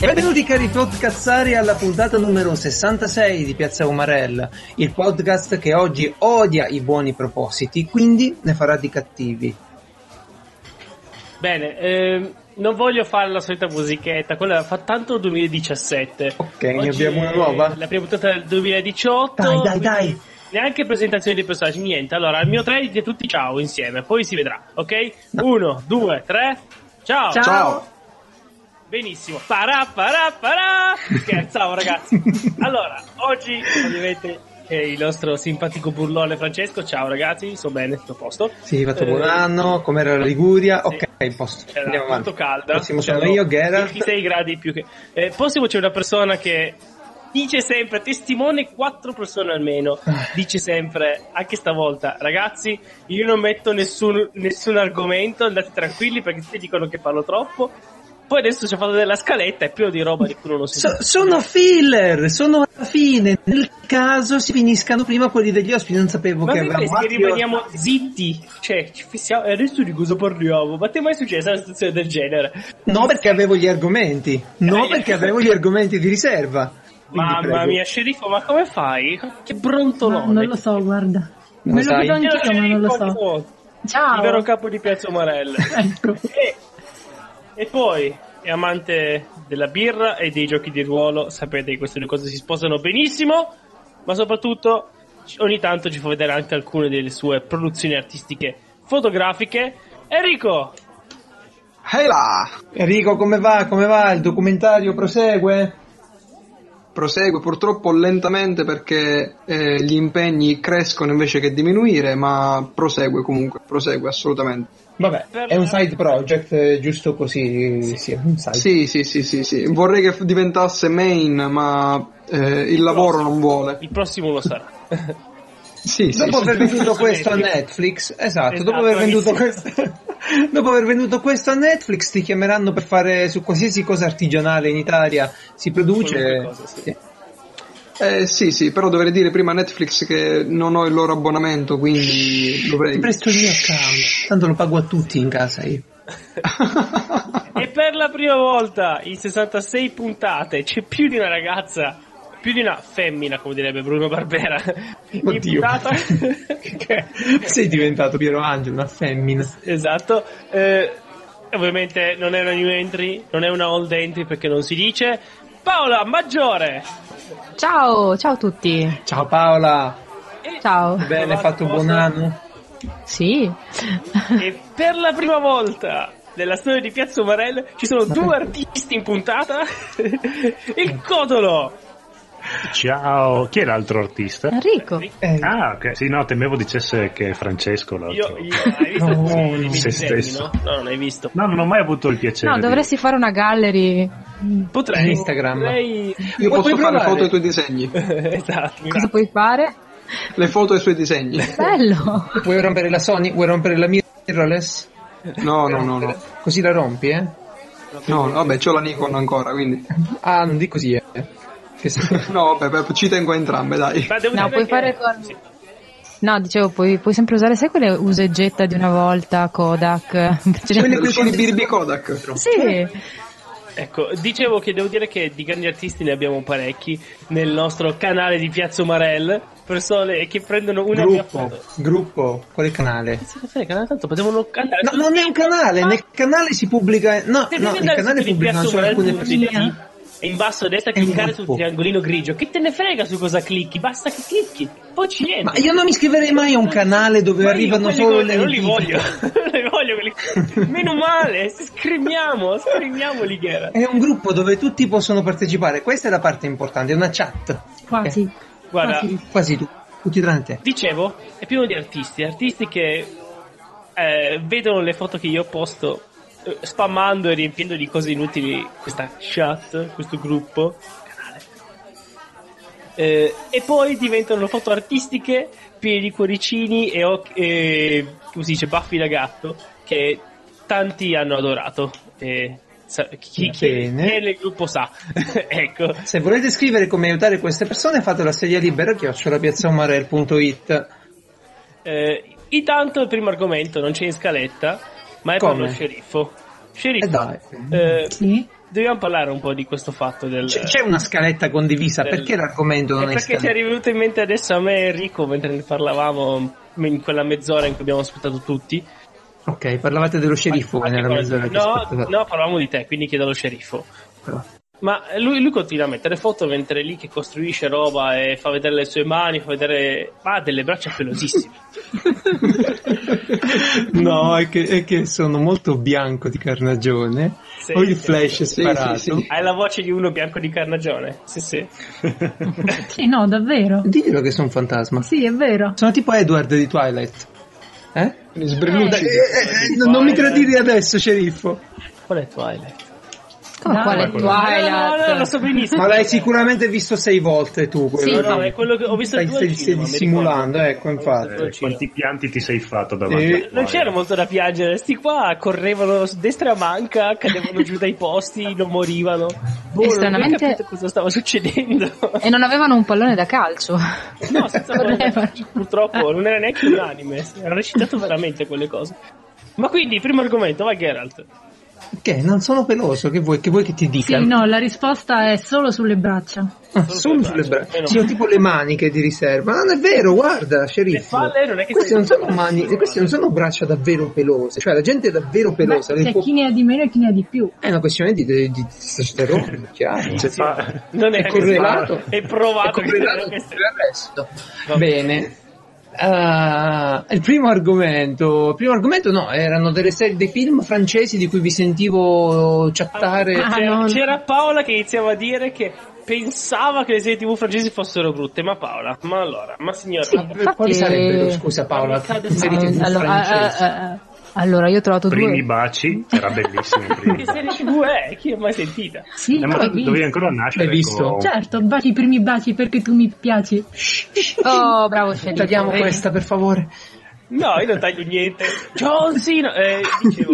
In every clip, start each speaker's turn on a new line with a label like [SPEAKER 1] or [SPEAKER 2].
[SPEAKER 1] E benvenuti cari podcazzari alla puntata numero 66 di Piazza Umarella, il podcast che oggi odia i buoni propositi, quindi ne farà di cattivi.
[SPEAKER 2] Bene, ehm, non voglio fare la solita musichetta, quella fa tanto il 2017.
[SPEAKER 1] Ok, ne abbiamo una nuova?
[SPEAKER 2] è La prima puntata del 2018.
[SPEAKER 1] Dai, dai, dai.
[SPEAKER 2] quindi Neanche presentazione di personaggi, niente. Allora, al mio 3 dite tutti ciao insieme, poi si vedrà, ok? 1, 2, 3, Ah, ciao!
[SPEAKER 1] Ciao.
[SPEAKER 2] Benissimo, parà parà parà Scherzavo ragazzi Allora, oggi ovviamente c'è il nostro simpatico burlone Francesco Ciao ragazzi, sto bene, sto a posto
[SPEAKER 1] Sì, fatto
[SPEAKER 2] Eh,
[SPEAKER 1] buon anno, com'era la Liguria?
[SPEAKER 2] sì.
[SPEAKER 1] Ok, posto.
[SPEAKER 2] Era
[SPEAKER 1] Andiamo avanti.
[SPEAKER 2] molto calda
[SPEAKER 1] Prossimo sono
[SPEAKER 2] c'erano
[SPEAKER 1] io, Geralt.
[SPEAKER 2] 26 gradi più che eh, Prossimo c'è una persona che dice sempre Testimone quattro persone almeno
[SPEAKER 1] Ah.
[SPEAKER 2] Dice sempre, anche stavolta Ragazzi, io non metto nessun, nessun argomento Andate tranquilli perché tutti dicono che parlo troppo poi adesso ci ha fatto della scaletta, è pieno di roba di cui non lo si sa.
[SPEAKER 1] So- sono filler, sono alla fine. Nel caso si finiscano prima quelli degli ospiti, non sapevo
[SPEAKER 2] Ma
[SPEAKER 1] che
[SPEAKER 2] perché
[SPEAKER 1] avevamo
[SPEAKER 2] se
[SPEAKER 1] attimo-
[SPEAKER 2] rimaniamo zitti? Cioè, ci fissiamo. E adesso di cosa parliamo? Ma ti è mai successa una situazione del genere?
[SPEAKER 1] No, perché avevo gli argomenti. No,
[SPEAKER 2] Dai.
[SPEAKER 1] perché avevo gli argomenti di riserva. Quindi
[SPEAKER 2] Eh. Mamma
[SPEAKER 1] prego.
[SPEAKER 2] mia, sceriffo, ma come fai? Che
[SPEAKER 3] Ma
[SPEAKER 2] brontolone.
[SPEAKER 3] non lo so, guarda.
[SPEAKER 1] Non lo
[SPEAKER 3] Me lo
[SPEAKER 1] sai?
[SPEAKER 3] chiedo
[SPEAKER 2] Io
[SPEAKER 3] anch'io, ma non lo so.
[SPEAKER 2] sceriffo, Il
[SPEAKER 3] Ciao.
[SPEAKER 2] vero capo di Piazza Marella.
[SPEAKER 3] Ecco.
[SPEAKER 2] e, e poi, è amante della birra e dei giochi di ruolo. Sapete che queste due cose si sposano benissimo, ma soprattutto c- ogni tanto ci fa vedere anche alcune delle sue produzioni artistiche fotografiche. Enrico!
[SPEAKER 1] Ehi là! Enrico, come va? Come va? Il documentario prosegue?
[SPEAKER 4] prosegue purtroppo lentamente perché eh, gli impegni crescono invece che diminuire, ma prosegue comunque, prosegue assolutamente.
[SPEAKER 1] Vabbè, è un side project, eh, giusto così. Sì, è un side.
[SPEAKER 4] Sì, sì, sì, sì, sì. Vorrei che f- diventasse main, ma eh, il lavoro non vuole.
[SPEAKER 2] Il prossimo lo sarà.
[SPEAKER 4] Sì, sì.
[SPEAKER 1] Dopo
[SPEAKER 4] sì.
[SPEAKER 1] aver venduto questo a Netflix, esatto,
[SPEAKER 2] Esatto,
[SPEAKER 1] dopo, aver venduto
[SPEAKER 2] bravissimo.
[SPEAKER 1] questo, dopo aver venduto questo a Netflix ti chiameranno per fare su qualsiasi cosa artigianale in Italia si produce.
[SPEAKER 2] Qualunque cosa, sì.
[SPEAKER 4] Eh, sì, sì, però dovrei dire prima a Netflix che non ho il loro abbonamento, quindi
[SPEAKER 1] Ti
[SPEAKER 4] dovrei...
[SPEAKER 1] presto il mio account, tanto lo pago a tutti in casa io.
[SPEAKER 2] E per la prima volta in 66 puntate c'è più di una ragazza, più di una femmina, come direbbe Bruno Barbera. In
[SPEAKER 1] Oddio.
[SPEAKER 2] puntata.
[SPEAKER 1] Che- Sei diventato Piero Angelo, una femmina.
[SPEAKER 2] esatto. Eh, ovviamente non è una new entry, non è una old entry perché non si dice. Paola Maggiore!
[SPEAKER 3] Ciao, ciao a
[SPEAKER 2] Eh.
[SPEAKER 3] tutti.
[SPEAKER 1] Ciao Paola,
[SPEAKER 2] E-
[SPEAKER 3] Ciao.
[SPEAKER 1] bene, hai fatto buon anno.
[SPEAKER 3] Sì.
[SPEAKER 2] E per la prima volta nella storia di Piazza Umarell ci sono due artisti in puntata. Il Codolo!
[SPEAKER 5] Ciao, chi è l'altro artista?
[SPEAKER 3] Enrico.
[SPEAKER 1] Eh,
[SPEAKER 5] Ah, ok. sì, no, temevo dicesse che è Francesco
[SPEAKER 2] Io,
[SPEAKER 5] l'altro.
[SPEAKER 2] io hai visto
[SPEAKER 1] No,
[SPEAKER 2] i- i
[SPEAKER 1] no.
[SPEAKER 2] se
[SPEAKER 5] Se
[SPEAKER 2] no?
[SPEAKER 5] stesso.
[SPEAKER 2] No, non hai visto.
[SPEAKER 5] No, non ho mai avuto il piacere.
[SPEAKER 3] No,
[SPEAKER 5] di-
[SPEAKER 3] dovresti fare una gallery.
[SPEAKER 2] Potrei.
[SPEAKER 1] Instagram.
[SPEAKER 2] potrei-
[SPEAKER 1] Puoi
[SPEAKER 4] Io posso fare
[SPEAKER 1] provare?
[SPEAKER 4] foto ai tuoi disegni,
[SPEAKER 2] esatto. mi
[SPEAKER 3] Cosa
[SPEAKER 2] va.
[SPEAKER 3] puoi fare?
[SPEAKER 4] le foto ai suoi disegni.
[SPEAKER 3] Bello.
[SPEAKER 1] Vuoi rompere la Sony? Vuoi rompere la mirrorless?
[SPEAKER 4] No, no, no, no.
[SPEAKER 1] Così la rompi, eh?
[SPEAKER 4] No, no, vabbè, c'ho la Nikon ancora, quindi...
[SPEAKER 1] Ah, non dico così, eh. Che se-
[SPEAKER 4] No, vabbè, beh, ci tengo a entrambe, dai.
[SPEAKER 2] Ma devo
[SPEAKER 3] No,
[SPEAKER 2] dire
[SPEAKER 3] puoi
[SPEAKER 2] che-
[SPEAKER 3] fare con-
[SPEAKER 2] sì.
[SPEAKER 3] No, dicevo, puoi, puoi sempre usare, sai quelle usa e getta di una volta, Kodak? Cioè-
[SPEAKER 4] Quelle con i Birbi Kodak.
[SPEAKER 3] Sì.
[SPEAKER 2] Ecco, dicevo che devo dire che di grandi artisti ne abbiamo parecchi nel nostro canale di Piazza Marel. Persone che prendono una mia
[SPEAKER 1] Gruppo,
[SPEAKER 2] foto.
[SPEAKER 1] gruppo, quale canale?
[SPEAKER 2] Sì, ma sai, canale tanto potevano andare
[SPEAKER 1] No, non è un canale, nel canale si pubblica. No,
[SPEAKER 2] Se
[SPEAKER 1] no, nel
[SPEAKER 2] devi andare
[SPEAKER 1] canale
[SPEAKER 2] su
[SPEAKER 1] pubblicano solo alcune
[SPEAKER 2] piazzomorel.it
[SPEAKER 1] persone.
[SPEAKER 2] e in basso a destra
[SPEAKER 1] È un
[SPEAKER 2] cliccare sul
[SPEAKER 1] gruppo.
[SPEAKER 2] triangolino grigio. Che te ne frega su cosa clicchi? Basta che clicchi, poi ci entri.
[SPEAKER 1] Ma io non mi iscriverei mai a un canale dove
[SPEAKER 2] Ma io
[SPEAKER 1] arrivano
[SPEAKER 2] quelli
[SPEAKER 1] solo
[SPEAKER 2] con-
[SPEAKER 1] le.
[SPEAKER 2] Non li voglio, non li voglio quelli. Meno male, scriviamo, scriviamoli Ghera.
[SPEAKER 1] È un gruppo dove tutti possono partecipare, questa è la parte importante, è una chat. Eh,
[SPEAKER 3] Quasi.
[SPEAKER 2] Guarda,
[SPEAKER 3] Quasi.
[SPEAKER 1] Quasi tu, tutti tranne te.
[SPEAKER 2] dicevo, è pieno di artisti, artisti che eh, vedono le foto che io posto eh, spammando e riempiendo di cose inutili questa chat, questo gruppo, canale. Eh, e poi diventano foto artistiche piene di cuoricini e, oc- e, come si dice baffi da gatto che tanti hanno adorato e sa- chi, chi,
[SPEAKER 1] Bene.
[SPEAKER 2] chi è nel gruppo sa. ecco.
[SPEAKER 1] Se volete scrivere come aiutare queste persone, fate la sedia libera chiocciolapiazzaumarel.it.
[SPEAKER 2] Eh, intanto il primo argomento non c'è in scaletta, ma è per
[SPEAKER 1] Come?
[SPEAKER 2] lo sceriffo.
[SPEAKER 1] E
[SPEAKER 2] Sceriffo,
[SPEAKER 1] dai.
[SPEAKER 2] eh,
[SPEAKER 3] Sì.
[SPEAKER 2] dobbiamo parlare un po' di questo fatto del...
[SPEAKER 1] C'è, c'è una scaletta condivisa,
[SPEAKER 2] del-
[SPEAKER 1] perché l'argomento
[SPEAKER 2] Eh,
[SPEAKER 1] non è
[SPEAKER 2] perché ci è
[SPEAKER 1] scaletta?
[SPEAKER 2] rivenuto in mente adesso a me e Enrico mentre ne parlavamo in quella mezz'ora in cui abbiamo aspettato tutti.
[SPEAKER 1] Ok, parlavate dello sceriffo
[SPEAKER 2] Anche
[SPEAKER 1] nella
[SPEAKER 2] con-
[SPEAKER 1] mezz'ora che
[SPEAKER 2] no,
[SPEAKER 1] aspettavate.
[SPEAKER 2] no, parlavamo di te, quindi chiedo allo sceriffo.
[SPEAKER 1] Però.
[SPEAKER 2] Ma lui, lui continua a mettere foto mentre è lì che costruisce roba e fa vedere le sue mani, fa vedere... Ma ha delle braccia pelosissime.
[SPEAKER 1] no, è che, è che sono molto bianco di carnagione.
[SPEAKER 2] Sì,
[SPEAKER 1] ho il
[SPEAKER 2] sì.
[SPEAKER 1] flash
[SPEAKER 4] sì,
[SPEAKER 1] sparato.
[SPEAKER 4] sì.
[SPEAKER 2] Hai la voce di uno bianco di carnagione. Sì, sì.
[SPEAKER 6] Sì, no, davvero.
[SPEAKER 1] Diglielo che sono un fantasma.
[SPEAKER 6] Sì, è vero.
[SPEAKER 1] Sono tipo Edward di Twilight. Eh?
[SPEAKER 4] Quindi sbrillucci.
[SPEAKER 1] Eh, eh, eh, non, non mi tradire adesso, sceriffo.
[SPEAKER 2] Qual è Twilight?
[SPEAKER 3] Come
[SPEAKER 6] Dai.
[SPEAKER 3] quale
[SPEAKER 5] Quello-
[SPEAKER 2] No, no,
[SPEAKER 3] Twilight?
[SPEAKER 2] no, lo so benissimo.
[SPEAKER 1] Ma l'hai sicuramente visto sei volte tu. Quello lì.
[SPEAKER 2] No, no, è quello che ho visto
[SPEAKER 1] stai,
[SPEAKER 2] due
[SPEAKER 1] stai,
[SPEAKER 2] al
[SPEAKER 1] stai
[SPEAKER 2] cinema, mi
[SPEAKER 1] dissimulando,
[SPEAKER 2] ricordo.
[SPEAKER 1] ecco,
[SPEAKER 2] Ho
[SPEAKER 1] infatti.
[SPEAKER 2] visto due al cinema.
[SPEAKER 5] eh, quanti pianti ti sei fatto davanti?
[SPEAKER 1] Eh,
[SPEAKER 5] a
[SPEAKER 2] Non
[SPEAKER 5] Twilight?
[SPEAKER 2] c'era molto da piangere, sti qua correvano su destra e a manca, cadevano giù dai posti, non morivano. Boh, non ho
[SPEAKER 3] stranamente-
[SPEAKER 2] capito cosa stava succedendo.
[SPEAKER 3] E non avevano un pallone da calcio.
[SPEAKER 2] No, senza
[SPEAKER 3] Correvano.
[SPEAKER 2] problema. Purtroppo non era neanche un anime, hanno recitato veramente quelle cose. Ma quindi, primo argomento, vai Geralt.
[SPEAKER 1] Che non sono peloso, che vuoi che, vuoi che ti dica?
[SPEAKER 6] Sì, no, la risposta è solo sulle braccia.
[SPEAKER 1] Ah, solo sulle braccia. Sì, ho tipo le maniche di riserva. Ma non è vero, guarda, sceriffo.
[SPEAKER 2] Le falle non è che
[SPEAKER 1] queste
[SPEAKER 2] sei-
[SPEAKER 1] non sono mani, queste non sono braccia davvero pelose. Cioè, la gente è davvero
[SPEAKER 6] Beh,
[SPEAKER 1] pelosa. le
[SPEAKER 6] c'è
[SPEAKER 1] può-
[SPEAKER 6] cioè, chi ne ha di meno e chi ne ha di più.
[SPEAKER 1] È una questione di, di, di testosterone, chiaro. Cioè,
[SPEAKER 5] Se
[SPEAKER 2] Sì,
[SPEAKER 5] fa-
[SPEAKER 2] Non è,
[SPEAKER 1] è correlato.
[SPEAKER 2] È provato
[SPEAKER 1] È
[SPEAKER 2] che
[SPEAKER 1] correlato
[SPEAKER 2] che-
[SPEAKER 1] con il resto.
[SPEAKER 2] Va
[SPEAKER 1] Bene. Ah, il primo argomento, il primo argomento no, erano delle serie, dei film francesi di cui vi sentivo chattare. Cioè,
[SPEAKER 2] Allora, c'era,
[SPEAKER 3] no.
[SPEAKER 2] c'era Paola che iniziava a dire che pensava che le serie tv francesi fossero brutte, ma Paola, ma allora, ma signora,
[SPEAKER 3] Sì.
[SPEAKER 2] ma-
[SPEAKER 1] Ma Quali
[SPEAKER 3] infatti-
[SPEAKER 1] sarebbero, scusa Paola,
[SPEAKER 2] Allora,
[SPEAKER 1] serie TV
[SPEAKER 3] allora,
[SPEAKER 1] francesi?
[SPEAKER 3] eh, eh, eh, allora, io ho trovato
[SPEAKER 5] Primi
[SPEAKER 3] due.
[SPEAKER 5] baci, era bellissimo il primo.
[SPEAKER 2] che serie tv è? Chi è mai sentita?
[SPEAKER 6] Sì,
[SPEAKER 5] Eh,
[SPEAKER 6] l'ho
[SPEAKER 5] ma tu
[SPEAKER 6] visto.
[SPEAKER 5] dovevi ancora nascere.
[SPEAKER 1] L'hai visto?
[SPEAKER 5] con-
[SPEAKER 3] Cioè,
[SPEAKER 6] Certo, baci i primi baci perché tu mi piaci.
[SPEAKER 3] Oh, bravo Federico.
[SPEAKER 1] Tagliamo
[SPEAKER 3] vedi?
[SPEAKER 1] questa per favore.
[SPEAKER 2] No, io non taglio niente. John Cena, eh, dicevo,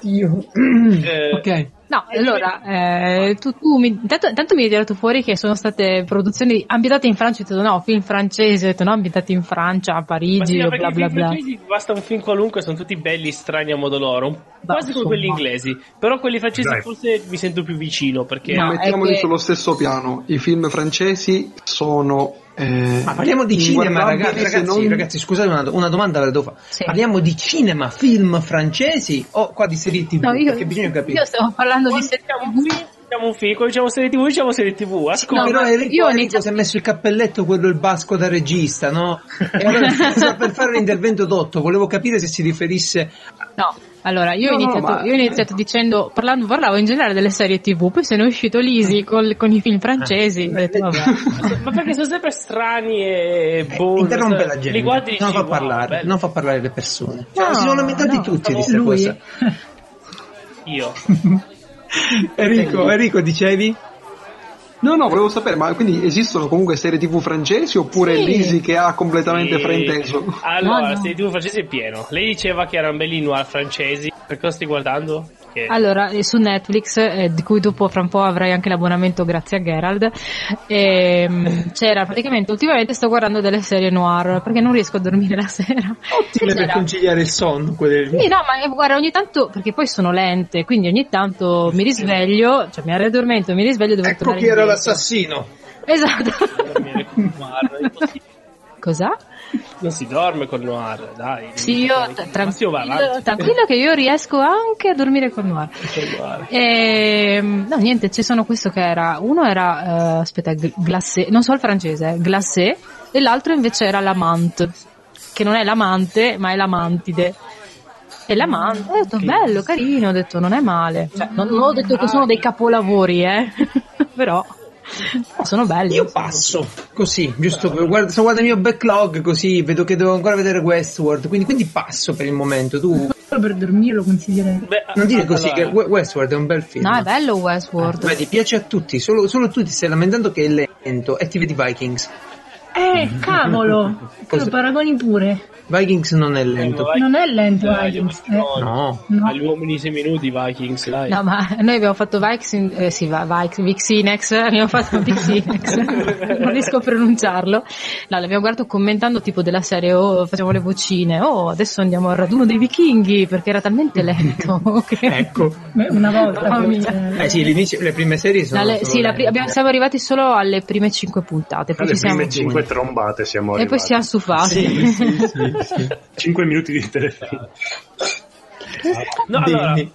[SPEAKER 1] Dio.
[SPEAKER 2] Eh,
[SPEAKER 1] ok.
[SPEAKER 3] No, allora, eh, tu, tu mi, intanto, intanto mi hai tirato fuori che sono state produzioni ambientate in Francia, ho detto no, film francese, ho detto no, ambientate in Francia, a
[SPEAKER 2] ma sì,
[SPEAKER 3] Parigi,
[SPEAKER 2] no,
[SPEAKER 3] o
[SPEAKER 2] perché
[SPEAKER 3] bla
[SPEAKER 2] i
[SPEAKER 3] bla
[SPEAKER 2] film
[SPEAKER 3] bla.
[SPEAKER 2] francesi basta un film qualunque, sono tutti belli, strani a modo loro, quasi come
[SPEAKER 3] insomma.
[SPEAKER 2] quelli inglesi, però quelli francesi
[SPEAKER 5] Dai.
[SPEAKER 2] forse mi sento più vicino perché...
[SPEAKER 3] No,
[SPEAKER 4] Mettiamoli
[SPEAKER 3] è che-
[SPEAKER 4] sullo stesso piano. I film francesi sono. eh,
[SPEAKER 1] Ma parliamo di cinema,
[SPEAKER 4] inguardabili
[SPEAKER 1] ragazzi.
[SPEAKER 4] se
[SPEAKER 1] Ragazzi,
[SPEAKER 4] non-
[SPEAKER 1] ragazzi, scusate una, una domanda la devo fare.
[SPEAKER 3] Sì.
[SPEAKER 1] Parliamo di cinema, film francesi o qua di serie TV?
[SPEAKER 3] No, io,
[SPEAKER 1] perché bisogna capire.
[SPEAKER 3] io stavo parlando di
[SPEAKER 2] Quando
[SPEAKER 3] serie
[SPEAKER 2] diciamo un
[SPEAKER 3] TV.
[SPEAKER 2] film, diciamo un film, quando diciamo serie tv, diciamo serie tv, ascolta.
[SPEAKER 1] No,
[SPEAKER 3] No,
[SPEAKER 1] però
[SPEAKER 3] ma
[SPEAKER 1] Enrico,
[SPEAKER 3] io ho
[SPEAKER 1] Enrico
[SPEAKER 3] iniziato-
[SPEAKER 1] si è messo il cappelletto quello il basco da regista, no? E allora scusa, per fare un intervento dotto, volevo capire se si riferisse
[SPEAKER 3] No, allora io, ho
[SPEAKER 4] No, no,
[SPEAKER 3] iniziato,
[SPEAKER 4] ma-
[SPEAKER 3] io ho iniziato dicendo, parlando, parlavo in generale delle serie tv, poi sono uscito l'Isi col- con i film francesi. ho detto, vabbè.
[SPEAKER 2] Ma perché sono sempre strani e boh,
[SPEAKER 1] eh, interrompe
[SPEAKER 2] non so,
[SPEAKER 1] la gente.
[SPEAKER 2] Li guardi e
[SPEAKER 1] non
[SPEAKER 2] dici,
[SPEAKER 1] fa
[SPEAKER 2] "Wow,
[SPEAKER 1] parlare,
[SPEAKER 2] bello".
[SPEAKER 1] non fa parlare le persone.
[SPEAKER 3] No,
[SPEAKER 1] Cioè, si sono lamentati
[SPEAKER 3] no,
[SPEAKER 1] tutti di
[SPEAKER 3] stavo-
[SPEAKER 1] questa
[SPEAKER 6] lui.
[SPEAKER 1] cosa.
[SPEAKER 2] Io.
[SPEAKER 1] Enrico, Enrico, dicevi?
[SPEAKER 3] Ecco,
[SPEAKER 4] No, no, volevo sapere, ma quindi esistono comunque serie TV francesi oppure
[SPEAKER 3] Sì.
[SPEAKER 4] Lisi che ha completamente
[SPEAKER 2] Sì.
[SPEAKER 4] frainteso?
[SPEAKER 2] Allora,
[SPEAKER 3] No, no.
[SPEAKER 2] se tu francese è pieno. Lei diceva che erano belli i noir francesi. Per cosa stai guardando? Che...
[SPEAKER 3] Allora, eh, su Netflix, eh, di cui dopo fra un po' avrai anche l'abbonamento grazie a Gerald, ehm, c'era praticamente, ultimamente sto guardando delle serie noir, perché non riesco a dormire la sera.
[SPEAKER 1] Ottime per
[SPEAKER 3] C'era-
[SPEAKER 1] conciliare il sonno, quelle lì.
[SPEAKER 3] Sì, no, ma eh, guarda, ogni tanto, perché poi sono lente, quindi ogni tanto mi risveglio, cioè mi addormento, mi risveglio e devo
[SPEAKER 1] Ecco
[SPEAKER 3] tornare
[SPEAKER 1] chi era
[SPEAKER 3] indietro.
[SPEAKER 1] l'assassino.
[SPEAKER 3] Esatto.
[SPEAKER 2] Dormire col noir, è impossibile.
[SPEAKER 3] Cos'ha?
[SPEAKER 2] Non si dorme col noir, dai.
[SPEAKER 3] Sì, io tra-
[SPEAKER 2] Ma sì, va
[SPEAKER 3] tranquillo,
[SPEAKER 2] avanti.
[SPEAKER 3] tranquillo che io riesco anche a dormire con noir.
[SPEAKER 2] Col noir.
[SPEAKER 3] Ehm, no, niente, ci sono questo che era. Uno era, eh, aspetta, gl- glacé, non so il francese, eh, glacé, e l'altro invece era l'amante, che non è l'amante, ma è l'amantide. E l'amante, ho detto bello, carino, ho detto non è male. Cioè, non, non ho detto che sono dei capolavori, eh, però sono belli.
[SPEAKER 1] Io passo così, giusto, per- guarda, sto guardando il mio backlog così, vedo che devo ancora vedere Westworld, quindi, quindi passo per il momento. Tu
[SPEAKER 6] Solo per dormire lo consiglierei.
[SPEAKER 2] Beh,
[SPEAKER 1] non dire così,
[SPEAKER 2] allora,
[SPEAKER 1] che We- Westworld è un bel film.
[SPEAKER 3] No, è bello Westworld.
[SPEAKER 1] Vedi, piace a tutti, solo, solo tu ti stai lamentando che è lento e ti vedi Vikings.
[SPEAKER 6] Eh, cavolo!
[SPEAKER 1] Cosa-
[SPEAKER 6] Lo paragoni pure.
[SPEAKER 1] Vikings non è lento.
[SPEAKER 2] Vai-
[SPEAKER 6] Non è lento
[SPEAKER 2] Dai,
[SPEAKER 6] Vikings.
[SPEAKER 2] ma
[SPEAKER 6] eh.
[SPEAKER 2] no,
[SPEAKER 1] No.
[SPEAKER 6] No.
[SPEAKER 2] Agli uomini seminuti Vikings, dai.
[SPEAKER 3] No, ma noi abbiamo fatto Vixin, eh, sì, va- Vix- Vixinex, abbiamo fatto Vixinex, non riesco a pronunciarlo. No, l'abbiamo guardato commentando tipo della serie, oh, facciamo le vocine, oh, adesso andiamo al raduno dei vichinghi, perché era talmente lento. che-
[SPEAKER 1] Ecco.
[SPEAKER 6] Beh, Una volta.
[SPEAKER 3] Mamma
[SPEAKER 6] poi,
[SPEAKER 3] mia.
[SPEAKER 6] eh,
[SPEAKER 1] Eh sì, l'inizio- le prime serie sono...
[SPEAKER 3] La- le-
[SPEAKER 1] sono
[SPEAKER 3] sì, la
[SPEAKER 1] lente.
[SPEAKER 3] pri- abbiamo- siamo arrivati solo alle prime cinque puntate, poi
[SPEAKER 5] Alle
[SPEAKER 3] ci siamo,
[SPEAKER 5] prime
[SPEAKER 3] e
[SPEAKER 5] cinque trombate siamo
[SPEAKER 3] poi siamo
[SPEAKER 5] arrivati.
[SPEAKER 3] stufati.
[SPEAKER 1] Sì, sì, sì, sì.
[SPEAKER 5] 5 minuti di telefilm.
[SPEAKER 2] No,
[SPEAKER 1] Dimmi.
[SPEAKER 2] allora, eh,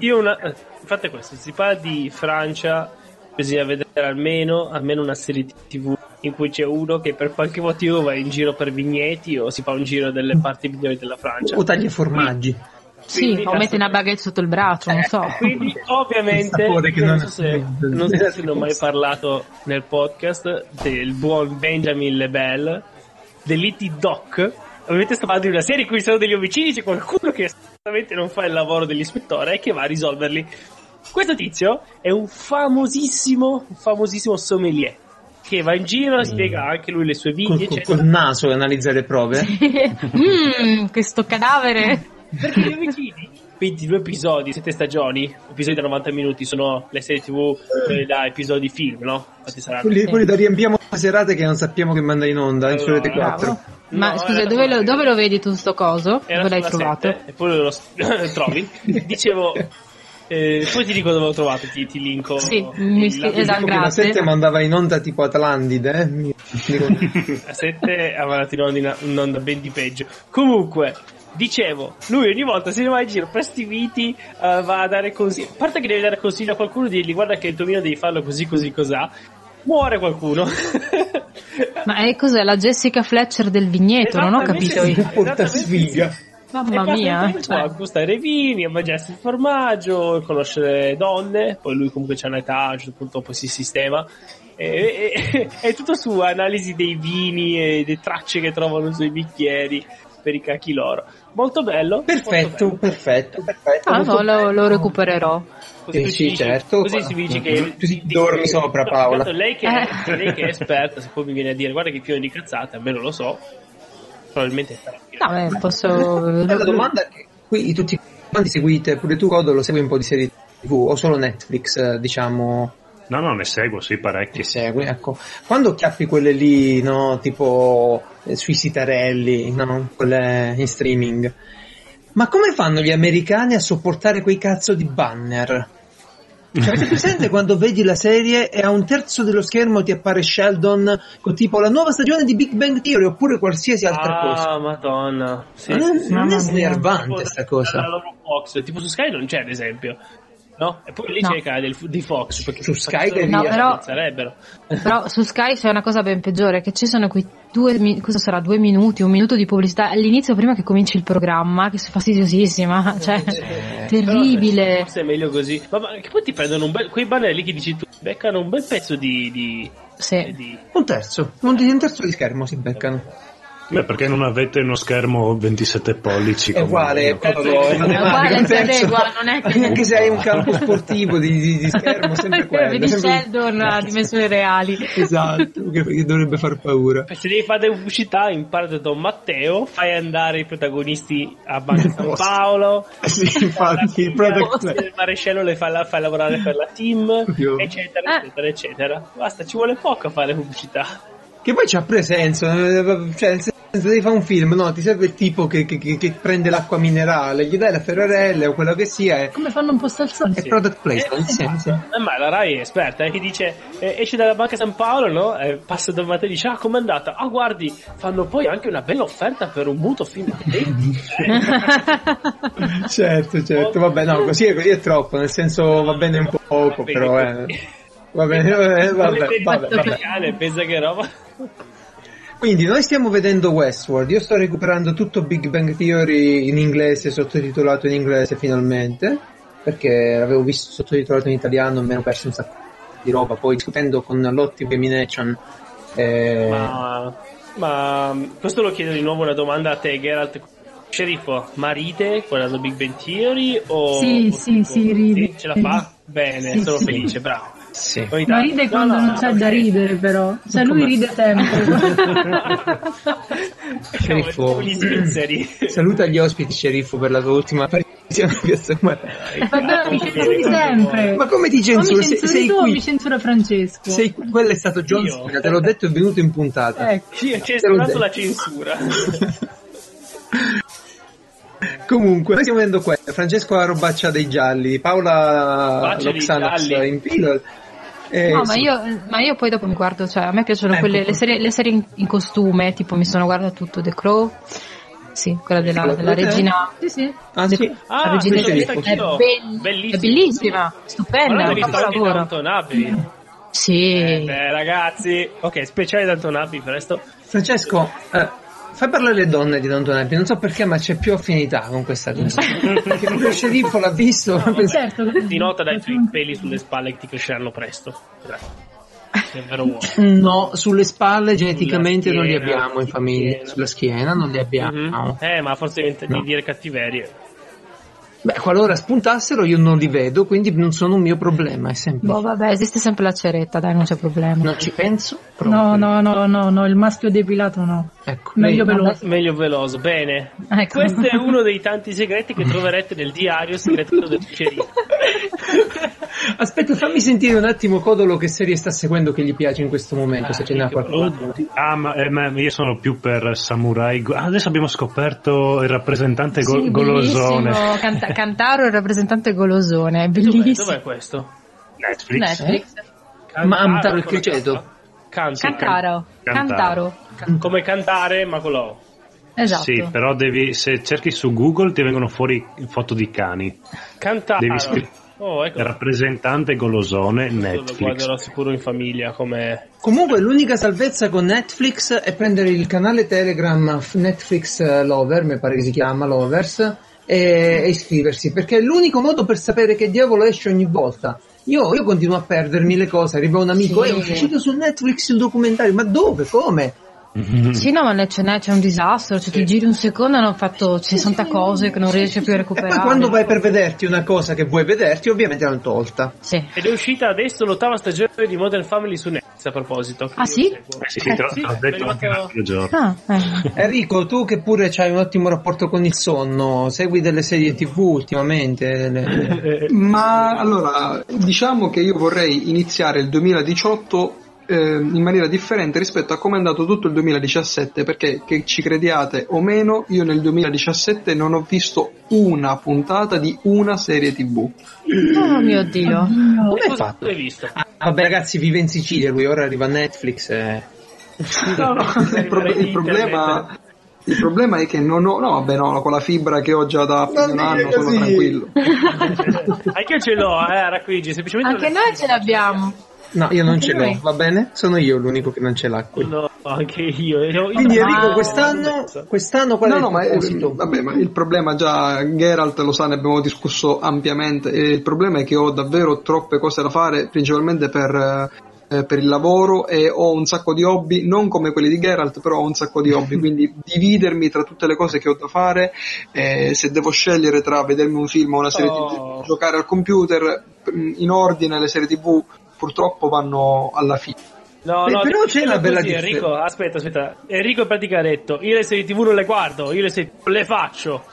[SPEAKER 2] io una... eh, Fate questo, si parla di Francia, bisogna vedere almeno, almeno una serie tv in cui c'è uno che per qualche motivo va in giro per vigneti o si fa un giro delle parti migliori della Francia.
[SPEAKER 1] O taglia formaggi.
[SPEAKER 3] Sì, o mette una baguette sotto il braccio, non so.
[SPEAKER 2] Quindi ovviamente
[SPEAKER 1] Il sapore che
[SPEAKER 2] non,
[SPEAKER 1] non-
[SPEAKER 2] so se, non so se ne ho mai parlato nel podcast del buon Benjamin Lebel dell'IT Doc. Ovviamente sto parlando di una serie in cui ci sono degli omicidi, c'è qualcuno che assolutamente non fa il lavoro dell'ispettore e che va a risolverli. Questo tizio è un famosissimo, un famosissimo sommelier che va in giro e spiega anche lui le sue
[SPEAKER 1] Mm. Col,
[SPEAKER 2] vigne,
[SPEAKER 1] col-
[SPEAKER 2] eccetera.
[SPEAKER 1] col naso e analizza le prove.
[SPEAKER 3] Mmm, questo cadavere.
[SPEAKER 2] Perché gli omicidi 22 episodi, 7 stagioni, episodi da 90 minuti, sono le serie tv eh, da episodi film, no? Infatti saranno...
[SPEAKER 1] Quelli, quelli da riempiamo le serate che non sappiamo che manda in onda, in su Rete
[SPEAKER 2] Allora,
[SPEAKER 1] 4.
[SPEAKER 3] Bravo. Ma
[SPEAKER 2] No,
[SPEAKER 3] scusa,
[SPEAKER 2] era
[SPEAKER 3] dove lo,
[SPEAKER 2] sulla-
[SPEAKER 3] dove lo vedi tu sto coso?
[SPEAKER 2] Era
[SPEAKER 3] Dove l'hai
[SPEAKER 2] sulla
[SPEAKER 3] trovato?
[SPEAKER 2] sette, Eppure lo s- lo trovi. Dicevo... eh, poi ti dico dove lo trovate, ti, ti linko.
[SPEAKER 3] Sì, mi
[SPEAKER 2] la-
[SPEAKER 3] scrivi- esatto,
[SPEAKER 1] Dico che la
[SPEAKER 3] grazie.
[SPEAKER 1] 7 mandava in onda tipo Atlantide, eh? Mi- dico-
[SPEAKER 2] a 7 ha mandato in onda- in onda ben di peggio. Comunque, dicevo, lui ogni volta se ne va in giro per sti viti, eh, va a dare consigli. A parte che deve dare consigli a qualcuno e dirgli guarda che il tuo vino devi farlo così, così, cos'ha. Muore qualcuno.
[SPEAKER 3] Ma è cos'è la Jessica Fletcher del vigneto? Non ho
[SPEAKER 2] Esattamente
[SPEAKER 3] capito
[SPEAKER 2] Esatto, sì,
[SPEAKER 3] io.
[SPEAKER 1] porta
[SPEAKER 2] esattamente
[SPEAKER 1] sfiga.
[SPEAKER 2] sì. E
[SPEAKER 3] Mamma
[SPEAKER 2] passa il
[SPEAKER 3] mia.
[SPEAKER 2] tempo
[SPEAKER 3] cioè.
[SPEAKER 2] a gustare i vini, a mangiarsi il formaggio, a conoscere donne, poi lui comunque c'ha un'età, a un certo punto poi si sistema. E, e- è tutto su analisi dei vini e le tracce che trovano sui bicchieri per i cacchi loro. Molto bello.
[SPEAKER 1] Perfetto,
[SPEAKER 2] molto bello.
[SPEAKER 1] perfetto, perfetto.
[SPEAKER 3] Ah
[SPEAKER 1] molto
[SPEAKER 3] no, lo,
[SPEAKER 1] bello.
[SPEAKER 3] lo recupererò.
[SPEAKER 2] Così
[SPEAKER 1] Eh
[SPEAKER 2] tu
[SPEAKER 1] sì,
[SPEAKER 2] ci dici-
[SPEAKER 1] certo.
[SPEAKER 2] Così si dice che...
[SPEAKER 1] Tu ci dormi sopra,
[SPEAKER 2] No,
[SPEAKER 1] Paola.
[SPEAKER 2] tanto lei, che è,
[SPEAKER 3] Eh.
[SPEAKER 2] lei che è esperta, se poi mi viene a dire guarda che più di cazzate, almeno lo so, probabilmente sarà pieno.
[SPEAKER 3] No, beh, posso.
[SPEAKER 1] La domanda è che qui tutti quanti seguite, pure tu Codo lo segui un po' di serie TV o solo Netflix, eh, diciamo,
[SPEAKER 5] No, no, ne seguo, sì,
[SPEAKER 1] che
[SPEAKER 5] parecchi.
[SPEAKER 1] segui, ecco. Quando chiappi quelle lì, no, tipo eh, sui sitarelli, no, quelle in streaming. Ma come fanno gli americani a sopportare quei cazzo di banner? Cioè, avete presente quando vedi la serie e a un terzo dello schermo ti appare Sheldon con tipo la nuova stagione di Big Bang Theory oppure qualsiasi altra cosa?
[SPEAKER 2] Ah, madonna. Sì,
[SPEAKER 1] Ma non,
[SPEAKER 2] sì, sì.
[SPEAKER 1] non è
[SPEAKER 3] Mamma mia.
[SPEAKER 1] snervante
[SPEAKER 2] Tipo
[SPEAKER 1] sta
[SPEAKER 2] La
[SPEAKER 1] cosa.
[SPEAKER 2] loro Fox, tipo su Sky non c'è ad esempio. No? E poi lì
[SPEAKER 3] No.
[SPEAKER 2] c'è il canale del- di Fox. Perché
[SPEAKER 1] Su Sky
[SPEAKER 2] perché
[SPEAKER 1] che
[SPEAKER 3] No,
[SPEAKER 2] sennò
[SPEAKER 3] però-
[SPEAKER 2] non sarebbero.
[SPEAKER 3] Però su Sky c'è una cosa ben peggiore, che ci sono quei due, mi- cosa sarà, due minuti, un minuto di pubblicità all'inizio prima che cominci il programma, che sono fastidiosissima, cioè,
[SPEAKER 2] Però, eh,
[SPEAKER 3] terribile.
[SPEAKER 2] Forse è meglio così. Ma, ma che poi ti prendono un bel. Quei banner lì che dici tu beccano un bel pezzo di. di,
[SPEAKER 3] Sì.
[SPEAKER 2] di-
[SPEAKER 1] Un terzo, un, di- un terzo di schermo si beccano.
[SPEAKER 5] Beh, perché non avete uno schermo 27 pollici?
[SPEAKER 1] È
[SPEAKER 5] come
[SPEAKER 1] uguale,
[SPEAKER 5] uno?
[SPEAKER 1] è proprio- è matematica,
[SPEAKER 3] uguale,
[SPEAKER 1] un
[SPEAKER 3] cioè,
[SPEAKER 1] terzo.
[SPEAKER 3] uguale, non è che-
[SPEAKER 1] Anche se hai un campo sportivo di, di- di schermo, sempre quello.
[SPEAKER 3] Vedi
[SPEAKER 1] sempre-
[SPEAKER 3] Sheldon a dimensioni reali.
[SPEAKER 1] Esatto, che, che dovrebbe far paura.
[SPEAKER 2] Se devi fare pubblicità, impara da Don Matteo, fai andare i protagonisti a Banca San
[SPEAKER 1] Posto.
[SPEAKER 2] Paolo,
[SPEAKER 1] Ah, Sì, infatti, il product
[SPEAKER 2] il marescello le fa, la- fa lavorare per la team,
[SPEAKER 1] Proprio.
[SPEAKER 2] eccetera,
[SPEAKER 3] Ah.
[SPEAKER 2] eccetera, eccetera. Basta, ci vuole poco a fare pubblicità.
[SPEAKER 1] Che poi c'ha presenso, eh, cioè nel senso devi fare un film, no? Ti serve il tipo che, che- che- che prende l'acqua minerale, gli dai la ferrarella o quello che sia, è,
[SPEAKER 6] Come fanno un po' al sole.
[SPEAKER 1] è product placement.
[SPEAKER 2] Eh,
[SPEAKER 1] sì, sì.
[SPEAKER 2] Eh, ma la Rai è esperta, eh, che dice eh, esce dalla banca San Paolo, no? Eh, passa da Matteo e dice ah com'è andata? Ah guardi, fanno poi anche una bella offerta per un mutuo fino a
[SPEAKER 1] Eh,
[SPEAKER 2] 20. eh.
[SPEAKER 1] Certo, certo, vabbè, no, così, così è troppo, nel senso va bene un poco, però eh. va bene, eh, vabbè, vabbè, vabbè, vabbè.
[SPEAKER 2] Pensa che roba.
[SPEAKER 1] Quindi noi stiamo vedendo Westworld, io sto recuperando tutto Big Bang Theory in inglese, sottotitolato in inglese finalmente, perché l'avevo visto sottotitolato in italiano, mi ero perso un sacco di roba, poi discutendo con Lotti Bemination, eh,
[SPEAKER 2] Ma, ma questo lo chiedo di nuovo una domanda a te, Geralt. Sceriffo, ma ride guardando Big Bang Theory? O,
[SPEAKER 6] Sì,
[SPEAKER 2] o
[SPEAKER 6] sì, sì, ride.
[SPEAKER 2] Ce la fa? Bene,
[SPEAKER 6] Sì,
[SPEAKER 2] sono
[SPEAKER 6] sì.
[SPEAKER 2] felice, bravo.
[SPEAKER 1] Sì.
[SPEAKER 2] Ogni
[SPEAKER 6] Ma
[SPEAKER 2] tanto-
[SPEAKER 6] ride
[SPEAKER 2] no,
[SPEAKER 6] quando
[SPEAKER 2] no,
[SPEAKER 6] non
[SPEAKER 2] no, eh.
[SPEAKER 6] c'è
[SPEAKER 2] ok.
[SPEAKER 6] da ridere, però. Cioè, lui ride sempre.
[SPEAKER 2] Siamo
[SPEAKER 1] Sceriffo.
[SPEAKER 2] gli svizzeri.
[SPEAKER 1] Saluta gli ospiti, sceriffo, per la tua ultima partita. a Piazza Guarneri.
[SPEAKER 6] Ma però mi censuri sempre.
[SPEAKER 1] Ma come ti
[SPEAKER 6] O mi
[SPEAKER 1] censuro? Sei,
[SPEAKER 6] censuri
[SPEAKER 1] sei
[SPEAKER 6] tu o mi
[SPEAKER 1] qui.
[SPEAKER 6] censura Francesco?
[SPEAKER 1] Sei qui. Quello è stato John
[SPEAKER 2] Io?
[SPEAKER 1] Cena, te l'ho detto, è venuto in puntata.
[SPEAKER 6] Ecco.
[SPEAKER 2] Sì, ho
[SPEAKER 1] Te l'ho
[SPEAKER 2] censurato
[SPEAKER 1] detto.
[SPEAKER 2] la censura.
[SPEAKER 1] Comunque, noi stiamo vedendo questo. Francesco ha robaccia dei gialli, Paola
[SPEAKER 2] Robaccia dei
[SPEAKER 1] Loxanax
[SPEAKER 2] gialli.
[SPEAKER 1] in pillola. Eh,
[SPEAKER 3] No, ma
[SPEAKER 1] sì.
[SPEAKER 3] io, ma io poi dopo mi guardo, cioè a me piacciono
[SPEAKER 1] Ecco.
[SPEAKER 3] quelle le serie, le serie in, in costume, tipo mi sono guardato tutto The Crow, sì, quella della,
[SPEAKER 1] Crow,
[SPEAKER 3] della
[SPEAKER 1] eh.
[SPEAKER 3] regina.
[SPEAKER 6] Sì, sì.
[SPEAKER 1] Ah, sì?
[SPEAKER 2] Ah,
[SPEAKER 3] la
[SPEAKER 1] sì,
[SPEAKER 3] regina
[SPEAKER 1] l'ho
[SPEAKER 3] del-
[SPEAKER 1] vista
[SPEAKER 3] è,
[SPEAKER 2] anch'io.
[SPEAKER 3] bell-
[SPEAKER 2] Bellissima.
[SPEAKER 3] è bellissima,
[SPEAKER 2] Ma
[SPEAKER 3] stupenda,
[SPEAKER 2] non
[SPEAKER 3] un
[SPEAKER 2] devi fare anche
[SPEAKER 3] capolavoro.
[SPEAKER 2] Downton Abbey.
[SPEAKER 3] Sì,
[SPEAKER 2] Eh, beh, ragazzi. Ok, speciale Downton Abbey, presto.
[SPEAKER 1] Francesco, eh, fai parlare le donne di Downton Abbey, non so perché, ma c'è più affinità con questa cosa. perché lo sceriffo l'ha visto, ha pensato-
[SPEAKER 6] Certo. che-
[SPEAKER 2] Ti nota dai tuoi peli sulle spalle che ti cresceranno presto. Grazie. Sei un vero uomo.
[SPEAKER 1] No, sulle spalle geneticamente non li
[SPEAKER 2] schiena,
[SPEAKER 1] abbiamo in
[SPEAKER 2] sulla
[SPEAKER 1] famiglia,
[SPEAKER 2] schiena.
[SPEAKER 1] sulla schiena non li abbiamo.
[SPEAKER 2] Mhm. Eh, ma forse diventa di dire cattiverie.
[SPEAKER 1] Beh, qualora spuntassero io non li vedo, quindi non sono un mio problema, è sempre.
[SPEAKER 3] boh, vabbè, esiste sempre la ceretta, dai, non c'è problema.
[SPEAKER 1] Non ci penso proprio.
[SPEAKER 6] No, no, no, no, no, il maschio depilato no.
[SPEAKER 1] Ecco,
[SPEAKER 6] Meglio
[SPEAKER 1] vedi?
[SPEAKER 6] veloce.
[SPEAKER 2] Meglio veloso, bene.
[SPEAKER 3] Ecco.
[SPEAKER 2] Questo è uno dei tanti segreti che troverete nel diario segreto del Cerico.
[SPEAKER 1] Aspetta, fammi sentire un attimo Codolo che serie sta seguendo che gli piace in questo momento, se ce n'è qualcuno.
[SPEAKER 5] Ah, ma, eh, ma io sono più per Samurai. Go- Ah, adesso abbiamo scoperto il rappresentante go-
[SPEAKER 3] Sì,
[SPEAKER 5] golosone.
[SPEAKER 3] bellissimo, Canta- Cantaro è il rappresentante golosone, è
[SPEAKER 2] Dov'è,
[SPEAKER 3] bellissimo.
[SPEAKER 2] dov'è questo?
[SPEAKER 5] Netflix.
[SPEAKER 3] Netflix.
[SPEAKER 1] Ma
[SPEAKER 2] Cantaro
[SPEAKER 1] Amtaro il
[SPEAKER 2] con la
[SPEAKER 1] criceto?
[SPEAKER 2] K? Cantaro.
[SPEAKER 3] Cantaro,
[SPEAKER 5] Cantaro.
[SPEAKER 3] Cantaro,
[SPEAKER 2] Come cantare, ma con la O.
[SPEAKER 3] esatto.
[SPEAKER 5] Sì, però devi, se cerchi su Google ti vengono fuori foto di cani.
[SPEAKER 2] Cantaro.
[SPEAKER 5] Devi scrivere.
[SPEAKER 2] Oh, ecco.
[SPEAKER 5] Rappresentante golosone
[SPEAKER 2] Questo Lo
[SPEAKER 5] Netflix.
[SPEAKER 2] guarderò sicuro in famiglia come...
[SPEAKER 1] Comunque l'unica salvezza con Netflix è prendere il canale Telegram f- Netflix eh, Lover, mi pare che si chiama Lovers, e, e iscriversi, perché è l'unico modo per sapere che diavolo esce ogni volta. Io, io continuo a perdermi le cose, arriva un amico
[SPEAKER 3] Sì.
[SPEAKER 1] e è uscito su Netflix il documentario, ma dove? Come?
[SPEAKER 3] Sì, no, ma ne- ce n'è, c'è un disastro. Cioè, ti giri un secondo e hanno fatto 60 cose che non riesci più a
[SPEAKER 1] E
[SPEAKER 3] recuperare.
[SPEAKER 1] poi quando vai per vederti una cosa che vuoi vederti, ovviamente l'hanno tolta.
[SPEAKER 3] Sì.
[SPEAKER 2] Ed è uscita adesso l'ottava stagione di Modern Family su Netflix a proposito.
[SPEAKER 3] Ah, sì?
[SPEAKER 5] Eh sì, sì, te l'ho- te l'ho detto anche l'altro giorno.
[SPEAKER 3] Ah, eh.
[SPEAKER 1] Enrico, tu che pure hai un ottimo rapporto con il sonno, segui delle serie tv ultimamente? delle-
[SPEAKER 2] Eh,
[SPEAKER 4] Ma allora, diciamo che io vorrei iniziare il 2018 eh, in maniera differente rispetto a come è andato tutto il 2017, perché che ci crediate o meno, io nel 2017 non ho visto una puntata di una serie TV.
[SPEAKER 3] Oh mio dio.
[SPEAKER 1] Come hai
[SPEAKER 2] Cosa
[SPEAKER 1] fatto?
[SPEAKER 2] tu hai visto?
[SPEAKER 1] Ah, vabbè ragazzi, vive in Sicilia lui, ora arriva Netflix. eh.
[SPEAKER 4] il, pro- il problema il problema è che non ho no vabbè no con la fibra che ho già da più di un
[SPEAKER 1] dire
[SPEAKER 4] anno sono
[SPEAKER 1] così.
[SPEAKER 4] tranquillo
[SPEAKER 2] Anche io ce l'ho, eh, a Racquigi, semplicemente...
[SPEAKER 3] Anche noi Eh, ce l'abbiamo.
[SPEAKER 1] No, io non
[SPEAKER 3] Anche
[SPEAKER 1] ce l'ho,
[SPEAKER 3] noi.
[SPEAKER 1] va bene? Sono io l'unico che non ce l'ha qui.
[SPEAKER 2] No, anche io. Io- io-
[SPEAKER 1] Quindi
[SPEAKER 2] io-
[SPEAKER 1] Enrico,
[SPEAKER 2] Ah,
[SPEAKER 1] quest'anno, quest'anno qual
[SPEAKER 4] no
[SPEAKER 1] è
[SPEAKER 4] no
[SPEAKER 1] il
[SPEAKER 4] ma, eh,
[SPEAKER 1] proposito?
[SPEAKER 4] vabbè, ma il problema già Geralt lo sa ne abbiamo discusso ampiamente e il problema è che ho davvero troppe cose da fare principalmente per eh, per il lavoro e ho un sacco di hobby, non come quelli di Geralt, però ho un sacco di hobby, quindi dividermi tra tutte le cose che ho da fare, eh, se devo scegliere tra vedermi un film o una serie
[SPEAKER 2] Oh.
[SPEAKER 4] TV, giocare al computer, mh, in ordine le serie TV purtroppo vanno alla fine.
[SPEAKER 2] No,
[SPEAKER 1] Eh,
[SPEAKER 2] no,
[SPEAKER 1] però c'è
[SPEAKER 2] dimmelo
[SPEAKER 1] una bella
[SPEAKER 2] così,
[SPEAKER 1] differenza.
[SPEAKER 2] Enrico, aspetta, aspetta. Enrico è praticaretto. Io le serie TV non le guardo, io le serie TV le faccio.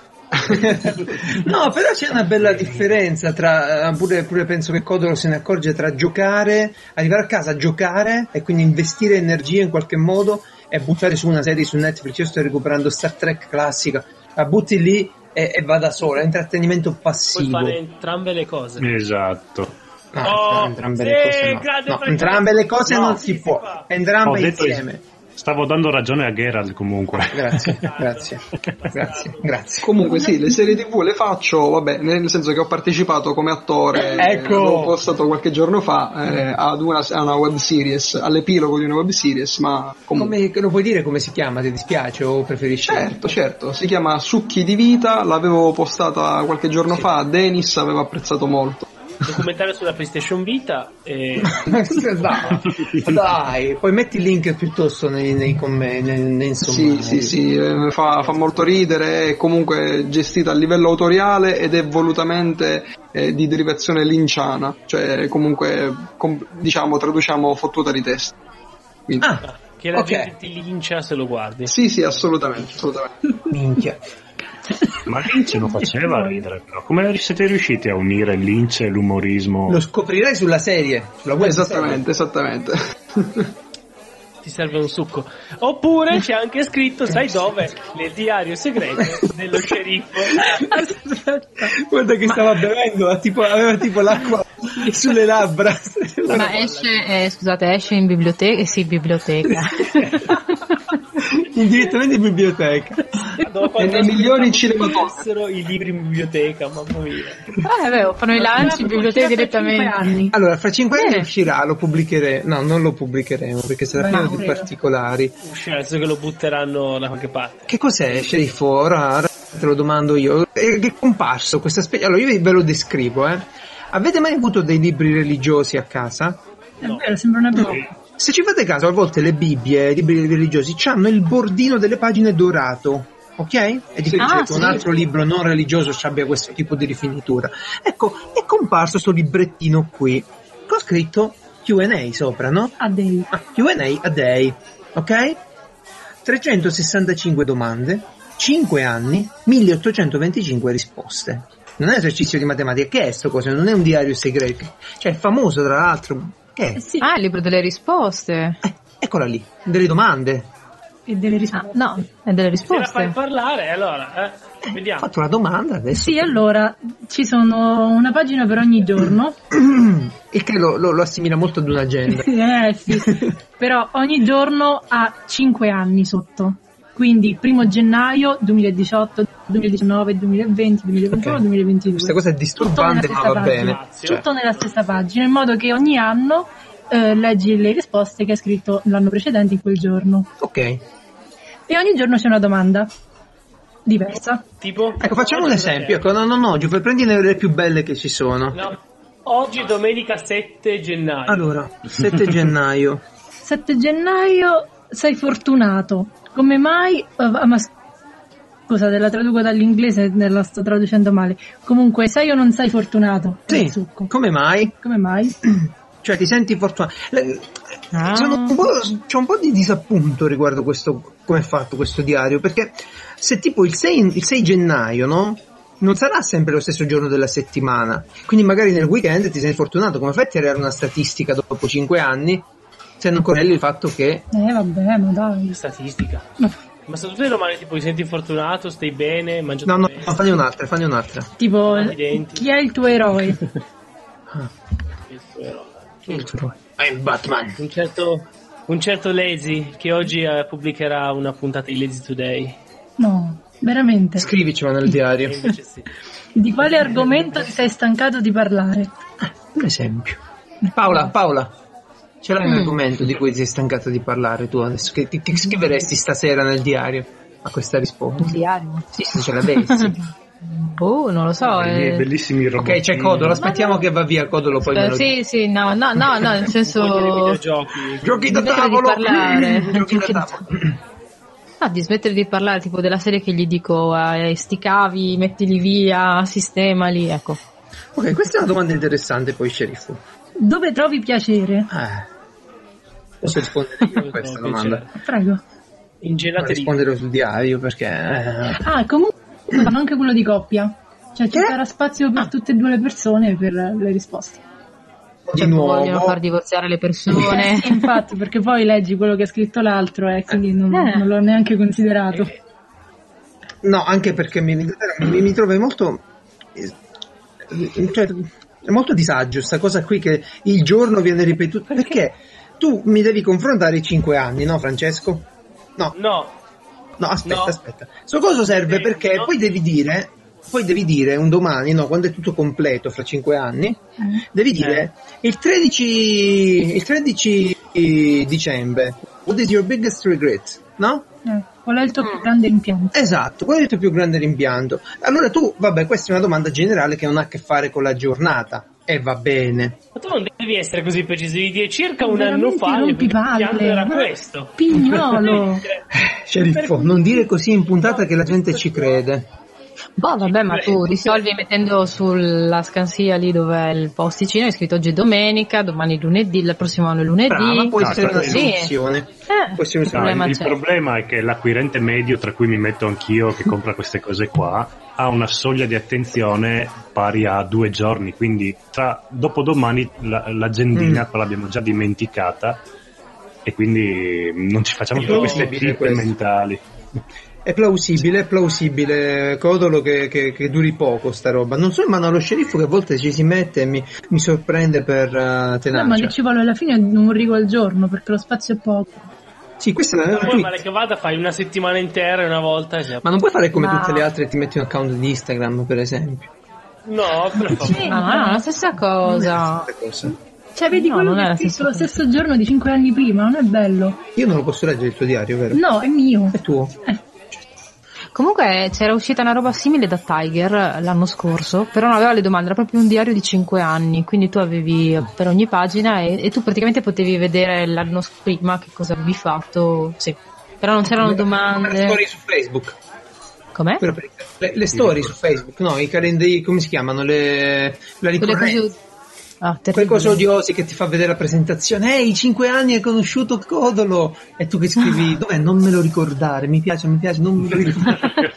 [SPEAKER 1] no, però c'è una bella differenza tra, eh, pure, pure penso che Codolo se ne accorge, tra giocare, arrivare a casa a giocare e quindi investire energie in qualche modo e buttare su una serie su Netflix. Io sto recuperando Star Trek classica, la butti lì e, e va da sola, è intrattenimento
[SPEAKER 2] Puoi
[SPEAKER 1] passivo.
[SPEAKER 2] fare entrambe le cose.
[SPEAKER 5] Esatto.
[SPEAKER 1] No,
[SPEAKER 2] Oh,
[SPEAKER 1] Ah, entrambe
[SPEAKER 2] sì,
[SPEAKER 1] le cose no.
[SPEAKER 2] grande
[SPEAKER 1] No,
[SPEAKER 2] Francesco.
[SPEAKER 1] entrambe le cose
[SPEAKER 2] No,
[SPEAKER 1] non
[SPEAKER 2] sì,
[SPEAKER 1] si
[SPEAKER 2] si
[SPEAKER 1] può,
[SPEAKER 2] fa.
[SPEAKER 1] entrambe
[SPEAKER 5] Ho detto-
[SPEAKER 1] insieme.
[SPEAKER 5] Stavo dando ragione a Geralt comunque.
[SPEAKER 1] Grazie, grazie, grazie, grazie.
[SPEAKER 4] Comunque sì, le serie TV le faccio, vabbè, nel senso che ho partecipato come attore,
[SPEAKER 1] Ecco.
[SPEAKER 4] eh, l'ho postato qualche giorno fa eh, ad una, a una web series, all'epilogo di una web series, ma comunque...
[SPEAKER 1] Come, lo puoi dire come si chiama? Ti dispiace o preferisci?
[SPEAKER 4] Certo, certo, si chiama Succhi di vita, l'avevo postata qualche giorno fa, Denis aveva apprezzato molto.
[SPEAKER 2] documentario sulla PlayStation Vita eh, e
[SPEAKER 1] dai, dai, poi metti il link piuttosto nei, nei commenti. nei- nei- insomma,
[SPEAKER 4] Sì, sì, sì, eh, fa, fa molto ridere, è comunque gestita a livello autoriale ed è volutamente eh, di derivazione linciana, cioè comunque com- diciamo traduciamo fottuta di testa. Quindi-
[SPEAKER 1] Ah,
[SPEAKER 2] che la
[SPEAKER 1] Ok.
[SPEAKER 2] gente ti lincia se lo guardi.
[SPEAKER 4] Sì, sì, assolutamente, assolutamente.
[SPEAKER 1] minchia.
[SPEAKER 5] Ma Lynch non faceva ridere, però. Come siete riusciti a unire Lynch e l'umorismo?
[SPEAKER 1] Lo scoprirai sulla serie, sulla web
[SPEAKER 4] Esattamente, esattamente.
[SPEAKER 2] Ti serve un succo. Oppure c'è anche scritto, sai dove? Nel diario segreto dello sceriffo.
[SPEAKER 1] serie. Guarda che stava bevendo, ha tipo- aveva tipo l'acqua sulle labbra.
[SPEAKER 3] Ma esce, eh, scusate, esce in biblioteca? Eh, sì, biblioteca.
[SPEAKER 1] Indirettamente in biblioteca.
[SPEAKER 2] Dopo quando
[SPEAKER 4] E nei migliori
[SPEAKER 2] aspettavo che
[SPEAKER 4] cinematografie.
[SPEAKER 2] avessero i libri in biblioteca, mamma mia.
[SPEAKER 3] ah, è vero, fanno i lanci in biblioteca direttamente.
[SPEAKER 6] anni.
[SPEAKER 1] Allora, fra 5 anni
[SPEAKER 3] Bene.
[SPEAKER 1] uscirà, lo pubblicheremo. No, non lo pubblicheremo perché sarà
[SPEAKER 6] Beh,
[SPEAKER 1] pieno
[SPEAKER 6] no,
[SPEAKER 1] di
[SPEAKER 6] credo.
[SPEAKER 1] particolari.
[SPEAKER 2] Uscirà, adesso che lo butteranno da qualche parte.
[SPEAKER 1] Che cos'è, sceriffo? Ora, ora te lo domando io. Eh, Che è comparso questa specie? Allora, io ve lo descrivo, eh. Avete mai avuto dei libri religiosi a casa?
[SPEAKER 6] È vero, sembra una brutta.
[SPEAKER 1] Se ci fate caso, a volte le Bibbie, i libri religiosi, hanno il bordino delle pagine dorato. Ok? È difficile
[SPEAKER 3] Ah,
[SPEAKER 1] che un
[SPEAKER 3] sì.
[SPEAKER 1] altro libro non religioso ci abbia questo tipo di rifinitura. Ecco, è comparso questo librettino qui, con scritto QA sopra, no?
[SPEAKER 6] Ah, dei.
[SPEAKER 1] Ah, QA a day, ok? 365 domande, 5 anni, 1825 risposte. Non è esercizio di matematica, che è sto cosa? Non è un diario segreto. Cioè, è famoso tra l'altro. Che è?
[SPEAKER 6] eh, Sì,
[SPEAKER 3] Ah, il libro delle risposte.
[SPEAKER 1] Eh, eccola lì, delle domande.
[SPEAKER 6] e delle
[SPEAKER 3] Ah,
[SPEAKER 6] risposte.
[SPEAKER 3] no, è delle
[SPEAKER 2] Se la fai
[SPEAKER 3] risposte.
[SPEAKER 2] parlare, allora, eh,
[SPEAKER 1] Ho
[SPEAKER 2] vediamo.
[SPEAKER 1] fatto una domanda adesso.
[SPEAKER 6] Sì, allora, ci sono una pagina per ogni giorno.
[SPEAKER 1] Il che lo, lo- lo assimila molto ad un'agenda.
[SPEAKER 6] Eh, sì. Però ogni giorno ha 5 anni sotto. Quindi 1 gennaio 2018, 2019, 2020, 2021,
[SPEAKER 1] Ok.
[SPEAKER 6] 2022.
[SPEAKER 1] Questa cosa è disturbante, ma
[SPEAKER 6] Tutto nella
[SPEAKER 1] va
[SPEAKER 6] stessa
[SPEAKER 1] bene.
[SPEAKER 2] pagina.
[SPEAKER 1] Cioè,
[SPEAKER 6] Tutto nella stessa pagina, in modo che ogni anno eh, leggi le risposte che hai scritto l'anno precedente in quel giorno.
[SPEAKER 1] ok. Ecco,
[SPEAKER 6] E ogni giorno c'è una domanda diversa.
[SPEAKER 2] Tipo,
[SPEAKER 1] Ecco, facciamo un
[SPEAKER 2] oggi cosa
[SPEAKER 1] esempio.
[SPEAKER 2] c'è?
[SPEAKER 1] Ecco, no, no, no, Giuseppe, prendi le più belle che ci sono.
[SPEAKER 2] No. Oggi è domenica 7 gennaio.
[SPEAKER 1] Allora, 7 gennaio.
[SPEAKER 6] 7 gennaio sei fortunato. Come mai? eh, ma s- scusa, te la traduco dall'inglese, te la sto traducendo male. Comunque, sei o non sei fortunato? È il
[SPEAKER 1] Sì,
[SPEAKER 6] succo.
[SPEAKER 1] come mai?
[SPEAKER 6] Come mai? Eh,
[SPEAKER 1] Cioè, ti senti fortunato? Le-
[SPEAKER 3] Ah.
[SPEAKER 1] sono un po'- c'è un po' di disappunto riguardo questo, come è fatto questo diario, perché se tipo il 6, il 6 gennaio, no? Non sarà sempre lo stesso giorno della settimana, quindi magari nel weekend ti sei fortunato, come fai a tirare una statistica dopo 5 anni se non correlli il fatto che...
[SPEAKER 6] Eh, vabbè, ma dai.
[SPEAKER 2] Statistica.
[SPEAKER 6] Ma-
[SPEAKER 2] Ma se tu sei romano tipo ti senti fortunato, stai bene, mangiato
[SPEAKER 1] No, no,
[SPEAKER 2] bene.
[SPEAKER 1] no, fanne un'altra, fanne un'altra.
[SPEAKER 6] Tipo,
[SPEAKER 2] i denti.
[SPEAKER 6] chi è il tuo eroe?
[SPEAKER 2] Questo era-
[SPEAKER 1] I'm Batman.
[SPEAKER 2] Un certo, un certo Lazy che oggi eh, pubblicherà una puntata di Lazy Today.
[SPEAKER 6] No, veramente.
[SPEAKER 1] Scrivicelo nel
[SPEAKER 2] E
[SPEAKER 1] diario.
[SPEAKER 2] invece sì.
[SPEAKER 6] Di quale argomento ti sei stancato di parlare?
[SPEAKER 1] Un esempio. Paola, Paola, ce l'hai un
[SPEAKER 3] Mm.
[SPEAKER 1] argomento di cui ti sei stancato di parlare tu adesso? Che, che- che scriveresti stasera nel diario a questa risposta?
[SPEAKER 3] Un diario.
[SPEAKER 1] Sì, se ce l'avessi.
[SPEAKER 3] Boh, non lo so.
[SPEAKER 5] Dei
[SPEAKER 3] eh.
[SPEAKER 5] bellissimi robot.
[SPEAKER 1] ok, c'è Codolo, aspettiamo che va via Codolo, poi me
[SPEAKER 3] Eh,
[SPEAKER 1] lo
[SPEAKER 3] Sì, sì, no, no, no, no, nel
[SPEAKER 2] Voglio dei
[SPEAKER 3] senso...
[SPEAKER 2] videogiochi.
[SPEAKER 1] Giochi da
[SPEAKER 3] Smettere di
[SPEAKER 1] tavolo! Giochi
[SPEAKER 3] parlare.
[SPEAKER 1] da
[SPEAKER 3] Giochi da
[SPEAKER 1] tavolo!
[SPEAKER 3] No, ah, di smettere di parlare tipo della serie che gli dico, eh, sti cavi, mettili via, sistemali, ecco.
[SPEAKER 1] Ok, questa è una domanda interessante poi, sceriffo.
[SPEAKER 6] Dove trovi piacere?
[SPEAKER 1] Eh, posso rispondere io a questa
[SPEAKER 2] No,
[SPEAKER 1] domanda?
[SPEAKER 6] Prego.
[SPEAKER 2] In
[SPEAKER 1] Non
[SPEAKER 2] gelateria.
[SPEAKER 1] rispondere sul diario perché... eh,
[SPEAKER 6] Ah, comunque fanno anche quello di coppia. Cioè ci
[SPEAKER 1] Che?
[SPEAKER 6] sarà spazio per tutte e due le persone per le risposte.
[SPEAKER 1] di
[SPEAKER 3] Perché Cioè, Certo, Vogliono
[SPEAKER 1] nuovo...
[SPEAKER 3] far divorziare le persone.
[SPEAKER 6] Eh sì, infatti, perché poi leggi quello che ha scritto l'altro e quindi non,
[SPEAKER 3] Eh.
[SPEAKER 6] non l'ho neanche considerato.
[SPEAKER 2] Eh,
[SPEAKER 1] No, anche perché mi, mi, mi trovo molto. eh, Cioè, è molto disagio sta cosa qui che il giorno viene ripetuto. Perché tu mi devi confrontare i 5 anni, no, Francesco? No,
[SPEAKER 2] No,
[SPEAKER 1] no, aspetta,
[SPEAKER 2] No.
[SPEAKER 1] aspetta. Sto coso serve
[SPEAKER 2] Sì,
[SPEAKER 1] perché
[SPEAKER 2] no.
[SPEAKER 1] poi devi dire. Poi devi dire un domani, no, quando è tutto completo, fra 5 anni,
[SPEAKER 2] Mm.
[SPEAKER 1] devi dire
[SPEAKER 2] Eh.
[SPEAKER 1] il 13, il 13 dicembre, what is your biggest regret? No?
[SPEAKER 6] Eh, Qual è il tuo più grande rimpianto?
[SPEAKER 1] Esatto, qual è il tuo più grande rimpianto? Allora tu, vabbè, questa è una domanda generale che non ha a che fare con la giornata, E va bene.
[SPEAKER 2] Ma tu non devi essere così preciso, devi dire circa un
[SPEAKER 6] Veramente
[SPEAKER 2] anno fa il
[SPEAKER 6] rompipalle,
[SPEAKER 2] piano era
[SPEAKER 6] ma-
[SPEAKER 2] questo. Cioè,
[SPEAKER 6] Pignolo.
[SPEAKER 1] Sceriffo, non dire così in puntata che la gente ci crede.
[SPEAKER 3] Boh, vabbè, ma tu risolvi mettendo sulla scansia lì dove è il posticino, è scritto oggi è domenica, domani è lunedì, il prossimo anno è lunedì.
[SPEAKER 1] Brava, può
[SPEAKER 5] No,
[SPEAKER 1] essere una
[SPEAKER 5] sì.
[SPEAKER 1] soluzione.
[SPEAKER 3] Eh,
[SPEAKER 1] Può essere una soluzione.
[SPEAKER 5] No,
[SPEAKER 3] problema
[SPEAKER 5] il
[SPEAKER 3] c'è.
[SPEAKER 5] problema è che l'acquirente medio, tra cui mi metto anch'io, che compra queste cose qua, ha una soglia di attenzione pari a due giorni, quindi tra dopodomani la-
[SPEAKER 1] Mm.
[SPEAKER 5] l'agendina qua l'abbiamo già dimenticata e quindi non ci facciamo
[SPEAKER 1] È
[SPEAKER 5] tutte queste
[SPEAKER 1] plausibile
[SPEAKER 5] pippe
[SPEAKER 1] questo.
[SPEAKER 5] mentali.
[SPEAKER 1] È plausibile, è plausibile, Codolo, che, che- che duri poco sta roba. Non so in mano allo sceriffo che a volte ci si mette e mi, mi sorprende per eh, tenacia.
[SPEAKER 6] No, ma lì ci vuole alla fine un rigo al giorno perché lo spazio è poco.
[SPEAKER 1] Sì, questa è una
[SPEAKER 2] Poi male
[SPEAKER 1] tweet.
[SPEAKER 2] che vada fai una settimana intera una volta e si-
[SPEAKER 1] Ma non puoi fare come
[SPEAKER 3] Ma-
[SPEAKER 1] tutte le altre e ti metti un account di Instagram, per esempio.
[SPEAKER 2] No, per favore.
[SPEAKER 3] Ah, no, no, la stessa cosa.
[SPEAKER 1] Questa cosa.
[SPEAKER 6] Cioè, vedi
[SPEAKER 3] No,
[SPEAKER 6] quello
[SPEAKER 3] non
[SPEAKER 6] che
[SPEAKER 3] è
[SPEAKER 6] è
[SPEAKER 3] la
[SPEAKER 6] scritto
[SPEAKER 3] stessa
[SPEAKER 6] lo
[SPEAKER 3] cosa.
[SPEAKER 6] stesso giorno di 5 anni prima, non è bello.
[SPEAKER 1] Io non lo posso leggere il tuo diario, vero?
[SPEAKER 6] No, è mio.
[SPEAKER 1] È tuo.
[SPEAKER 3] Comunque c'era uscita una roba simile da Tiger l'anno scorso, però non aveva le domande, era proprio un diario di 5 anni, quindi tu avevi per ogni pagina e, e tu praticamente potevi vedere l'anno s- prima che cosa avevi fatto, sì. Però non c'erano
[SPEAKER 1] Le
[SPEAKER 3] domande.
[SPEAKER 1] storie su Facebook.
[SPEAKER 3] Com'è?
[SPEAKER 1] Però per- Le, le storie su Facebook, no, i calendari, come si chiamano? Le, la
[SPEAKER 3] Quelle
[SPEAKER 1] ricorrenza.
[SPEAKER 3] cose... Ah,
[SPEAKER 1] Quelle
[SPEAKER 3] terribile.
[SPEAKER 1] cose odiose che ti fa vedere la presentazione. Ehi, 5 anni hai conosciuto Codolo! E tu che scrivi, dov'è? Non me lo ricordare, mi piace, mi piace, non me lo ricordare.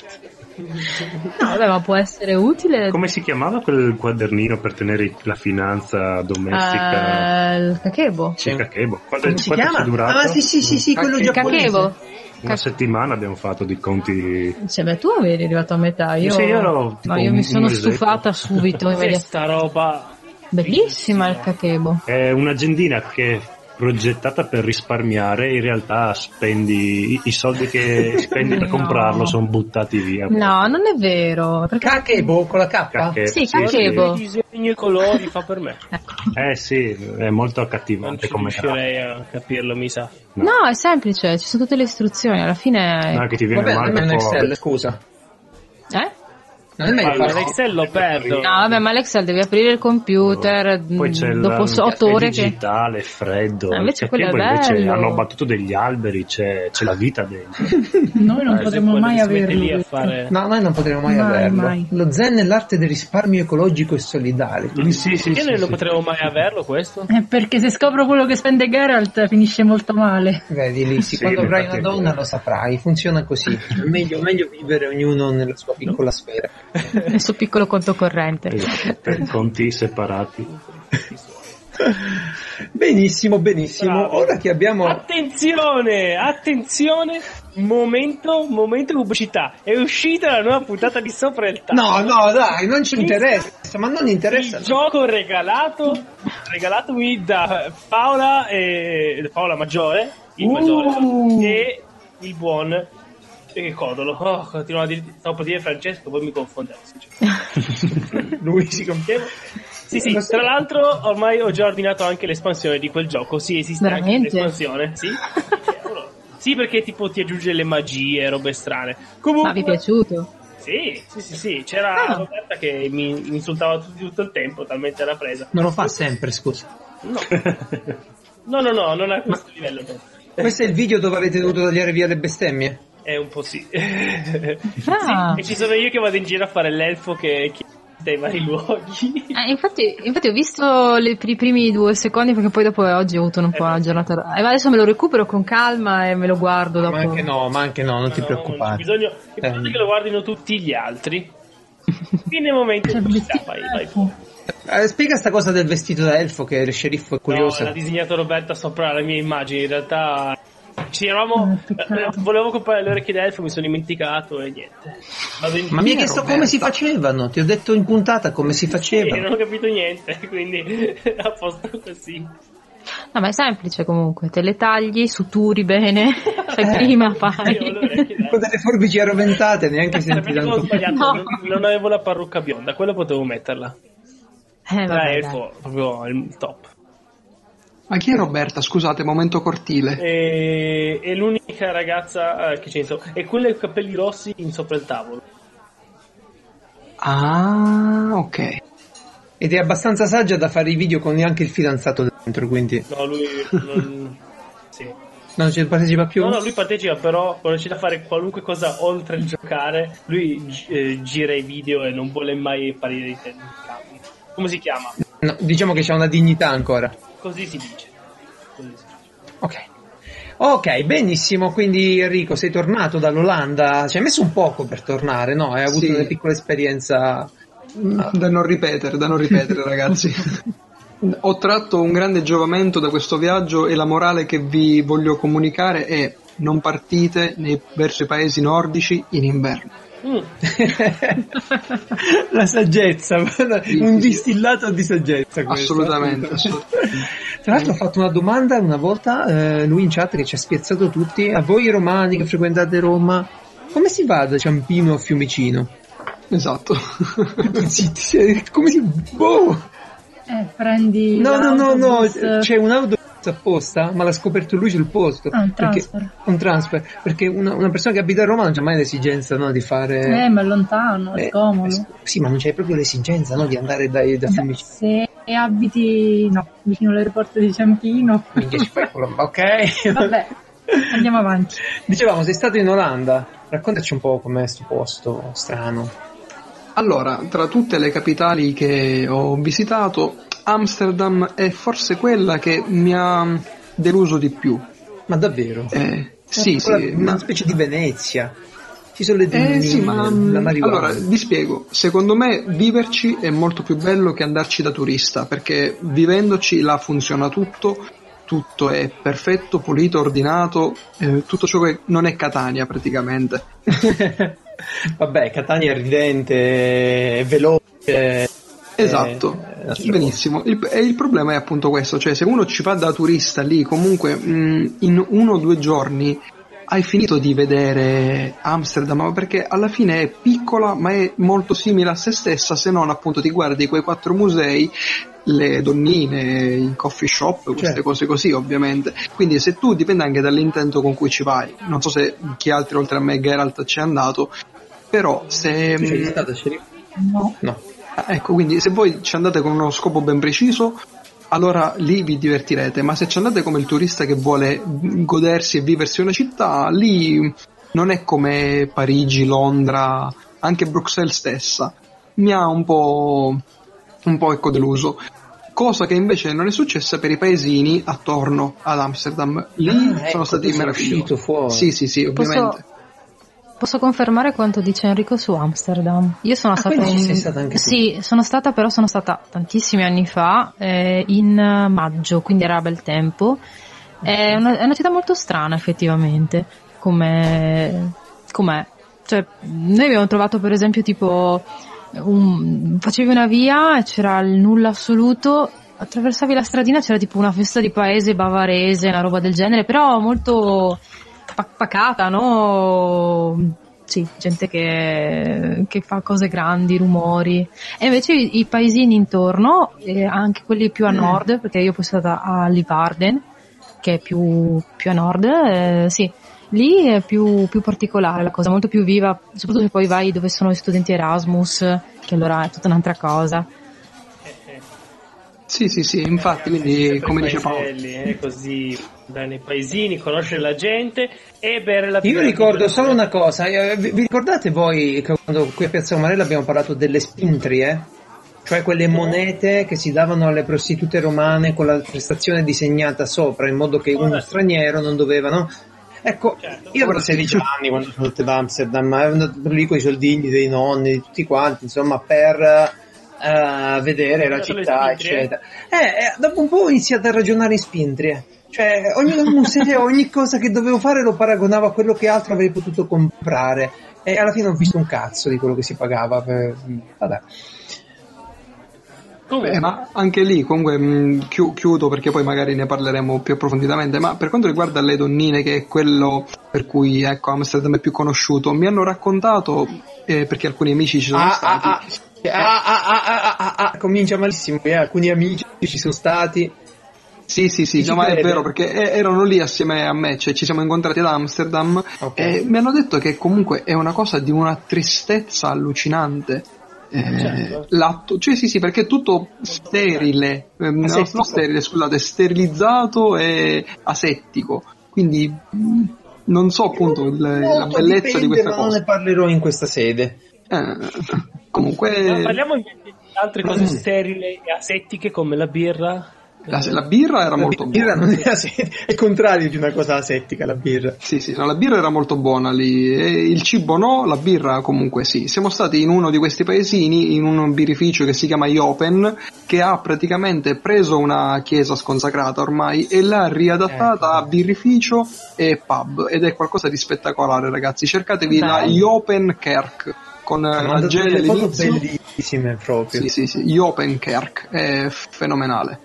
[SPEAKER 3] No, vabbè, ma può essere
[SPEAKER 1] Eh.
[SPEAKER 3] utile.
[SPEAKER 5] Come si chiamava quel quadernino per tenere i- la finanza domestica?
[SPEAKER 3] Eh, il kakebo.
[SPEAKER 5] Sì, kakebo. Quanto,
[SPEAKER 1] Come si
[SPEAKER 5] quanto ci
[SPEAKER 1] chiama?
[SPEAKER 5] è durato?
[SPEAKER 1] Ah, sì, sì, sì, sì, quello
[SPEAKER 3] Il
[SPEAKER 1] giapponese.
[SPEAKER 3] kakebo.
[SPEAKER 5] Una settimana abbiamo fatto di conti
[SPEAKER 3] Cioè, beh, tu avevi arrivato a metà, io,
[SPEAKER 5] Sì, io ero tipo
[SPEAKER 3] no, io
[SPEAKER 5] un-
[SPEAKER 3] mi sono
[SPEAKER 5] un mesetto.
[SPEAKER 3] stufata subito.
[SPEAKER 2] Cos'è
[SPEAKER 3] immediatamente.
[SPEAKER 2] sta roba?
[SPEAKER 3] Bellissima il kakebo.
[SPEAKER 5] È un'agendina che è progettata per risparmiare, in realtà spendi i- i soldi che spendi per
[SPEAKER 3] No.
[SPEAKER 5] comprarlo sono buttati via.
[SPEAKER 3] No, non è vero. Perché...
[SPEAKER 1] Kakebo con la K?
[SPEAKER 5] Cacche-
[SPEAKER 3] Sì, cacchebo.
[SPEAKER 2] Il disegno e i colori fa per me.
[SPEAKER 5] Eh sì, è molto
[SPEAKER 2] Non
[SPEAKER 5] accattivante
[SPEAKER 2] ci
[SPEAKER 5] come grafo.
[SPEAKER 2] riuscirei a capirlo, mi sa.
[SPEAKER 5] No.
[SPEAKER 3] No, è semplice, ci sono tutte le istruzioni. Alla fine.
[SPEAKER 5] No, che ti viene
[SPEAKER 1] Vabbè, non è
[SPEAKER 5] male
[SPEAKER 1] un
[SPEAKER 5] dopo-
[SPEAKER 1] Excel, scusa.
[SPEAKER 3] Eh?
[SPEAKER 1] Non è meglio
[SPEAKER 2] Ma
[SPEAKER 1] fare
[SPEAKER 2] l'Excel lo perdo.
[SPEAKER 3] No, vabbè, ma l'Excel devi aprire il computer
[SPEAKER 5] Poi c'è
[SPEAKER 3] mh,
[SPEAKER 5] il-
[SPEAKER 3] dopo
[SPEAKER 5] è
[SPEAKER 3] 8 ore che.
[SPEAKER 5] digitale, è freddo.
[SPEAKER 3] Eh, invece
[SPEAKER 5] Il
[SPEAKER 3] quello è
[SPEAKER 5] cacchebo invece
[SPEAKER 3] bello.
[SPEAKER 5] hanno abbattuto degli alberi, c'è, c'è la vita dentro.
[SPEAKER 6] Noi non
[SPEAKER 2] Eh,
[SPEAKER 6] potremmo
[SPEAKER 2] quello
[SPEAKER 6] mai
[SPEAKER 2] che si mette lì a
[SPEAKER 6] averlo.
[SPEAKER 2] fare
[SPEAKER 1] No, noi non potremo mai,
[SPEAKER 6] Mai,
[SPEAKER 1] averlo.
[SPEAKER 6] mai.
[SPEAKER 1] Lo zen è l'arte del risparmio ecologico e solidale.
[SPEAKER 5] Mm. sì, sì,
[SPEAKER 2] Perché
[SPEAKER 5] sì,
[SPEAKER 2] noi non
[SPEAKER 5] sì.
[SPEAKER 2] potremmo mai averlo questo?
[SPEAKER 6] Eh, perché se scopro quello che spende Geralt finisce molto male.
[SPEAKER 1] Vedi Lizzy,
[SPEAKER 5] Sì,
[SPEAKER 1] quando avrai una
[SPEAKER 5] infatti è
[SPEAKER 1] donna
[SPEAKER 5] vero.
[SPEAKER 1] lo saprai, funziona così. È meglio, meglio vivere ognuno nella sua piccola sfera.
[SPEAKER 3] Nel suo piccolo conto corrente.
[SPEAKER 5] Esatto, per conti separati.
[SPEAKER 1] Benissimo, benissimo.
[SPEAKER 2] Bravo.
[SPEAKER 1] Ora che abbiamo...
[SPEAKER 2] Attenzione, attenzione, momento, momento pubblicità. È uscita la nuova puntata di Sopra il
[SPEAKER 1] No,
[SPEAKER 2] Tavolo.
[SPEAKER 1] no, dai, non ci interessa, ma non interessa.
[SPEAKER 2] Il gioco regalato, regalato qui da Paola, e, Paola Maggiore, il Maggiore e il buon e che codolo. Oh, continuo a dire, stavo a dire Francesco, poi mi cioè. confondevo.
[SPEAKER 1] Lui si compieva.
[SPEAKER 2] Sì, sì, tra l'altro ormai ho già ordinato anche l'espansione di quel gioco. Sì, esiste
[SPEAKER 3] Veramente?
[SPEAKER 2] anche l'espansione, sì. Sì, perché tipo ti aggiunge le magie, robe strane.
[SPEAKER 3] Ma vi è
[SPEAKER 2] Comunque,
[SPEAKER 3] piaciuto?
[SPEAKER 2] sì, sì, sì, sì, c'era
[SPEAKER 3] Ah.
[SPEAKER 2] Roberta che mi mi insultava tutto, tutto il tempo, talmente era presa.
[SPEAKER 1] Non lo fa sempre, scusa.
[SPEAKER 2] No. No, no, no, non a questo livello. no.
[SPEAKER 1] Questo è il video dove avete dovuto tagliare via le bestemmie?
[SPEAKER 2] È un po' sì.
[SPEAKER 3] Ah.
[SPEAKER 2] Sì, E ci sono io che vado in giro a fare l'elfo che che dai vari luoghi.
[SPEAKER 3] Eh, infatti, infatti ho visto le- per i primi due secondi perché poi dopo eh, oggi ho avuto un po'
[SPEAKER 1] Esatto.
[SPEAKER 3] la giornata. Eh, ma adesso me lo recupero con calma e me lo guardo dopo.
[SPEAKER 1] Ma anche no, ma anche no, non ti
[SPEAKER 2] No,
[SPEAKER 1] preoccupare. Eh.
[SPEAKER 2] non c'è bisogno l'importante è che lo guardino tutti gli altri. Fine momento
[SPEAKER 6] Cioè,
[SPEAKER 2] di pubblicità,
[SPEAKER 6] vestito
[SPEAKER 2] vai,
[SPEAKER 6] da
[SPEAKER 2] vai.
[SPEAKER 6] elfo.
[SPEAKER 1] Eh, spiega sta cosa del vestito da elfo che il sceriffo è curioso.
[SPEAKER 2] No, l'ha disegnato Roberta sopra la mia immagine, in realtà ci eravamo...
[SPEAKER 6] Ah, peccato.
[SPEAKER 2] eh, volevo comprare le orecchie d'elfo, mi sono dimenticato e niente. Vado in
[SPEAKER 1] Ma mi hai chiesto come si facevano? Ti ho detto in puntata come si
[SPEAKER 2] e
[SPEAKER 1] facevano.
[SPEAKER 2] non ho capito niente, quindi a posto così.
[SPEAKER 3] No, ma è semplice comunque, te le tagli, suturi bene,
[SPEAKER 1] Eh.
[SPEAKER 3] fai prima,
[SPEAKER 2] Io ho le orecchie
[SPEAKER 3] fai.
[SPEAKER 2] d'elfo.
[SPEAKER 1] Con delle forbici arroventate, neanche senti
[SPEAKER 2] Veramente avevo
[SPEAKER 1] tanto.
[SPEAKER 2] sbagliato,
[SPEAKER 3] No.
[SPEAKER 2] non, non avevo la parrucca bionda, quella potevo metterla. Cioè,
[SPEAKER 3] Eh,
[SPEAKER 2] Era
[SPEAKER 3] vabbè, dai.
[SPEAKER 2] elfo, proprio il top.
[SPEAKER 4] Ma chi è Roberta? Scusate, momento cortile.
[SPEAKER 2] E, è l'unica ragazza eh, che c'è insomma. E quella con i capelli rossi in sopra il tavolo.
[SPEAKER 4] Ah, ok.
[SPEAKER 1] Ed è abbastanza saggia da fare i video con anche il fidanzato dentro, quindi
[SPEAKER 2] No, lui non... sì.
[SPEAKER 1] non ci partecipa più.
[SPEAKER 2] No, no, lui partecipa, però quando c'è da fare qualunque cosa oltre il giocare, lui gi- eh, gira i video e non vuole mai apparire in te- in campi. Come si chiama?
[SPEAKER 1] No, diciamo che c'è una dignità ancora.
[SPEAKER 2] Così si dice. Così si dice.
[SPEAKER 1] Ok. Ok, benissimo, quindi Enrico sei tornato dall'Olanda, ci hai messo un poco per tornare, no? Hai avuto
[SPEAKER 4] Sì.
[SPEAKER 1] una piccola esperienza...
[SPEAKER 4] Mm, Da non ripetere, da non ripetere, ragazzi. Ho tratto un grande giovamento da questo viaggio e la morale che vi voglio comunicare è non partite nei- verso i paesi nordici in inverno.
[SPEAKER 2] Mm.
[SPEAKER 1] La saggezza,
[SPEAKER 4] sì, sì.
[SPEAKER 1] un distillato di saggezza questo.
[SPEAKER 4] Assolutamente, assolutamente.
[SPEAKER 1] Tra l'altro ho fatto una domanda una volta, eh, lui in chat che ci ha spiazzato tutti, a voi romani che frequentate Roma, come si va da Ciampino a Fiumicino?
[SPEAKER 4] Esatto.
[SPEAKER 1] Zitti, cioè, come si... Boh!
[SPEAKER 6] Eh, prendi.
[SPEAKER 1] No, no, no, no,
[SPEAKER 6] l'autobus, eh,
[SPEAKER 1] c'è un'auto apposta, ma l'ha scoperto lui sul posto.
[SPEAKER 6] Ah, un
[SPEAKER 1] Perché-
[SPEAKER 6] transfer.
[SPEAKER 1] un transfer, perché una, una persona che abita a Roma non c'ha mai l'esigenza no, di fare...
[SPEAKER 6] Eh, ma è lontano, è
[SPEAKER 1] Eh,
[SPEAKER 6] scomodo.
[SPEAKER 1] sì, ma non c'è proprio l'esigenza no, di andare dai, da
[SPEAKER 6] Beh,
[SPEAKER 1] Fiumicino.
[SPEAKER 6] se abiti no, vicino all'aeroporto di Ciampino,
[SPEAKER 1] Minchia, ci fai colomba, ok?
[SPEAKER 6] vabbè, andiamo avanti.
[SPEAKER 1] Dicevamo, sei stato in Olanda, raccontaci un po' com'è sto posto strano.
[SPEAKER 4] Allora, tra tutte le capitali che ho visitato, Amsterdam è forse quella che mi ha deluso di più.
[SPEAKER 1] Ma davvero?
[SPEAKER 4] Eh, sì,
[SPEAKER 1] Quella-
[SPEAKER 4] sì,
[SPEAKER 1] una
[SPEAKER 4] ma-
[SPEAKER 1] specie di Venezia. Ci sono le
[SPEAKER 4] Eh
[SPEAKER 1] dune,
[SPEAKER 4] sì, ma mm,
[SPEAKER 1] la marijuana.
[SPEAKER 4] allora vi spiego. Secondo me viverci è molto più bello che andarci da turista, perché vivendoci là funziona tutto, tutto è perfetto, pulito, ordinato, eh, tutto ciò che non è Catania praticamente.
[SPEAKER 1] Vabbè, Catania è ridente, è veloce.
[SPEAKER 4] Esatto,
[SPEAKER 1] è una strada.
[SPEAKER 4] benissimo. Il, e il problema è appunto questo, cioè se uno ci va da turista lì, comunque mh, in uno o due giorni hai finito di vedere Amsterdam, ma perché alla fine è piccola ma è molto simile a se stessa, se non appunto ti guardi quei quattro musei, le donnine, i coffee shop, queste
[SPEAKER 1] Certo.
[SPEAKER 4] cose così ovviamente. Quindi se tu dipende anche dall'intento con cui ci vai, non so se chi altro oltre a me Geralt ci è andato, però se...
[SPEAKER 1] Tu sei
[SPEAKER 4] mh,
[SPEAKER 1] stato, Sherry?
[SPEAKER 6] No.
[SPEAKER 1] No.
[SPEAKER 4] Ah, Ecco, quindi se voi ci andate con uno scopo ben preciso, allora lì vi divertirete, ma se ci andate come il turista che vuole godersi e viversi una città, lì non è come Parigi, Londra, anche Bruxelles stessa. Mi ha un po', un po' ecco deluso. Cosa che invece non è successa per i paesini attorno ad Amsterdam. Lì
[SPEAKER 1] Ah,
[SPEAKER 4] sono
[SPEAKER 1] ecco, tu
[SPEAKER 4] stati
[SPEAKER 1] sei uscito
[SPEAKER 4] meravigliosi.
[SPEAKER 1] fuori.
[SPEAKER 4] Sì, sì, sì,
[SPEAKER 3] Posso-
[SPEAKER 4] ovviamente.
[SPEAKER 3] Posso confermare quanto dice Enrico su Amsterdam? Io sono
[SPEAKER 1] Ah,
[SPEAKER 3] stata.
[SPEAKER 1] quindi ci
[SPEAKER 3] in-
[SPEAKER 1] sei stata anche tu.
[SPEAKER 3] Sì, sono stata, però sono stata tantissimi anni fa, eh, in eh, maggio, quindi era bel tempo. È una, è una città molto strana, effettivamente, come. com'è. Cioè, noi abbiamo trovato, per esempio, tipo. un- facevi una via e c'era il nulla assoluto. Attraversavi la stradina c'era tipo una festa di paese bavarese, una roba del genere, però molto pa- pacata, no? Sì, gente che, che fa cose grandi, rumori. E invece i, i paesini intorno, eh, anche quelli più a nord, perché io poi sono stata a Livarden, che è più, più a nord, eh, sì, lì è più, più particolare la cosa, molto più viva, soprattutto se poi vai dove sono gli studenti Erasmus, che allora è tutta un'altra cosa.
[SPEAKER 4] Sì, sì, sì,
[SPEAKER 1] Eh,
[SPEAKER 4] infatti, quindi
[SPEAKER 2] Sempre
[SPEAKER 4] come
[SPEAKER 2] i
[SPEAKER 4] dice Paolo.
[SPEAKER 2] paeselli, eh, così andare nei paesini, conoscere la gente e bere la
[SPEAKER 1] Io
[SPEAKER 2] birra.
[SPEAKER 1] ricordo solo una cosa, eh, vi vi ricordate voi che quando qui a Piazza Umarella abbiamo parlato delle spintrie? Cioè quelle monete che si davano alle prostitute romane con la prestazione disegnata sopra in modo che uno straniero non doveva, no? Ecco,
[SPEAKER 2] Certo.
[SPEAKER 1] io avevo 16 anni quando sono andato ad Amsterdam, eh, ero andato lì con i soldini dei nonni, di tutti quanti, insomma, per eh, vedere la
[SPEAKER 2] Sono le
[SPEAKER 1] città,
[SPEAKER 2] spintrie?
[SPEAKER 1] eccetera. Eh, eh, dopo un po' ho iniziato a ragionare in spintrie. Cioè, ogni museo, ogni cosa che dovevo fare lo paragonavo a quello che altro avrei potuto comprare. E alla fine ho visto un cazzo di quello che si pagava. per- Vabbè.
[SPEAKER 2] Comunque,
[SPEAKER 4] Eh, ma anche lì, comunque mh, chi- chiudo perché poi magari ne parleremo più approfonditamente, ma per quanto riguarda le donnine, che è quello per cui ecco, Amsterdam è più conosciuto, mi hanno raccontato, eh, perché alcuni amici ci sono
[SPEAKER 1] Ah, ah,
[SPEAKER 4] stati,
[SPEAKER 1] ah, ah, ah, ah, ah, ah, ah, comincia malissimo. eh, alcuni amici ci sono stati.
[SPEAKER 4] sì sì sì,
[SPEAKER 1] Ci
[SPEAKER 4] no, ma è
[SPEAKER 1] crede.
[SPEAKER 4] vero perché eh, erano lì assieme a me, cioè ci siamo incontrati ad Amsterdam
[SPEAKER 1] Ok.
[SPEAKER 4] Eh, e mi hanno detto che comunque è una cosa di una tristezza allucinante. eh,
[SPEAKER 2] Certo.
[SPEAKER 4] l'atto, cioè sì sì perché è tutto sterile, ehm, no,
[SPEAKER 1] Asettico.
[SPEAKER 4] non sterile scusate, sterilizzato e asettico, quindi mh, non so appunto il- la
[SPEAKER 1] Molto
[SPEAKER 4] bellezza di
[SPEAKER 1] dipende,
[SPEAKER 4] questa
[SPEAKER 1] ma Non
[SPEAKER 4] cosa.
[SPEAKER 1] ne parlerò in questa sede.
[SPEAKER 4] Eh,
[SPEAKER 2] Ma
[SPEAKER 4] comunque
[SPEAKER 2] parliamo invece di altre cose sterili e asettiche come la birra.
[SPEAKER 4] la, la birra era
[SPEAKER 1] La
[SPEAKER 4] molto
[SPEAKER 1] birra
[SPEAKER 4] buona.
[SPEAKER 1] non è asettica, è il contrario di una cosa asettica la birra.
[SPEAKER 4] Sì, sì, no, la birra era molto buona lì, e il cibo no, la birra comunque sì. Siamo stati in uno di questi paesini, in un birrificio che si chiama Iopen, che ha praticamente preso una chiesa sconsacrata ormai e l'ha
[SPEAKER 1] Ecco.
[SPEAKER 4] riadattata a birrificio e pub ed è qualcosa di spettacolare ragazzi. Cercatevi la
[SPEAKER 3] Dai.
[SPEAKER 4] Iopen Kerk con eh,
[SPEAKER 1] Hanno
[SPEAKER 4] la
[SPEAKER 1] dato
[SPEAKER 4] gele
[SPEAKER 1] delle foto
[SPEAKER 4] all'inizio.
[SPEAKER 1] bellissime proprio.
[SPEAKER 4] Sì, sì, sì, Iopen Kerk, è fenomenale.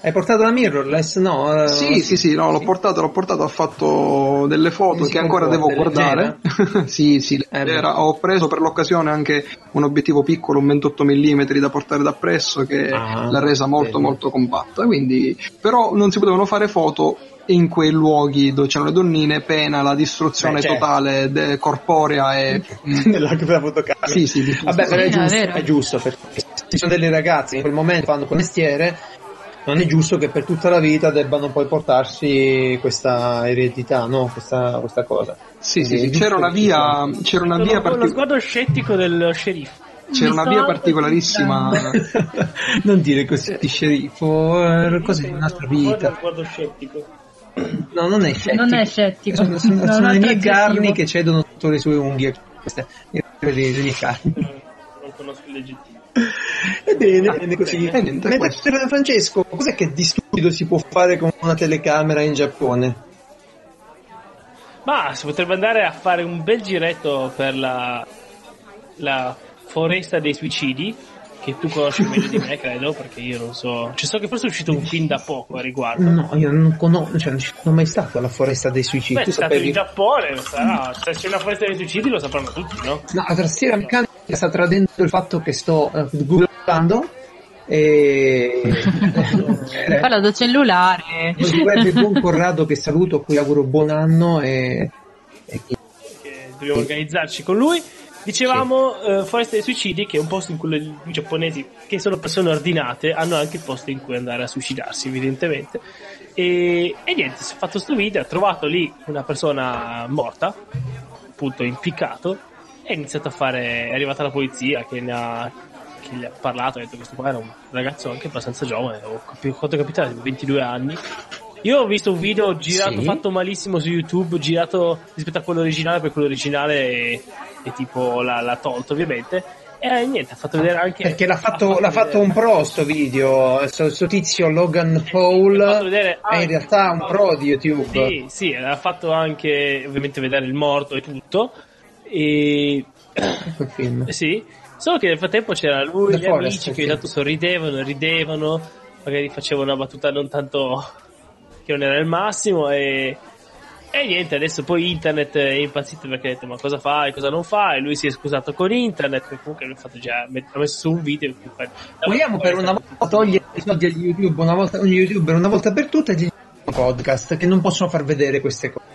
[SPEAKER 1] Hai portato la mirrorless? No. eh,
[SPEAKER 4] Sì, sì, sì, no, l'ho portato, l'ho portato, ho fatto delle foto
[SPEAKER 1] Quindi si
[SPEAKER 4] che ancora devo
[SPEAKER 1] comporta,
[SPEAKER 4] guardare. sì, sì,
[SPEAKER 1] Eh, beh.
[SPEAKER 4] era- ho preso per l'occasione anche un obiettivo piccolo, un 28 mm da portare da presso che
[SPEAKER 1] Ah,
[SPEAKER 4] l'ha resa molto
[SPEAKER 1] bello.
[SPEAKER 4] molto compatta, quindi però non si potevano fare foto in quei luoghi dove c'erano le donnine, pena la distruzione
[SPEAKER 1] Beh, certo.
[SPEAKER 4] totale de- corporea e
[SPEAKER 1] nella della fotocamera.
[SPEAKER 4] Sì, sì, di-
[SPEAKER 1] Vabbè, però
[SPEAKER 6] Eh,
[SPEAKER 1] è
[SPEAKER 3] Sì, no, è
[SPEAKER 1] giusto,
[SPEAKER 3] vero.
[SPEAKER 1] è giusto, perché ci sono delle ragazze che in quel momento fanno quel mestiere, non è giusto che per tutta la vita debbano poi portarsi questa eredità, no? Questa, questa cosa.
[SPEAKER 4] Sì, sì,
[SPEAKER 1] Quindi
[SPEAKER 4] sì,
[SPEAKER 1] è giusto
[SPEAKER 4] c'era una
[SPEAKER 1] che ci sia.
[SPEAKER 4] via, c'era una
[SPEAKER 2] Sono
[SPEAKER 4] via
[SPEAKER 2] con lo
[SPEAKER 4] particolare.
[SPEAKER 2] sguardo scettico del sceriffo.
[SPEAKER 4] C'era una via particolarissima.
[SPEAKER 1] non dire così di sceriffo, eh, cose di un'altra
[SPEAKER 2] Guardo-
[SPEAKER 1] vita.
[SPEAKER 2] Guardo scettico.
[SPEAKER 1] No, non è scettico.
[SPEAKER 6] Non è scettico.
[SPEAKER 1] Sono, sono-
[SPEAKER 6] No, un
[SPEAKER 1] sono le
[SPEAKER 6] altro
[SPEAKER 1] mie
[SPEAKER 6] aggettivo.
[SPEAKER 1] carni che cedono sotto le sue unghie. Queste, le, le mie carni.
[SPEAKER 2] Eh, Non conosco il legittimo.
[SPEAKER 1] Ebbene, bene Ah, così.
[SPEAKER 4] eh, niente,
[SPEAKER 1] Mentre
[SPEAKER 4] questo.
[SPEAKER 1] per Francesco, cos'è che di stupido si può fare con una telecamera in Giappone?
[SPEAKER 2] Ma si potrebbe andare a fare un bel giretto per la, la foresta dei suicidi, che tu conosci meglio di me, credo, perché io non so. Cioè, so che forse è uscito un film da poco a riguardo.
[SPEAKER 1] No, io non conosco, cioè non ci sono mai stato alla foresta dei suicidi.
[SPEAKER 2] Beh,
[SPEAKER 1] tu
[SPEAKER 2] è stato in
[SPEAKER 1] sapevi?
[SPEAKER 2] Giappone, lo sarà. Se c'è una foresta dei suicidi lo sapranno tutti, no?
[SPEAKER 1] No, la tastiera meccanica sta tradendo il fatto che sto eh, googlando e... Eh,
[SPEAKER 3] Parla da cellulare.
[SPEAKER 1] di web il buon Corrado che saluto, a cui auguro buon anno e... e chi-
[SPEAKER 2] che dobbiamo organizzarci con lui. Dicevamo eh, Foresta dei Suicidi, che è un posto in cui le- i giapponesi, che sono persone ordinate, hanno anche il posto in cui andare a suicidarsi, evidentemente. E, e niente, si è fatto sto video, ha trovato lì una persona morta, appunto impiccato, e ha iniziato a fare. È arrivata la polizia che ne ha. Che gli ha parlato, ha detto questo qua era un ragazzo anche abbastanza giovane, ho capi- quanto è capitato, tipo 22 anni, io ho visto un video girato,
[SPEAKER 1] Sì.
[SPEAKER 2] fatto malissimo su YouTube, girato rispetto a quello originale, perché quello originale è, è tipo l'ha, l'ha tolto ovviamente. E niente, ha fatto vedere anche...
[SPEAKER 1] Perché l'ha fatto,
[SPEAKER 2] ha
[SPEAKER 1] l'ha fatto un
[SPEAKER 2] Ah, vedere-
[SPEAKER 1] pro sto video, sto, sto tizio Logan
[SPEAKER 2] Eh, ha fatto
[SPEAKER 1] Paul
[SPEAKER 2] Ah, vedere
[SPEAKER 1] è
[SPEAKER 2] anche-
[SPEAKER 1] in realtà un pro di YouTube.
[SPEAKER 2] Sì, sì, ha fatto anche ovviamente vedere il morto e tutto. E...
[SPEAKER 1] Ecco il film.
[SPEAKER 2] Eh Sì, solo che nel frattempo c'era lui e
[SPEAKER 1] The
[SPEAKER 2] gli
[SPEAKER 1] Forest,
[SPEAKER 2] amici che
[SPEAKER 1] sì.
[SPEAKER 2] ogni tanto sorridevano, ridevano, magari facevano una battuta non tanto che non era il massimo e, e niente, adesso poi internet è impazzito perché ha detto ma cosa fai, cosa non fai, lui si è scusato con internet perché comunque lui ha, fatto già, met- ha messo su un video. in cui fa-
[SPEAKER 1] Vogliamo per una volta togliere i soldi agli YouTube, una volta, ogni YouTuber una volta per tutte, gli podcast che non possono far vedere queste cose.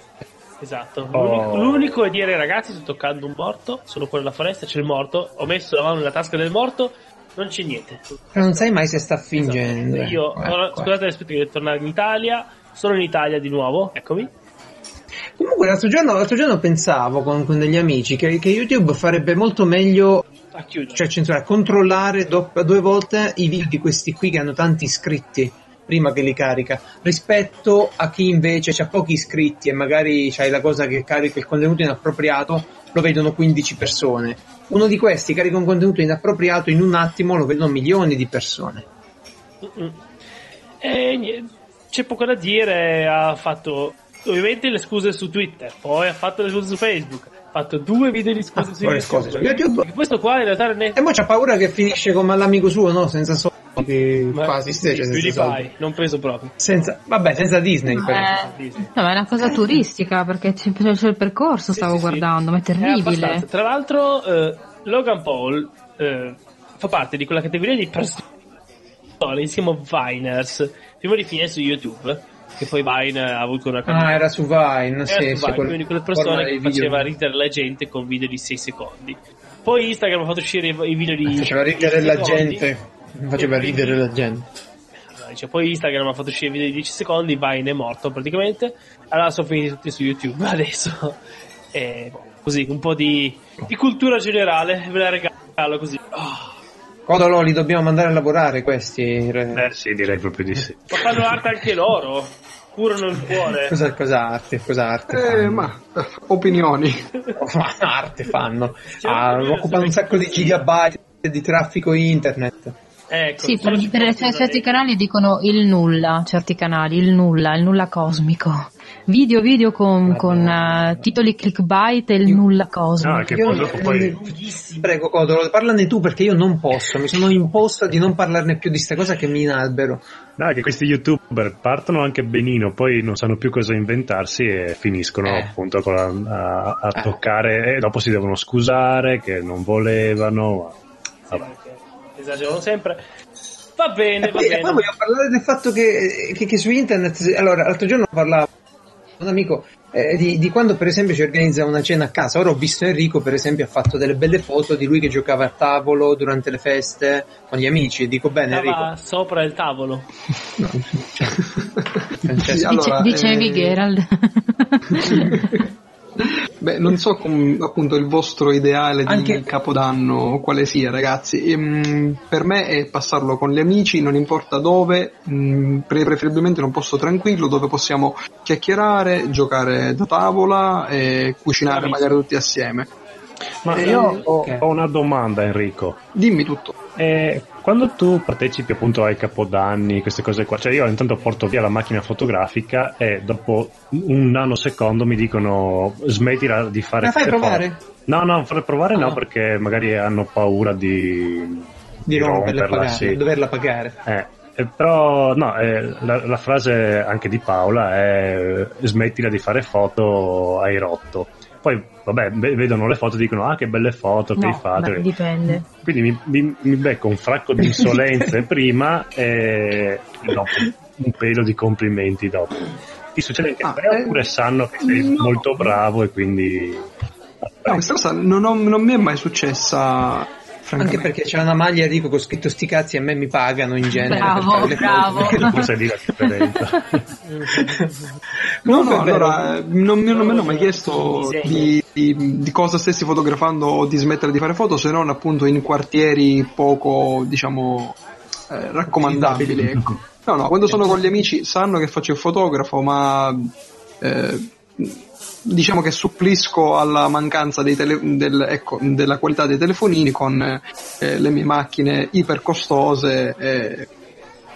[SPEAKER 2] Esatto,
[SPEAKER 1] Oh.
[SPEAKER 2] l'unico, l'unico è dire ragazzi sto toccando un morto, sono qua nella foresta, c'è il morto, ho messo la mano nella tasca del morto, non c'è niente.
[SPEAKER 1] Però non sai mai se sta
[SPEAKER 2] Esatto.
[SPEAKER 1] fingendo.
[SPEAKER 2] Io,
[SPEAKER 1] Ecco,
[SPEAKER 2] ora-
[SPEAKER 1] ecco.
[SPEAKER 2] scusate, aspetta che devo tornare in Italia. Sono in Italia di nuovo, eccomi.
[SPEAKER 1] Comunque l'altro giorno, l'altro giorno pensavo con, con degli amici che, che YouTube farebbe molto meglio,
[SPEAKER 2] A chiudere.
[SPEAKER 1] cioè censurare, controllare dopp- due volte i video di questi qui che hanno tanti iscritti prima che li carica, rispetto a chi invece ha pochi iscritti e magari c'hai la cosa che carica il contenuto inappropriato, lo vedono 15 persone. Uno di questi carica un contenuto inappropriato, in un attimo lo vedono milioni di persone.
[SPEAKER 2] Mm-mm. E niente, c'è poco da dire. Ha fatto ovviamente le scuse su Twitter, poi ha fatto le scuse su Facebook. Ha fatto due video di scuse
[SPEAKER 1] Ah,
[SPEAKER 2] su
[SPEAKER 1] poi le
[SPEAKER 2] YouTube.
[SPEAKER 1] scuse su YouTube.
[SPEAKER 2] Questo qua in realtà non è.
[SPEAKER 1] E mo c'ha paura che finisce come all'amico suo, no? Senza soldi, che
[SPEAKER 2] ma-
[SPEAKER 1] quasi, sì, cioè,
[SPEAKER 2] sì,
[SPEAKER 1] senza soldi.
[SPEAKER 2] PewDiePie, non preso proprio.
[SPEAKER 1] Senza- vabbè, senza Disney. però.
[SPEAKER 3] Eh, no, ma è una cosa turistica perché c'è, c'è il percorso,
[SPEAKER 2] Sì,
[SPEAKER 3] stavo
[SPEAKER 2] sì, sì.
[SPEAKER 3] guardando, ma è
[SPEAKER 2] abbastanza.
[SPEAKER 3] terribile.
[SPEAKER 2] Tra l'altro, eh, Logan Paul eh, fa parte di quella categoria di persone insieme a Viners, prima di finire su YouTube, che poi Vine ha avuto una
[SPEAKER 1] Ah, era su Vine,
[SPEAKER 2] era
[SPEAKER 1] sì,
[SPEAKER 2] su
[SPEAKER 1] sì,
[SPEAKER 2] Vine,
[SPEAKER 1] quel-
[SPEAKER 2] quindi quella
[SPEAKER 1] ormai
[SPEAKER 2] persona
[SPEAKER 1] i
[SPEAKER 2] che
[SPEAKER 1] video-
[SPEAKER 2] faceva ridere la gente con video di 6 secondi. Poi Instagram ha fatto uscire i, i video di...
[SPEAKER 1] Faceva ridere la
[SPEAKER 2] di secondi.
[SPEAKER 1] gente. Faceva ridere la gente.
[SPEAKER 2] Allora, dice, cioè, poi Instagram ha fatto uscire i video di 10 secondi, Vine è morto praticamente. Allora sono finiti tutti su YouTube adesso. E, boh, così, un po' di, di cultura generale, ve la regalo così. Oh,
[SPEAKER 1] Codolo, li dobbiamo mandare a lavorare questi.
[SPEAKER 5] Eh sì, direi proprio di sì.
[SPEAKER 2] ma fanno arte anche loro, curano il
[SPEAKER 5] Eh.
[SPEAKER 2] cuore.
[SPEAKER 1] Cosa, cosa arte? Cosa arte?
[SPEAKER 4] Eh,
[SPEAKER 1] fanno?
[SPEAKER 4] ma eh, opinioni.
[SPEAKER 1] Ma arte fanno.
[SPEAKER 2] Sì,
[SPEAKER 1] Ah,
[SPEAKER 2] io
[SPEAKER 1] occupano
[SPEAKER 2] so
[SPEAKER 1] un
[SPEAKER 2] che-
[SPEAKER 1] sacco di gigabyte di traffico internet.
[SPEAKER 2] Ecco,
[SPEAKER 3] Sì,
[SPEAKER 2] solo
[SPEAKER 3] per,
[SPEAKER 2] ci
[SPEAKER 3] per-
[SPEAKER 2] possono
[SPEAKER 3] cioè, certi
[SPEAKER 2] dei-
[SPEAKER 3] canali dicono il nulla, certi canali, il nulla, il nulla cosmico. Video, video con, con, eh, titoli clickbait e il nulla cosmico.
[SPEAKER 5] No, è che poi dopo poi...
[SPEAKER 1] Prego, Codolo, parlane tu perché io non posso. Mi sono imposto di non parlarne più di sta cosa che mi inalbero.
[SPEAKER 5] No, è che questi youtuber partono anche benino, poi non sanno più cosa inventarsi e finiscono
[SPEAKER 1] Eh.
[SPEAKER 5] appunto con la- a, a
[SPEAKER 1] Eh.
[SPEAKER 5] toccare e dopo si devono scusare che non volevano. ma- vabbè.
[SPEAKER 2] perché Esagerano sempre. Va bene,
[SPEAKER 1] E
[SPEAKER 2] Eh, va
[SPEAKER 1] poi, e
[SPEAKER 2] bene.
[SPEAKER 1] poi voglio parlare del fatto che, che- che su internet, allora l'altro giorno parlavo con un amico eh, di, di quando per esempio si organizza una cena a casa, ora ho visto Enrico per esempio ha fatto delle belle foto di lui che giocava a tavolo durante le feste con gli amici, dico
[SPEAKER 2] Ah,
[SPEAKER 1] bene Enrico,
[SPEAKER 2] Stava sopra il tavolo.
[SPEAKER 4] Cioè, Sì,
[SPEAKER 1] Francesco.
[SPEAKER 4] allora,
[SPEAKER 3] Dice, dicevi
[SPEAKER 4] eh,
[SPEAKER 3] Gerald.
[SPEAKER 4] Beh, non so com- appunto il vostro ideale di
[SPEAKER 1] Anche-
[SPEAKER 4] capodanno quale sia, ragazzi. Ehm, per me è passarlo con gli amici, non importa dove, mh, pre- preferibilmente in un posto tranquillo dove possiamo chiacchierare, giocare da tavola e cucinare
[SPEAKER 2] Amici.
[SPEAKER 4] magari tutti assieme.
[SPEAKER 5] Ma
[SPEAKER 4] Eh,
[SPEAKER 5] io ho,
[SPEAKER 1] ok.
[SPEAKER 5] ho una domanda Enrico.
[SPEAKER 4] Dimmi tutto.
[SPEAKER 5] Eh, quando tu partecipi appunto ai capodanni, queste cose qua, cioè io intanto porto via la macchina fotografica e dopo un nanosecondo mi dicono smettila di fare
[SPEAKER 1] Ma fai
[SPEAKER 5] queste
[SPEAKER 1] provare?
[SPEAKER 5] foto. No, no, fare provare
[SPEAKER 1] Ah.
[SPEAKER 5] no perché magari hanno paura di,
[SPEAKER 1] di romperla e
[SPEAKER 5] romperla,
[SPEAKER 1] pagare,
[SPEAKER 5] sì.
[SPEAKER 1] doverla pagare.
[SPEAKER 5] Eh, eh, però no, eh, la, la frase anche di Paola è eh, smettila di fare foto, hai rotto. Poi, vabbè, ve- vedono le foto e dicono ah che belle foto che hai
[SPEAKER 3] no,
[SPEAKER 5] fatto.
[SPEAKER 3] beh, dipende.
[SPEAKER 5] Quindi mi, mi- mi becco un fracco di insolenze prima e dopo un pelo di complimenti dopo. Ti succede anche a te
[SPEAKER 4] Ah, eh,
[SPEAKER 5] oppure sanno che sei
[SPEAKER 4] no.
[SPEAKER 5] molto bravo e quindi...
[SPEAKER 4] No, questa cosa non, ho- non mi è mai successa, francamente.
[SPEAKER 1] Anche perché c'è una maglia Enrico con scritto sti cazzi e a me mi pagano in genere. per
[SPEAKER 3] Bravo,
[SPEAKER 1] fare le
[SPEAKER 3] bravo.
[SPEAKER 1] foto.
[SPEAKER 5] Forse è lì la differenza.
[SPEAKER 4] No,
[SPEAKER 1] Comunque
[SPEAKER 4] no,
[SPEAKER 1] è vero.
[SPEAKER 4] allora eh, non mi, non mi hanno mai chiesto
[SPEAKER 2] Disegno.
[SPEAKER 4] di, di- di cosa stessi fotografando o di smettere di fare foto, se non appunto in quartieri poco, diciamo, eh, raccomandabili. Ecco. No, no, quando sono con gli amici sanno che faccio il fotografo, ma eh, diciamo che supplisco alla mancanza dei tele- del- ecco, della qualità dei telefonini con eh, le mie macchine ipercostose e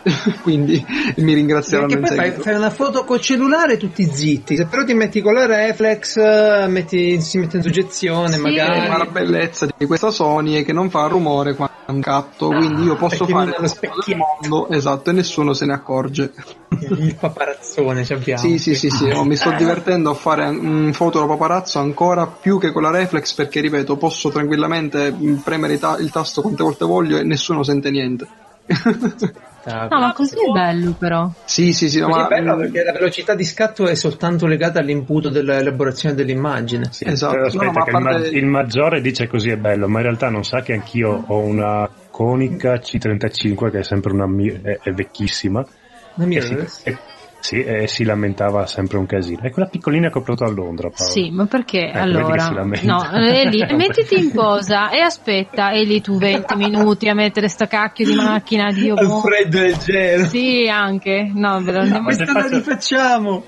[SPEAKER 4] quindi mi ringrazieranno
[SPEAKER 1] Perché
[SPEAKER 4] in
[SPEAKER 1] poi fai,
[SPEAKER 4] seguito.
[SPEAKER 1] fai una foto col cellulare tutti zitti, se però ti metti con la reflex, eh, metti- si mette in soggezione
[SPEAKER 3] Sì.
[SPEAKER 1] magari.
[SPEAKER 4] Ma la bellezza di questa Sony è che non fa rumore quando catto, quindi io posso
[SPEAKER 1] Ah, perché
[SPEAKER 4] fare
[SPEAKER 1] non ha lo
[SPEAKER 4] tutto il
[SPEAKER 1] specchietto.
[SPEAKER 4] mondo, esatto, e nessuno se ne accorge.
[SPEAKER 1] Il paparazzone ci abbiamo.
[SPEAKER 4] Sì, sì, sì, sì, oh, mi sto divertendo a fare un foto da paparazzo ancora più che con la reflex perché, ripeto, posso tranquillamente mm, premere i ta- il tasto quante volte voglio e nessuno sente niente.
[SPEAKER 3] No, ma così è bello però.
[SPEAKER 4] Sì, sì, sì, no,
[SPEAKER 1] Così
[SPEAKER 4] ma... mm,
[SPEAKER 1] è bello perché la velocità di scatto è soltanto legata all'imputo dell'elaborazione dell'immagine.
[SPEAKER 5] Sì,
[SPEAKER 4] Esatto.
[SPEAKER 5] però aspetta,
[SPEAKER 4] No, no, ma
[SPEAKER 5] che
[SPEAKER 4] a
[SPEAKER 5] il,
[SPEAKER 4] parte-
[SPEAKER 5] ma- il maggiore dice così è bello, ma in realtà non sa che anch'io ho una conica C35 che è sempre una mi- è, è vecchissima.
[SPEAKER 1] Non
[SPEAKER 4] Eh,
[SPEAKER 1] mi
[SPEAKER 5] e si, e- sì, e si lamentava sempre un casino. È quella piccolina che ho provato a Londra. Paolo.
[SPEAKER 3] Sì, ma perché
[SPEAKER 5] Ecco, vedi che
[SPEAKER 3] allora?
[SPEAKER 5] si lamenta.
[SPEAKER 3] No, e lì, mettiti in posa e aspetta, e lì tu 20 minuti a mettere sta cacchio di macchina, Dio
[SPEAKER 1] Al
[SPEAKER 3] boh.
[SPEAKER 1] freddo e gelo.
[SPEAKER 3] Sì, anche. No, ve lo
[SPEAKER 1] Ma
[SPEAKER 5] Ma se
[SPEAKER 1] questa la
[SPEAKER 5] faccio-
[SPEAKER 1] rifacciamo.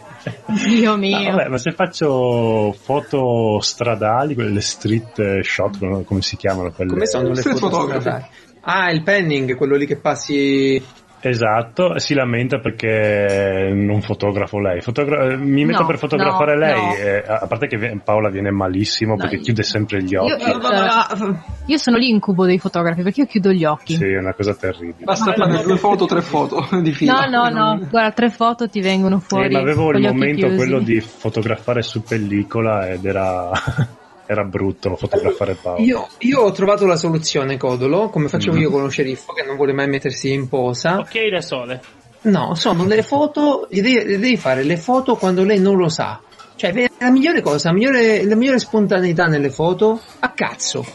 [SPEAKER 3] Dio
[SPEAKER 5] Ah,
[SPEAKER 3] mio.
[SPEAKER 5] vabbè, ma se faccio foto stradali, quelle street shot, no? come si chiamano quelle?
[SPEAKER 1] Come sono le
[SPEAKER 4] Street
[SPEAKER 1] foto
[SPEAKER 4] photography.
[SPEAKER 1] stradali? Ah, il penning, quello lì che passi
[SPEAKER 5] Esatto, si lamenta perché non fotografo lei. Fotogra- eh, mi metto
[SPEAKER 3] No,
[SPEAKER 5] per fotografare
[SPEAKER 3] no,
[SPEAKER 5] lei,
[SPEAKER 3] no.
[SPEAKER 5] eh, a a parte che vi- Paola viene malissimo
[SPEAKER 3] No,
[SPEAKER 5] perché
[SPEAKER 3] io-
[SPEAKER 5] chiude sempre gli occhi.
[SPEAKER 3] Io,
[SPEAKER 1] Eh,
[SPEAKER 3] io-
[SPEAKER 1] ah,
[SPEAKER 3] allora, io sono l'incubo dei fotografi perché io chiudo gli occhi.
[SPEAKER 5] Sì, è una cosa terribile.
[SPEAKER 4] Basta fare due foto, tre foto di fila.
[SPEAKER 3] No, no, no, guarda, tre foto ti vengono
[SPEAKER 5] Sì,
[SPEAKER 3] fuori.
[SPEAKER 5] ma avevo
[SPEAKER 3] con
[SPEAKER 5] il
[SPEAKER 3] gli occhi
[SPEAKER 5] momento
[SPEAKER 3] chiusi.
[SPEAKER 5] quello di fotografare su pellicola ed era, era brutto fotografare Paola.
[SPEAKER 1] Io, io ho trovato la soluzione, Codolo, come facevo
[SPEAKER 5] Mm.
[SPEAKER 1] io con lo sceriffo che non vuole mai mettersi in posa.
[SPEAKER 2] Ok, da sole.
[SPEAKER 1] No, sono le foto, gli devi, le devi fare le foto quando lei non lo sa. Cioè, la migliore cosa, la migliore, la migliore spontaneità nelle foto, a cazzo.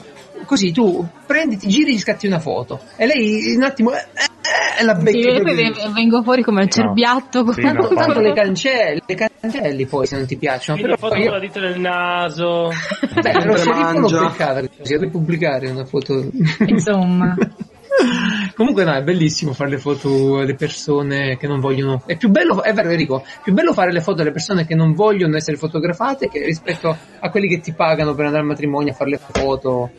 [SPEAKER 1] così tu prendi, ti giri e gli scatti una foto. E lei un attimo eh, eh, la becchi.
[SPEAKER 3] Io poi
[SPEAKER 1] proprio-
[SPEAKER 3] ve- vengo fuori come il cerbiatto.
[SPEAKER 5] Sì, no,
[SPEAKER 1] Ma tanto
[SPEAKER 5] Paolo.
[SPEAKER 1] le cancelli, le cancelli poi se non ti piacciono.
[SPEAKER 2] Quindi ho
[SPEAKER 1] Però
[SPEAKER 2] fatto
[SPEAKER 1] io-
[SPEAKER 2] con la dita del naso.
[SPEAKER 1] Beh, lo
[SPEAKER 4] Mentre
[SPEAKER 1] sceriffo l'ho
[SPEAKER 4] mangia.
[SPEAKER 1] beccata così, devo pubblicare una foto.
[SPEAKER 6] Insomma,
[SPEAKER 1] Comunque no, è bellissimo fare le foto alle persone che non vogliono... È più bello, è vero Enrico, è più bello fare le foto alle persone che non vogliono essere fotografate che rispetto a quelli che ti pagano per andare al matrimonio a fare le foto.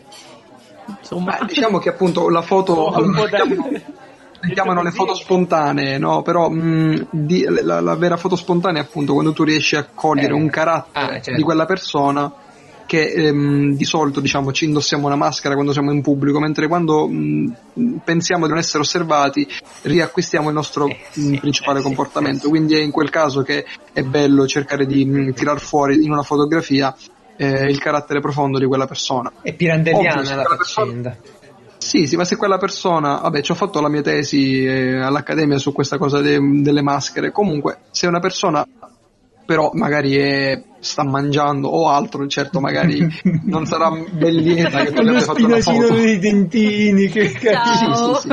[SPEAKER 2] Insomma,
[SPEAKER 4] Ma diciamo che appunto la foto
[SPEAKER 2] Oh, un po' da-
[SPEAKER 4] le chiamano le foto spontanee, no? Però mh, di- la, la vera foto spontanea è appunto quando tu riesci a cogliere
[SPEAKER 1] Eh.
[SPEAKER 4] un carattere
[SPEAKER 1] Ah, certo.
[SPEAKER 4] di quella persona che ehm, di solito diciamo ci indossiamo una maschera quando siamo in pubblico, mentre quando mh, pensiamo di non essere osservati riacquistiamo il nostro
[SPEAKER 2] Eh, sì,
[SPEAKER 4] mh, principale
[SPEAKER 2] eh, sì,
[SPEAKER 4] comportamento. Quindi è in quel caso che è bello cercare di mh, tirar fuori in una fotografia eh, il carattere profondo di quella persona.
[SPEAKER 1] È pirandelliana
[SPEAKER 4] Ovvio, se
[SPEAKER 1] la
[SPEAKER 4] quella persona-
[SPEAKER 1] faccenda.
[SPEAKER 4] Sì, sì, ma se quella persona, vabbè, ci ho fatto la mia tesi eh, all'Accademia su questa cosa de- delle maschere, comunque se una persona però magari è- sta mangiando o altro, certo magari non sarà ben lieta che tu
[SPEAKER 1] Con
[SPEAKER 4] le
[SPEAKER 1] lo
[SPEAKER 4] abbia fatto una
[SPEAKER 1] spinacino
[SPEAKER 4] foto.
[SPEAKER 1] dei dentini, che cazzo.
[SPEAKER 3] Ciao.
[SPEAKER 4] sì, sì.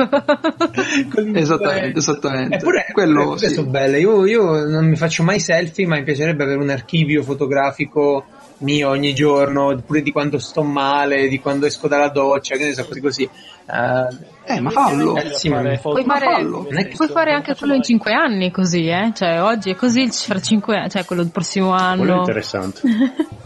[SPEAKER 1] Con-
[SPEAKER 4] Esattamente, esattamente.
[SPEAKER 1] Eppure,
[SPEAKER 4] Quello,
[SPEAKER 1] quelle
[SPEAKER 4] sì.
[SPEAKER 1] sono belle. Io, io non mi faccio mai selfie, ma mi piacerebbe avere un archivio fotografico mio ogni giorno, pure di quando sto male, di quando esco dalla doccia, che ne so, così così. Eh,
[SPEAKER 4] Eh, ma fallo.
[SPEAKER 1] Eh, sì, ma-
[SPEAKER 3] Puoi fare-
[SPEAKER 4] Non
[SPEAKER 1] è che-
[SPEAKER 3] Puoi fare anche quello in 5 anni così, eh? Cioè, oggi è così, fra 5 anni, cioè quello del prossimo
[SPEAKER 5] Quello è
[SPEAKER 3] anno.
[SPEAKER 5] interessante.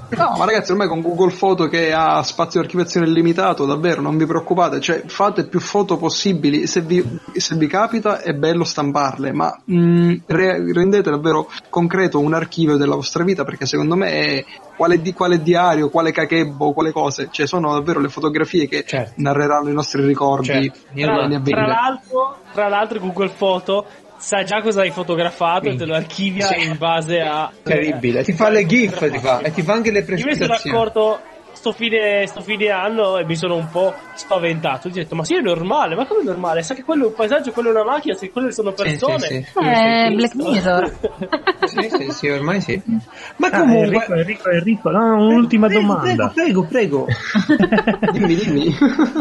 [SPEAKER 4] No, ma ragazzi, ormai con Google Foto che ha spazio di archiviazione limitato, davvero, non vi preoccupate, cioè fate più foto possibili, se vi, se vi capita è bello stamparle, ma mm, re- rendete davvero concreto un archivio della vostra vita, perché secondo me è quale, di- quale diario, quale cachebbo, quale cose, cioè sono davvero le fotografie che
[SPEAKER 1] Certo.
[SPEAKER 4] narreranno i nostri ricordi,
[SPEAKER 1] Certo.
[SPEAKER 4] gli
[SPEAKER 1] Tra-
[SPEAKER 4] anni a
[SPEAKER 1] tra
[SPEAKER 2] Tra
[SPEAKER 4] venire.
[SPEAKER 2] l'altro, tra l'altro Google Foto sa già cosa hai fotografato e te lo archivia
[SPEAKER 1] Sì.
[SPEAKER 2] in base a...
[SPEAKER 1] terribile. Ti fa le gif, ti fa, e ti fa anche le
[SPEAKER 2] Io mi sono
[SPEAKER 1] presentazioni.
[SPEAKER 2] accorto sto fine, sto fine anno e mi sono un po' spaventato. Ho detto, ma sì, è normale, ma come è normale? Sa che quello è un paesaggio, quello è una macchina, se quelle sono persone.
[SPEAKER 1] Sì, sì, sì.
[SPEAKER 3] Eh, Black Mirror.
[SPEAKER 1] Sì, sì, sì, ormai sì. Ma
[SPEAKER 5] Ah,
[SPEAKER 1] comunque...
[SPEAKER 5] Enrico, Enrico, Enrico, no, un'ultima
[SPEAKER 1] Prego,
[SPEAKER 5] domanda.
[SPEAKER 1] Prego, prego, prego.
[SPEAKER 4] Dimmi, dimmi.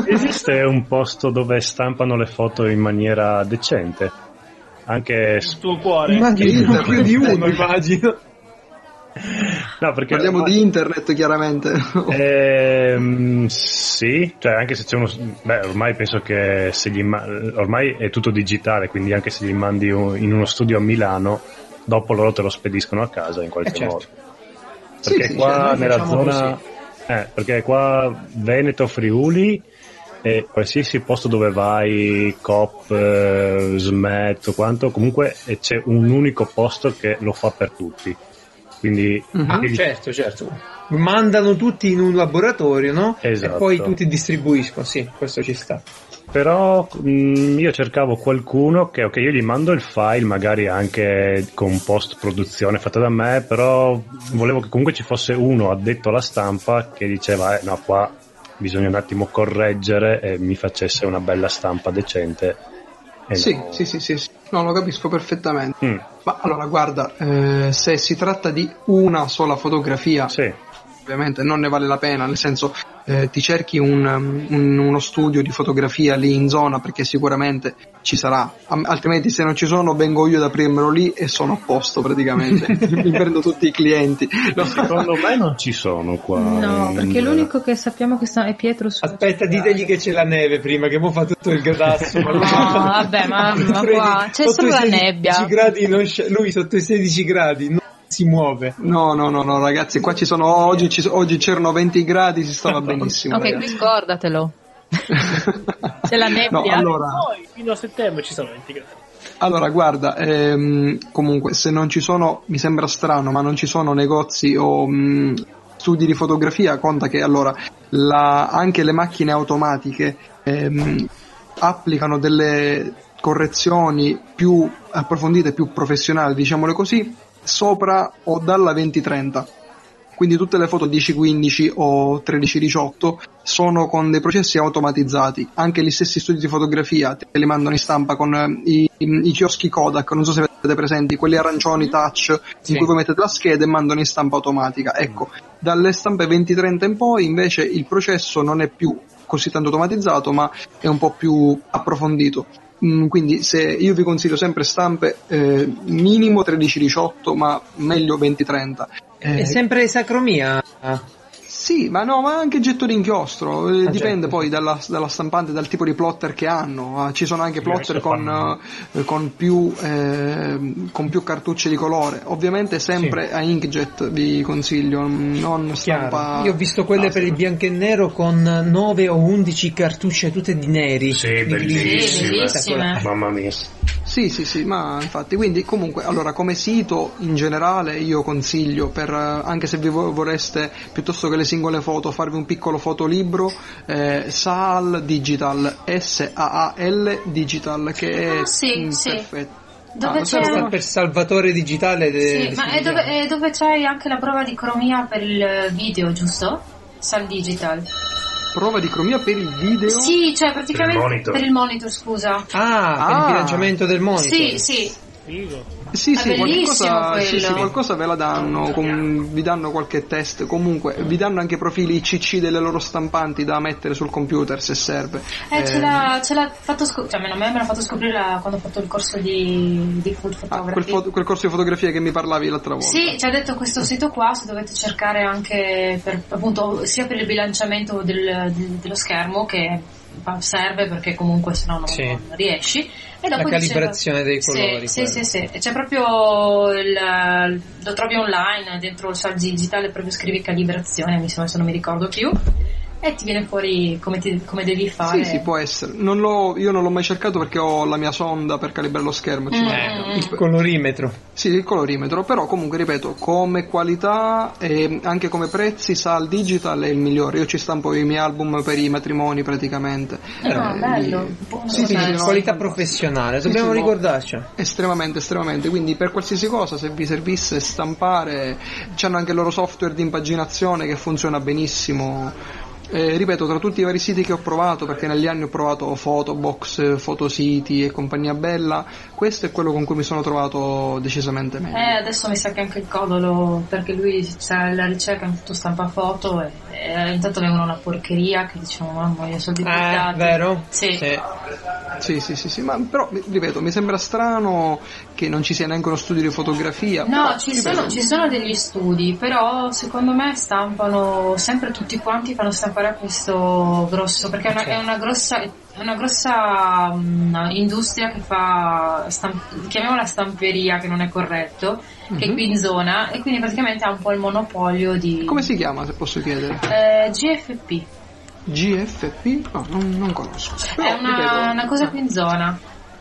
[SPEAKER 5] Esiste un posto dove stampano le foto in maniera decente? Anche
[SPEAKER 2] Il tuo cuore. Eh,
[SPEAKER 1] Ma anche io, più di uno, immagino.
[SPEAKER 5] no, perché
[SPEAKER 4] Parliamo di internet, chiaramente.
[SPEAKER 5] Ehm, sì, cioè anche se c'è uno. Beh, ormai penso che se gli ma- ormai è tutto digitale, quindi anche se gli mandi un- in uno studio a Milano, dopo loro te lo spediscono a casa in qualche
[SPEAKER 1] Eh, certo.
[SPEAKER 5] modo.
[SPEAKER 4] Sì,
[SPEAKER 5] Perché
[SPEAKER 4] sì,
[SPEAKER 5] qua
[SPEAKER 4] cioè, noi
[SPEAKER 5] nella
[SPEAKER 4] facciamo
[SPEAKER 5] zona. eh, perché qua Veneto, Friuli e qualsiasi posto dove vai, COP, eh, SMET, quanto, comunque eh, c'è un unico posto che lo fa per tutti. Quindi
[SPEAKER 4] Mhm.
[SPEAKER 5] anche gli
[SPEAKER 1] Certo, certo. Mandano tutti in un laboratorio, no?
[SPEAKER 5] Esatto.
[SPEAKER 1] E poi tutti distribuiscono, sì, questo ci sta.
[SPEAKER 5] Però mm, io cercavo qualcuno che, ok, io gli mando il file, magari anche con post produzione fatta da me, però volevo che comunque ci fosse uno addetto alla stampa che diceva, eh, no, qua bisogna un attimo correggere e mi facesse una bella stampa decente. E
[SPEAKER 4] Sì,
[SPEAKER 5] no.
[SPEAKER 4] sì, sì, sì, sì. No, lo capisco perfettamente.
[SPEAKER 5] Esatto. Mm,
[SPEAKER 4] Ma allora, guarda, eh, se si tratta di una sola fotografia,
[SPEAKER 5] sì,
[SPEAKER 4] ovviamente non ne vale la pena, nel senso eh, ti cerchi un, um, un- uno studio di fotografia lì in zona perché sicuramente ci sarà, Am- altrimenti se non ci sono vengo io ad aprirmelo lì e sono a posto praticamente, mi prendo tutti i clienti. No.
[SPEAKER 5] secondo me non ci sono qua.
[SPEAKER 3] No,
[SPEAKER 5] in
[SPEAKER 3] perché
[SPEAKER 5] Inghilterra.
[SPEAKER 3] l'unico che sappiamo che sta è Pietro su.
[SPEAKER 1] Aspetta, ditegli che c'è la neve prima, che mo fa tutto il gradasso.
[SPEAKER 3] No, vabbè, ma- ma qua c'è solo la nebbia.
[SPEAKER 1] 16 gradi non sc- lui sotto i 16 gradi non si muove.
[SPEAKER 4] No, no, no, no, ragazzi, qua ci sono oggi, ci- oggi c'erano 20 gradi, si stava benissimo.
[SPEAKER 3] Ok, qui
[SPEAKER 4] ragazzi.
[SPEAKER 3] scordatelo. C'è la
[SPEAKER 4] No,
[SPEAKER 3] nebbia.
[SPEAKER 4] allora,
[SPEAKER 2] Poi fino a settembre ci sono 20 gradi.
[SPEAKER 4] Allora, guarda, ehm, comunque, se non ci sono, mi sembra strano, ma non ci sono negozi o mh, studi di fotografia, conta che allora la- anche le macchine automatiche ehm, applicano delle correzioni più approfondite, più professionali, diciamole così, sopra o dalla 2030. Quindi tutte le foto 10-15 o 13-18 sono con dei processi automatizzati. Anche gli stessi studi di fotografia te li mandano in stampa con eh, i, i chioschi Kodak, non so se avete presenti, quelli arancioni touch
[SPEAKER 1] Sì.
[SPEAKER 4] in cui voi mettete la scheda e mandano in stampa automatica. Ecco, dalle stampe 20-30 in poi invece il processo non è più così tanto automatizzato, ma è un po' più approfondito. Mm, quindi se io vi consiglio sempre stampe eh, minimo 13-18, ma meglio 20-30.
[SPEAKER 1] È
[SPEAKER 4] Eh,
[SPEAKER 1] sempre sacromia.
[SPEAKER 4] sì, ma no, ma anche getto d'inchiostro, eh,
[SPEAKER 1] Ah,
[SPEAKER 4] dipende
[SPEAKER 1] certo.
[SPEAKER 4] poi dalla, dalla stampante, dal tipo di plotter che hanno. Ah, ci sono anche
[SPEAKER 5] Sì,
[SPEAKER 4] plotter
[SPEAKER 5] adesso
[SPEAKER 4] con,
[SPEAKER 5] fanno-
[SPEAKER 4] eh, con più, eh, con più cartucce di colore. Ovviamente sempre a inkjet vi consiglio, mm, non
[SPEAKER 1] Chiaro.
[SPEAKER 4] stampa...
[SPEAKER 1] Io ho visto quelle per il bianco e nero con 9 o 11 cartucce tutte di neri.
[SPEAKER 5] Sì,
[SPEAKER 1] Di-
[SPEAKER 5] bellissime.
[SPEAKER 1] di-
[SPEAKER 7] Bellissime.
[SPEAKER 5] Mamma mia.
[SPEAKER 4] Sì, sì, sì, ma infatti, quindi comunque, allora come sito in generale io consiglio per, eh, anche se vi vo- vorreste piuttosto che le singole foto farvi un piccolo fotolibro, eh, Saal Digital, S-A-A-L Digital, che è
[SPEAKER 3] Ah, sì,
[SPEAKER 4] mm,
[SPEAKER 3] sì.
[SPEAKER 4] perfetto.
[SPEAKER 3] Dove
[SPEAKER 4] Ah,
[SPEAKER 3] c'è-
[SPEAKER 4] però-
[SPEAKER 1] Sta per salvatore digitale. de-
[SPEAKER 3] Sì, ma è dove, è dove c'hai anche la prova di cromia per il video, giusto? Sal Digital.
[SPEAKER 4] Prova di cromia per il video.
[SPEAKER 3] Sì, cioè praticamente
[SPEAKER 5] Per il monitor.
[SPEAKER 3] monitor, scusa.
[SPEAKER 1] Ah, per il
[SPEAKER 4] Ah.
[SPEAKER 1] bilanciamento del monitor.
[SPEAKER 3] Sì, sì.
[SPEAKER 2] Figo.
[SPEAKER 4] Sì,
[SPEAKER 3] È
[SPEAKER 4] sì, qualcosa,
[SPEAKER 3] bellissimo
[SPEAKER 4] sì, sì,
[SPEAKER 3] quello.
[SPEAKER 4] qualcosa ve la danno, com- vi danno qualche test, comunque vi danno anche profili CC delle loro stampanti da mettere sul computer se serve.
[SPEAKER 3] Eh, ce,
[SPEAKER 4] Eh,
[SPEAKER 3] l'ha, ce l'ha fatto scoprire, cioè, almeno a me me l'ha fatto scoprire la- quando ho fatto il corso di, di food
[SPEAKER 4] ah, quel,
[SPEAKER 3] photography.
[SPEAKER 4] foto- quel corso di fotografia che mi parlavi l'altra volta.
[SPEAKER 3] Sì, ci ha detto questo sito qua, se dovete cercare anche per, appunto, sia per il bilanciamento del- del- dello schermo che fa- serve perché comunque sennò non,
[SPEAKER 1] Sì.
[SPEAKER 3] non riesci. E
[SPEAKER 1] La
[SPEAKER 3] dopo diceva-
[SPEAKER 1] calibrazione dei
[SPEAKER 3] Sì,
[SPEAKER 1] colori.
[SPEAKER 3] Sì,
[SPEAKER 1] quello.
[SPEAKER 3] sì, sì, E c'è proprio il, lo trovi online dentro il sal digitale, proprio scrivi calibrazione, mi sembra se non mi ricordo più. E ti viene fuori come, ti- come devi fare.
[SPEAKER 4] Sì, sì, può essere. Non l'ho- io non l'ho mai cercato perché ho la mia sonda per calibrare lo schermo. ci
[SPEAKER 3] Mm.
[SPEAKER 4] manca.
[SPEAKER 1] Eh, il colorimetro.
[SPEAKER 4] Sì, il colorimetro, però comunque ripeto, come qualità e anche come prezzi, Sal Digital è il migliore. Io ci stampo i miei album per i matrimoni praticamente.
[SPEAKER 3] Ah,
[SPEAKER 4] Eh,
[SPEAKER 3] bello.
[SPEAKER 4] li-
[SPEAKER 3] Buono
[SPEAKER 4] Sì, sì,
[SPEAKER 3] sapersi.
[SPEAKER 4] no,
[SPEAKER 1] qualità
[SPEAKER 4] no.
[SPEAKER 1] professionale,
[SPEAKER 4] Sì,
[SPEAKER 1] dobbiamo
[SPEAKER 4] sì, no.
[SPEAKER 1] ricordarci.
[SPEAKER 4] Estremamente, estremamente. Quindi per qualsiasi cosa, se vi servisse stampare, c'hanno anche il loro software di impaginazione che funziona benissimo. Eh, ripeto, tra tutti i vari siti che ho provato, perché negli anni ho provato Photobox, Fotositi e compagnia bella, questo è quello con cui mi sono trovato decisamente meglio.
[SPEAKER 3] Eh, adesso mi sa che anche il codolo, perché lui c'ha la ricerca in tutto stampa foto e, e intanto vengono una porcheria che diciamo mamma mia
[SPEAKER 4] Eh,
[SPEAKER 3] soldi
[SPEAKER 1] Ah,
[SPEAKER 3] buttati.
[SPEAKER 1] vero?
[SPEAKER 3] Sì.
[SPEAKER 4] Sì, sì, sì, sì, ma però mi- ripeto, mi sembra strano che non ci sia neanche uno studio di fotografia.
[SPEAKER 3] No,
[SPEAKER 4] però,
[SPEAKER 3] ci
[SPEAKER 4] ripeto,
[SPEAKER 3] sono, ci sono degli studi, però secondo me stampano sempre tutti quanti fanno stampare a questo grosso, perché è una, è una grossa, è una grossa mm, industria che fa, stamp- chiamiamola stamperia che non è corretto, che è
[SPEAKER 4] Mhm.
[SPEAKER 3] qui in zona e quindi praticamente ha un po' il monopolio di...
[SPEAKER 4] Come si chiama, se posso chiedere?
[SPEAKER 3] Eh, GFP,
[SPEAKER 4] GFP? No, non, non conosco. Però,
[SPEAKER 3] Cioè, è una,
[SPEAKER 4] ripeto-
[SPEAKER 3] una cosa qui in zona.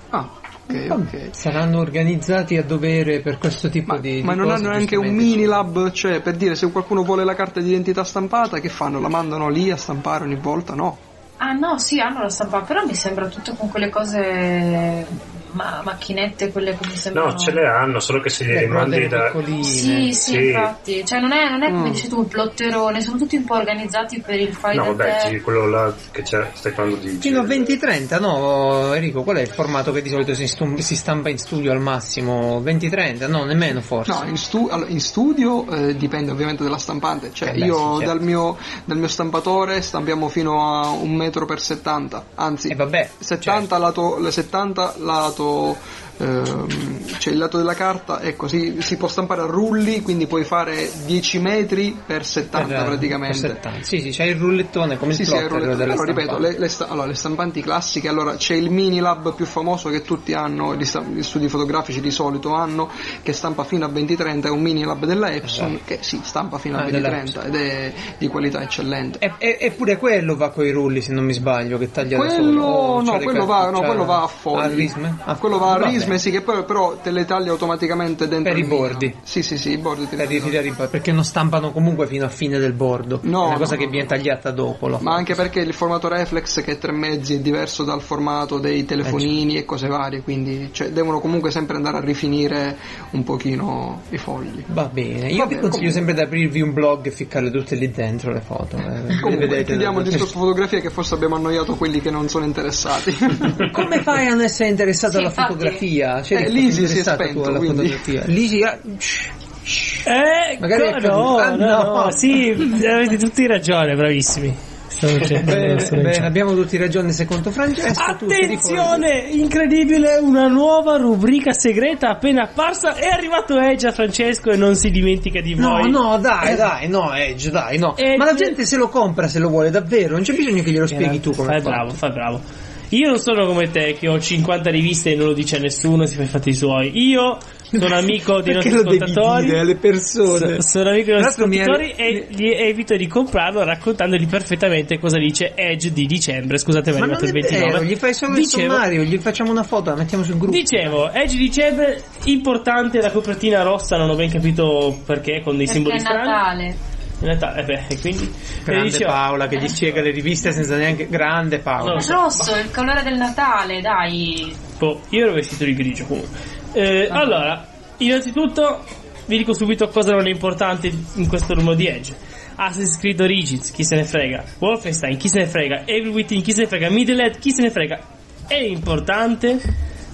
[SPEAKER 4] Ah, ok, ok.
[SPEAKER 1] Saranno organizzati a dovere per questo tipo
[SPEAKER 4] Ma,
[SPEAKER 1] di, di
[SPEAKER 4] ma non
[SPEAKER 1] cose,
[SPEAKER 4] hanno neanche un
[SPEAKER 1] giustamente.
[SPEAKER 4] mini lab, cioè per dire se qualcuno vuole la carta di identità stampata, che fanno? La mandano lì a stampare ogni volta? No.
[SPEAKER 3] Ah no, sì, hanno la stampa, però mi sembra tutto con quelle cose... ma- macchinette, quelle che mi sembrano...
[SPEAKER 5] No, ce le hanno, solo che se
[SPEAKER 1] Eh, Le
[SPEAKER 5] li rimandi
[SPEAKER 1] rondelle
[SPEAKER 5] da...
[SPEAKER 1] piccoline.
[SPEAKER 3] Sì, sì,
[SPEAKER 5] Sì.
[SPEAKER 3] infatti. Cioè, non è, non è come
[SPEAKER 4] Mm.
[SPEAKER 3] dici tu un plotterone, sono tutti un po' organizzati per il fai
[SPEAKER 5] No,
[SPEAKER 3] da
[SPEAKER 5] vabbè,
[SPEAKER 3] te.
[SPEAKER 5] sì, quello là che c'è, stai parlando di...
[SPEAKER 1] Fino a 20-30, no Enrico, qual è il formato che di solito si, stum- si stampa in studio al massimo? 20-30? No, nemmeno forse.
[SPEAKER 4] No, in, stu- allora, in studio eh, dipende ovviamente dalla stampante, cioè
[SPEAKER 1] Eh beh,
[SPEAKER 4] io
[SPEAKER 1] sì, certo.
[SPEAKER 4] dal, mio, dal mio stampatore stampiamo fino a un metro per 70, anzi
[SPEAKER 1] E Eh, vabbè, certo.
[SPEAKER 4] 70 lato, le 70 lato ehm, cioè il lato della carta ecco si, si può stampare a rulli quindi puoi fare 10 metri per 70
[SPEAKER 1] Eh, per-
[SPEAKER 4] praticamente
[SPEAKER 1] per 70. Sì, sì, c'è il rullettone come
[SPEAKER 4] sì,
[SPEAKER 1] il
[SPEAKER 4] sì, è
[SPEAKER 1] plotter
[SPEAKER 4] il
[SPEAKER 1] della
[SPEAKER 4] rullettone. Però, ripeto,
[SPEAKER 1] stampa.
[SPEAKER 4] le, le sta- allora, le stampanti classiche, allora c'è il mini lab più famoso che tutti hanno, gli, sta- gli studi fotografici di solito hanno, che stampa fino a 2030, è un mini lab della Epson
[SPEAKER 1] Esatto.
[SPEAKER 4] che sì, stampa fino a
[SPEAKER 1] Ah, della
[SPEAKER 4] 2030 ed è di qualità eccellente.
[SPEAKER 1] E- e- Eppure quello va coi rulli, se non mi sbaglio, che taglia da
[SPEAKER 4] Quello,
[SPEAKER 1] solo. oh, o c'ha
[SPEAKER 4] no,
[SPEAKER 1] le
[SPEAKER 4] quello va,
[SPEAKER 1] car-
[SPEAKER 4] no,
[SPEAKER 1] c'ha-
[SPEAKER 4] quello va a
[SPEAKER 1] A
[SPEAKER 4] fogli.
[SPEAKER 1] risme? Ah,
[SPEAKER 4] quello va a
[SPEAKER 1] vabbè.
[SPEAKER 4] risme, sì, che poi però te le taglia automaticamente dentro.
[SPEAKER 1] Per
[SPEAKER 4] il
[SPEAKER 1] i
[SPEAKER 4] mini.
[SPEAKER 1] bordi.
[SPEAKER 4] Sì, sì, sì, i bordi ti
[SPEAKER 1] Per
[SPEAKER 4] vengono.
[SPEAKER 1] ritirare i bar- perché non stampano comunque fino a fine del bordo.
[SPEAKER 4] No,
[SPEAKER 1] è una
[SPEAKER 4] no,
[SPEAKER 1] cosa
[SPEAKER 4] no,
[SPEAKER 1] che
[SPEAKER 4] no.
[SPEAKER 1] viene tagliata dopo. lo-
[SPEAKER 4] Ma anche perché il formato reflex che è tre mezzi è diverso dal formato dei telefonini e cose varie, quindi cioè, devono comunque sempre andare a rifinire un pochino i fogli.
[SPEAKER 1] Va bene, io
[SPEAKER 4] Va
[SPEAKER 1] vi consiglio
[SPEAKER 4] bene, comunque.
[SPEAKER 1] sempre di aprirvi un blog e ficcarle tutte lì dentro le foto. eh. Le
[SPEAKER 4] Comunque,
[SPEAKER 1] vedete
[SPEAKER 4] chiudiamo il
[SPEAKER 1] da-
[SPEAKER 4] discorso fotografia che forse abbiamo annoiato quelli che non sono interessati.
[SPEAKER 1] Come fai a non essere interessato
[SPEAKER 3] Sì,
[SPEAKER 1] alla
[SPEAKER 3] infatti.
[SPEAKER 1] fotografia? Cioè,
[SPEAKER 4] Eh,
[SPEAKER 1] sei
[SPEAKER 4] Lisi si è
[SPEAKER 1] interessato tu
[SPEAKER 4] spento,
[SPEAKER 1] alla
[SPEAKER 4] quindi.
[SPEAKER 1] fotografia. Lisi, ah,
[SPEAKER 2] Eh,
[SPEAKER 1] Magari
[SPEAKER 2] co-
[SPEAKER 1] è
[SPEAKER 2] no,
[SPEAKER 1] caduto. Ah,
[SPEAKER 2] no,
[SPEAKER 1] no.
[SPEAKER 2] no, sì, avete tutti ragione, bravissimi.
[SPEAKER 1] Bene, bene, abbiamo tutti ragione secondo Francesco. tu ti ricordi-
[SPEAKER 2] Attenzione! Incredibile, una nuova rubrica segreta appena apparsa. È arrivato Edge a Francesco e non si dimentica di
[SPEAKER 1] No,
[SPEAKER 2] voi.
[SPEAKER 1] no, dai, dai, no, Edge, dai, no.
[SPEAKER 2] Edge- Eh,
[SPEAKER 1] Ma la gente se lo compra se lo vuole davvero, non c'è bisogno che glielo spieghi tu come
[SPEAKER 2] Fai
[SPEAKER 1] è fatto.
[SPEAKER 2] bravo, fai bravo. Io non sono come te che ho 50 riviste e non lo dice a nessuno, si fa i fatti suoi. Io sono amico
[SPEAKER 1] Perché
[SPEAKER 2] dei nostri
[SPEAKER 1] lo devi
[SPEAKER 2] ascoltatori.
[SPEAKER 1] dire alle persone?
[SPEAKER 2] So- sono amico
[SPEAKER 1] Tra
[SPEAKER 2] dei nostri
[SPEAKER 1] l'altro mi
[SPEAKER 2] ascoltatori
[SPEAKER 1] ha-
[SPEAKER 2] e gli evito di comprarlo raccontandogli perfettamente cosa dice Edge di dicembre. Scusate, mi è
[SPEAKER 1] Ma
[SPEAKER 2] arrivato
[SPEAKER 1] non
[SPEAKER 2] il
[SPEAKER 1] è vero,
[SPEAKER 2] 29.
[SPEAKER 1] gli fai solo il
[SPEAKER 2] Dicevo-
[SPEAKER 1] sommario, gli facciamo una foto, la mettiamo sul gruppo.
[SPEAKER 2] Dicevo, Edge di dicembre, importante la copertina rossa, non ho ben capito perché, con dei
[SPEAKER 8] Perché
[SPEAKER 2] simboli
[SPEAKER 8] è
[SPEAKER 2] strani.
[SPEAKER 8] Natale.
[SPEAKER 2] In realtà, eh beh, e quindi... e
[SPEAKER 1] Grande
[SPEAKER 2] dicevo-
[SPEAKER 1] Paola che gli spiega le riviste senza neanche... Grande Paola.
[SPEAKER 2] Eh. No.
[SPEAKER 8] È rosso, il colore del Natale, dai.
[SPEAKER 3] Cioè,
[SPEAKER 2] Boh, io ero vestito di grigio comunque. Eh,
[SPEAKER 1] Ah.
[SPEAKER 2] Allora, innanzitutto vi dico subito cosa non è importante in questo numero di Edge. Assassin's Creed Origins, chi se ne frega. Wolfenstein, chi se ne frega. Evil Within, chi se ne frega. Middle Earth, chi se ne frega. È importante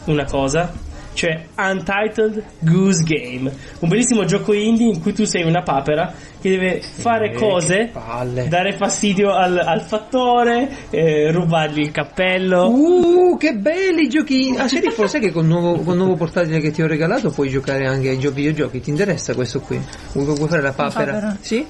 [SPEAKER 2] una cosa, cioè Untitled Goose Game. Un bellissimo gioco indie in cui tu sei una papera che deve fare
[SPEAKER 1] Eh, che
[SPEAKER 2] cose,
[SPEAKER 1] palle.
[SPEAKER 2] dare fastidio al, al fattore, eh, rubargli il cappello.
[SPEAKER 1] Uh, che belli i giochini! Ah, Sheriffo, sai che con il nuovo, col nuovo portatile che ti ho regalato puoi giocare anche ai gio- videogiochi? Ti interessa questo qui? Vuoi, vuoi fare la papera?
[SPEAKER 6] papera.
[SPEAKER 1] Sì?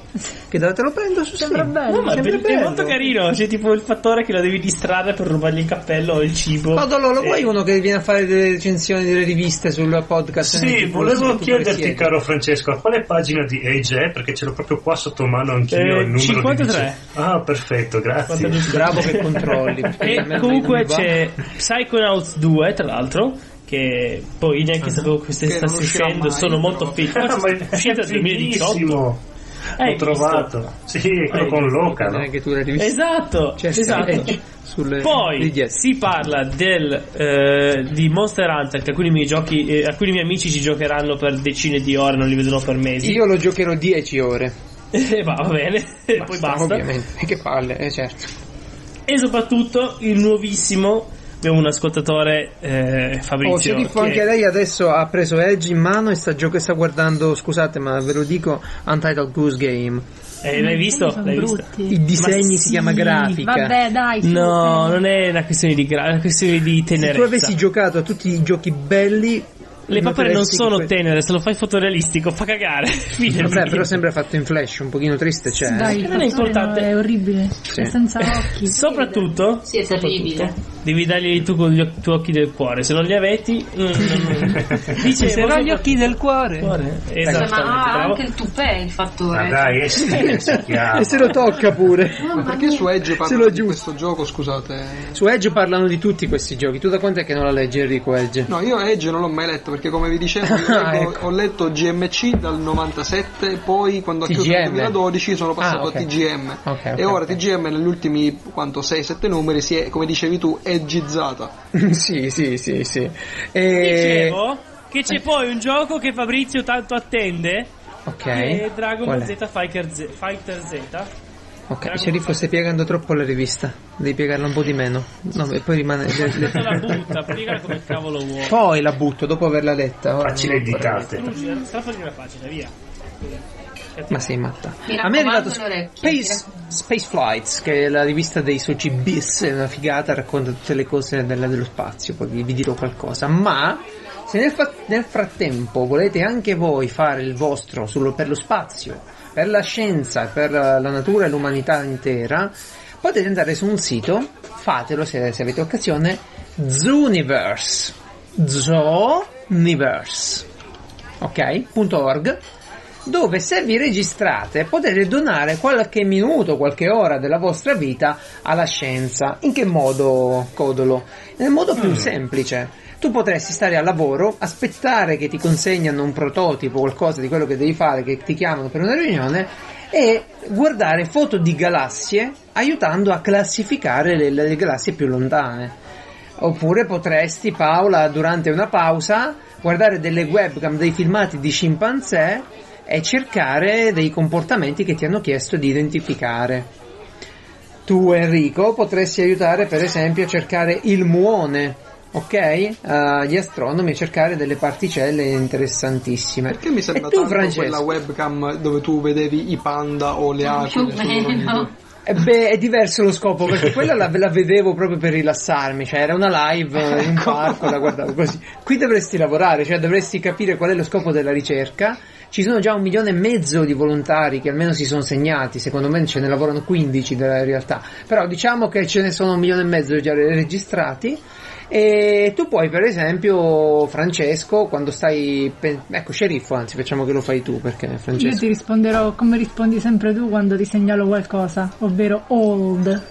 [SPEAKER 1] Che da te lo prendo su
[SPEAKER 6] Sembra
[SPEAKER 1] Steam.
[SPEAKER 6] bello.
[SPEAKER 2] No, ma è,
[SPEAKER 1] Sempre
[SPEAKER 2] be- è
[SPEAKER 1] bello.
[SPEAKER 2] molto carino. C'è tipo il fattore che lo devi distrarre per rubargli il cappello o il cibo.
[SPEAKER 1] Vado allora,
[SPEAKER 2] Eh,
[SPEAKER 1] vuoi uno che viene a fare delle recensioni delle riviste sul podcast?
[SPEAKER 5] Sì,
[SPEAKER 1] Tipo,
[SPEAKER 5] volevo
[SPEAKER 1] su tutte le
[SPEAKER 5] chiederti,
[SPEAKER 1] siete.
[SPEAKER 5] caro Francesco, a quale pagina di Age è? Perché ce l'ho proprio qua sotto mano anch'io.
[SPEAKER 2] Eh,
[SPEAKER 5] il numero di
[SPEAKER 2] 53.
[SPEAKER 5] dice- Ah, perfetto, grazie.
[SPEAKER 2] Quanto-
[SPEAKER 1] Bravo che controlli. perché
[SPEAKER 2] E
[SPEAKER 1] veramente
[SPEAKER 2] Eh,
[SPEAKER 1] non
[SPEAKER 2] comunque
[SPEAKER 1] mi va.
[SPEAKER 2] c'è Psychonauts 2, tra l'altro. Che poi neanche sapevo che
[SPEAKER 4] Che
[SPEAKER 2] stesse
[SPEAKER 4] non uscirà
[SPEAKER 2] uscendo.
[SPEAKER 4] mai,
[SPEAKER 2] Sono molto
[SPEAKER 4] però.
[SPEAKER 2] figo.
[SPEAKER 5] Ah, ma
[SPEAKER 2] È uscito
[SPEAKER 5] è
[SPEAKER 2] nel 2018.
[SPEAKER 5] fighissimo.
[SPEAKER 2] Hai
[SPEAKER 5] L'ho
[SPEAKER 2] visto?
[SPEAKER 5] trovato. Sì, è quello
[SPEAKER 2] Hai
[SPEAKER 5] con
[SPEAKER 2] visto?
[SPEAKER 5] Loca, no?
[SPEAKER 4] Eh,
[SPEAKER 1] Neanche tu le riviste.
[SPEAKER 2] Esatto,
[SPEAKER 1] C'è
[SPEAKER 2] esatto.
[SPEAKER 1] Edge sulle
[SPEAKER 2] Poi
[SPEAKER 1] richieste.
[SPEAKER 2] si parla del, eh, di Monster Hunter che alcuni miei, giochi, eh, alcuni miei amici ci giocheranno per decine di ore, non li vedrò per mesi.
[SPEAKER 1] Io lo giocherò 10 ore.
[SPEAKER 2] E va bene, e poi basta.
[SPEAKER 1] Ovviamente. Che palle, eh, certo.
[SPEAKER 2] E soprattutto il nuovissimo, abbiamo un ascoltatore eh,
[SPEAKER 1] Oh,
[SPEAKER 2] Fabrizio.
[SPEAKER 1] Sheriffo,
[SPEAKER 2] che-
[SPEAKER 1] anche lei adesso ha preso Edge in mano e sta, gioca- sta guardando, scusate ma ve lo dico, Untitled Goose Game.
[SPEAKER 2] eh, l'hai visto?
[SPEAKER 6] Sono
[SPEAKER 2] L'hai visto?
[SPEAKER 6] brutti.
[SPEAKER 1] I disegni si
[SPEAKER 2] sì,
[SPEAKER 1] chiama grafica.
[SPEAKER 6] Vabbè, dai. su,
[SPEAKER 2] No,
[SPEAKER 6] eh.
[SPEAKER 2] non è una questione di gra- è una questione di
[SPEAKER 1] Se tu
[SPEAKER 2] tenerezza.
[SPEAKER 1] avessi giocato a tutti i giochi belli...
[SPEAKER 2] Le papere non
[SPEAKER 1] noteresti che
[SPEAKER 2] sono
[SPEAKER 1] que-
[SPEAKER 2] tenere, se lo fai fotorealistico fa cagare. Fine.
[SPEAKER 1] Vabbè, però sembra fatto in flash, un pochino triste, c'è. eh.
[SPEAKER 6] Dai, il
[SPEAKER 2] Non è
[SPEAKER 6] fattore
[SPEAKER 2] importante.
[SPEAKER 6] no, È orribile.
[SPEAKER 1] Sì.
[SPEAKER 6] È senza occhi.
[SPEAKER 2] Soprattutto,
[SPEAKER 8] Sì, è terribile.
[SPEAKER 2] soprattutto, devi dargli tu con gli oc- tuoi occhi del cuore. Se non li avete, mm, dice
[SPEAKER 1] Se no, gli occhi del cuore.
[SPEAKER 2] cuore. Esatto,
[SPEAKER 8] Cioè,
[SPEAKER 2] Esattamente,
[SPEAKER 8] ma ha
[SPEAKER 2] bravo.
[SPEAKER 8] anche il toupé il
[SPEAKER 5] Ma
[SPEAKER 8] fattore.
[SPEAKER 5] Ah, dai, è sì, si chiama.
[SPEAKER 1] E eh, se lo tocca pure.
[SPEAKER 8] Mamma
[SPEAKER 4] Ma perché
[SPEAKER 8] mia.
[SPEAKER 4] su Edge
[SPEAKER 1] Se lo
[SPEAKER 4] parla di
[SPEAKER 1] giusto.
[SPEAKER 4] questo gioco, scusate?
[SPEAKER 1] Su Edge parlano di tutti questi giochi. Tu da quanto è che non la leggi Enrico Edge?
[SPEAKER 4] No, io Edge non l'ho mai letto perché come vi dicevo io
[SPEAKER 1] Ah,
[SPEAKER 4] leggo-
[SPEAKER 1] ecco.
[SPEAKER 4] ho letto GMC dal 97 poi quando ha chiuso
[SPEAKER 1] TGM.
[SPEAKER 4] il 2012 sono passato
[SPEAKER 1] Ah, ok.
[SPEAKER 4] a TGM
[SPEAKER 1] Ok, ok,
[SPEAKER 4] e ora
[SPEAKER 1] ok.
[SPEAKER 4] TGM negli ultimi quanto 6-7 numeri si è come dicevi tu edgizzata.
[SPEAKER 1] sì, sì, sì, sì. E...
[SPEAKER 2] Dicevo che
[SPEAKER 1] eh.
[SPEAKER 2] c'è poi un gioco che Fabrizio tanto attende.
[SPEAKER 1] Ok.
[SPEAKER 2] che è Ah, Dragon
[SPEAKER 1] Qual
[SPEAKER 2] Ball
[SPEAKER 1] è?
[SPEAKER 2] Z Fighter Z. Fighter Z.
[SPEAKER 1] Ok, sceriffo, stai piegando troppo la rivista. Devi piegarla un po' di meno. No, e poi rimane. le- le-
[SPEAKER 2] Te la butta, piegala come cavolo vuoi.
[SPEAKER 1] Poi la butto dopo averla letta. Ora
[SPEAKER 5] Facci
[SPEAKER 1] non
[SPEAKER 5] le
[SPEAKER 1] l'ho ancora letta.
[SPEAKER 5] ditate.
[SPEAKER 2] Lucia, strafagli una pagina, via.
[SPEAKER 1] Ma sei matta.
[SPEAKER 8] Mi
[SPEAKER 1] A me è arrivato
[SPEAKER 8] raccomando le orecchie, mi
[SPEAKER 1] Space, Space Flights, che è la rivista dei soci bis, è una figata, racconta tutte le cose della- dello spazio, poi vi, vi dirò qualcosa. Ma se nel, fa- nel frattempo volete anche voi fare il vostro sullo- per lo spazio, per la scienza, per eh, la natura e l'umanità intera, potete andare su un sito, fatelo se, se avete occasione, Zooniverse. Zooniverse ok.org dove se vi registrate potete donare qualche minuto, qualche ora della vostra vita alla scienza. In che modo, Codolo? Nel modo più semplice. Tu potresti stare al lavoro, aspettare che ti consegnano un prototipo, qualcosa di quello che devi fare, che ti chiamano per una riunione e guardare foto di galassie aiutando a classificare le- le galassie più lontane. Oppure potresti, Paola, durante una pausa, guardare delle webcam, dei filmati di scimpanzé e cercare dei comportamenti che ti hanno chiesto di identificare. Tu, Enrico, potresti aiutare, per esempio, a cercare il muone, ok? Eh, gli astronomi a cercare delle particelle interessantissime.
[SPEAKER 4] Perché mi
[SPEAKER 1] e
[SPEAKER 4] sembra
[SPEAKER 1] tu,
[SPEAKER 4] tanto
[SPEAKER 1] Francesco?
[SPEAKER 4] quella webcam dove tu vedevi i panda o le
[SPEAKER 8] Più
[SPEAKER 4] api
[SPEAKER 8] o meno.
[SPEAKER 1] Eh beh, è diverso lo scopo, perché quella la, la vedevo proprio per rilassarmi, cioè era una live eh, in parco, la guardavo così. Qui dovresti lavorare, cioè dovresti capire qual è lo scopo della ricerca. Ci sono già un milione e mezzo di volontari che almeno si sono segnati, secondo me ce ne lavorano 15 della realtà, però diciamo che ce ne sono un milione e mezzo già registrati. E tu puoi, per esempio, Francesco, quando stai. pe- Ecco, sceriffo, anzi, facciamo che lo fai tu perché
[SPEAKER 6] Io
[SPEAKER 1] Francesco.
[SPEAKER 6] ti risponderò come rispondi sempre tu quando ti segnalo qualcosa, ovvero old.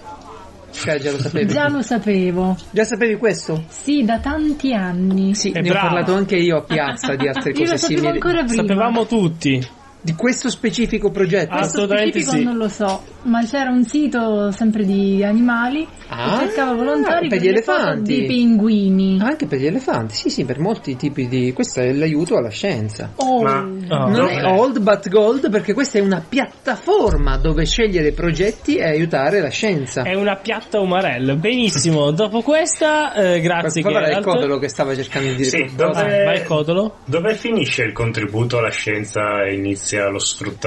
[SPEAKER 1] Cioè, già lo sapevi.
[SPEAKER 6] Già lo sapevo.
[SPEAKER 1] Già sapevi questo?
[SPEAKER 6] Sì, da tanti anni.
[SPEAKER 1] Sì,
[SPEAKER 2] È
[SPEAKER 1] ne ho
[SPEAKER 2] brava.
[SPEAKER 1] parlato anche io a piazza di altre
[SPEAKER 6] Io
[SPEAKER 1] cose
[SPEAKER 6] lo sapevo
[SPEAKER 1] simili.
[SPEAKER 6] ancora prima.
[SPEAKER 2] Sapevamo tutti.
[SPEAKER 1] Di questo specifico progetto.
[SPEAKER 2] Ah,
[SPEAKER 6] Questo
[SPEAKER 2] Assolutamente
[SPEAKER 6] specifico
[SPEAKER 2] sì.
[SPEAKER 6] non lo so, ma c'era un sito sempre di animali
[SPEAKER 1] Ah,
[SPEAKER 6] che cercava volontari
[SPEAKER 1] per
[SPEAKER 6] per,
[SPEAKER 1] gli
[SPEAKER 6] le foto
[SPEAKER 1] elefanti. Ah,
[SPEAKER 6] di pinguini.
[SPEAKER 1] Anche per gli elefanti, sì, sì, per molti tipi di. Questo è l'aiuto alla scienza.
[SPEAKER 6] Oh,
[SPEAKER 5] Ma-
[SPEAKER 2] Ah,
[SPEAKER 1] non
[SPEAKER 2] vabbè.
[SPEAKER 1] è old but gold perché questa è una piattaforma dove scegliere progetti e aiutare la scienza.
[SPEAKER 2] È una piatta umarella. Benissimo, dopo questa, eh, grazie.
[SPEAKER 1] Guarda il
[SPEAKER 2] Geralt.
[SPEAKER 1] codolo che stava cercando di dire
[SPEAKER 5] Sì,
[SPEAKER 1] qualcosa.
[SPEAKER 2] Ah, vai il codolo.
[SPEAKER 5] Dove finisce il contributo alla scienza e inizia lo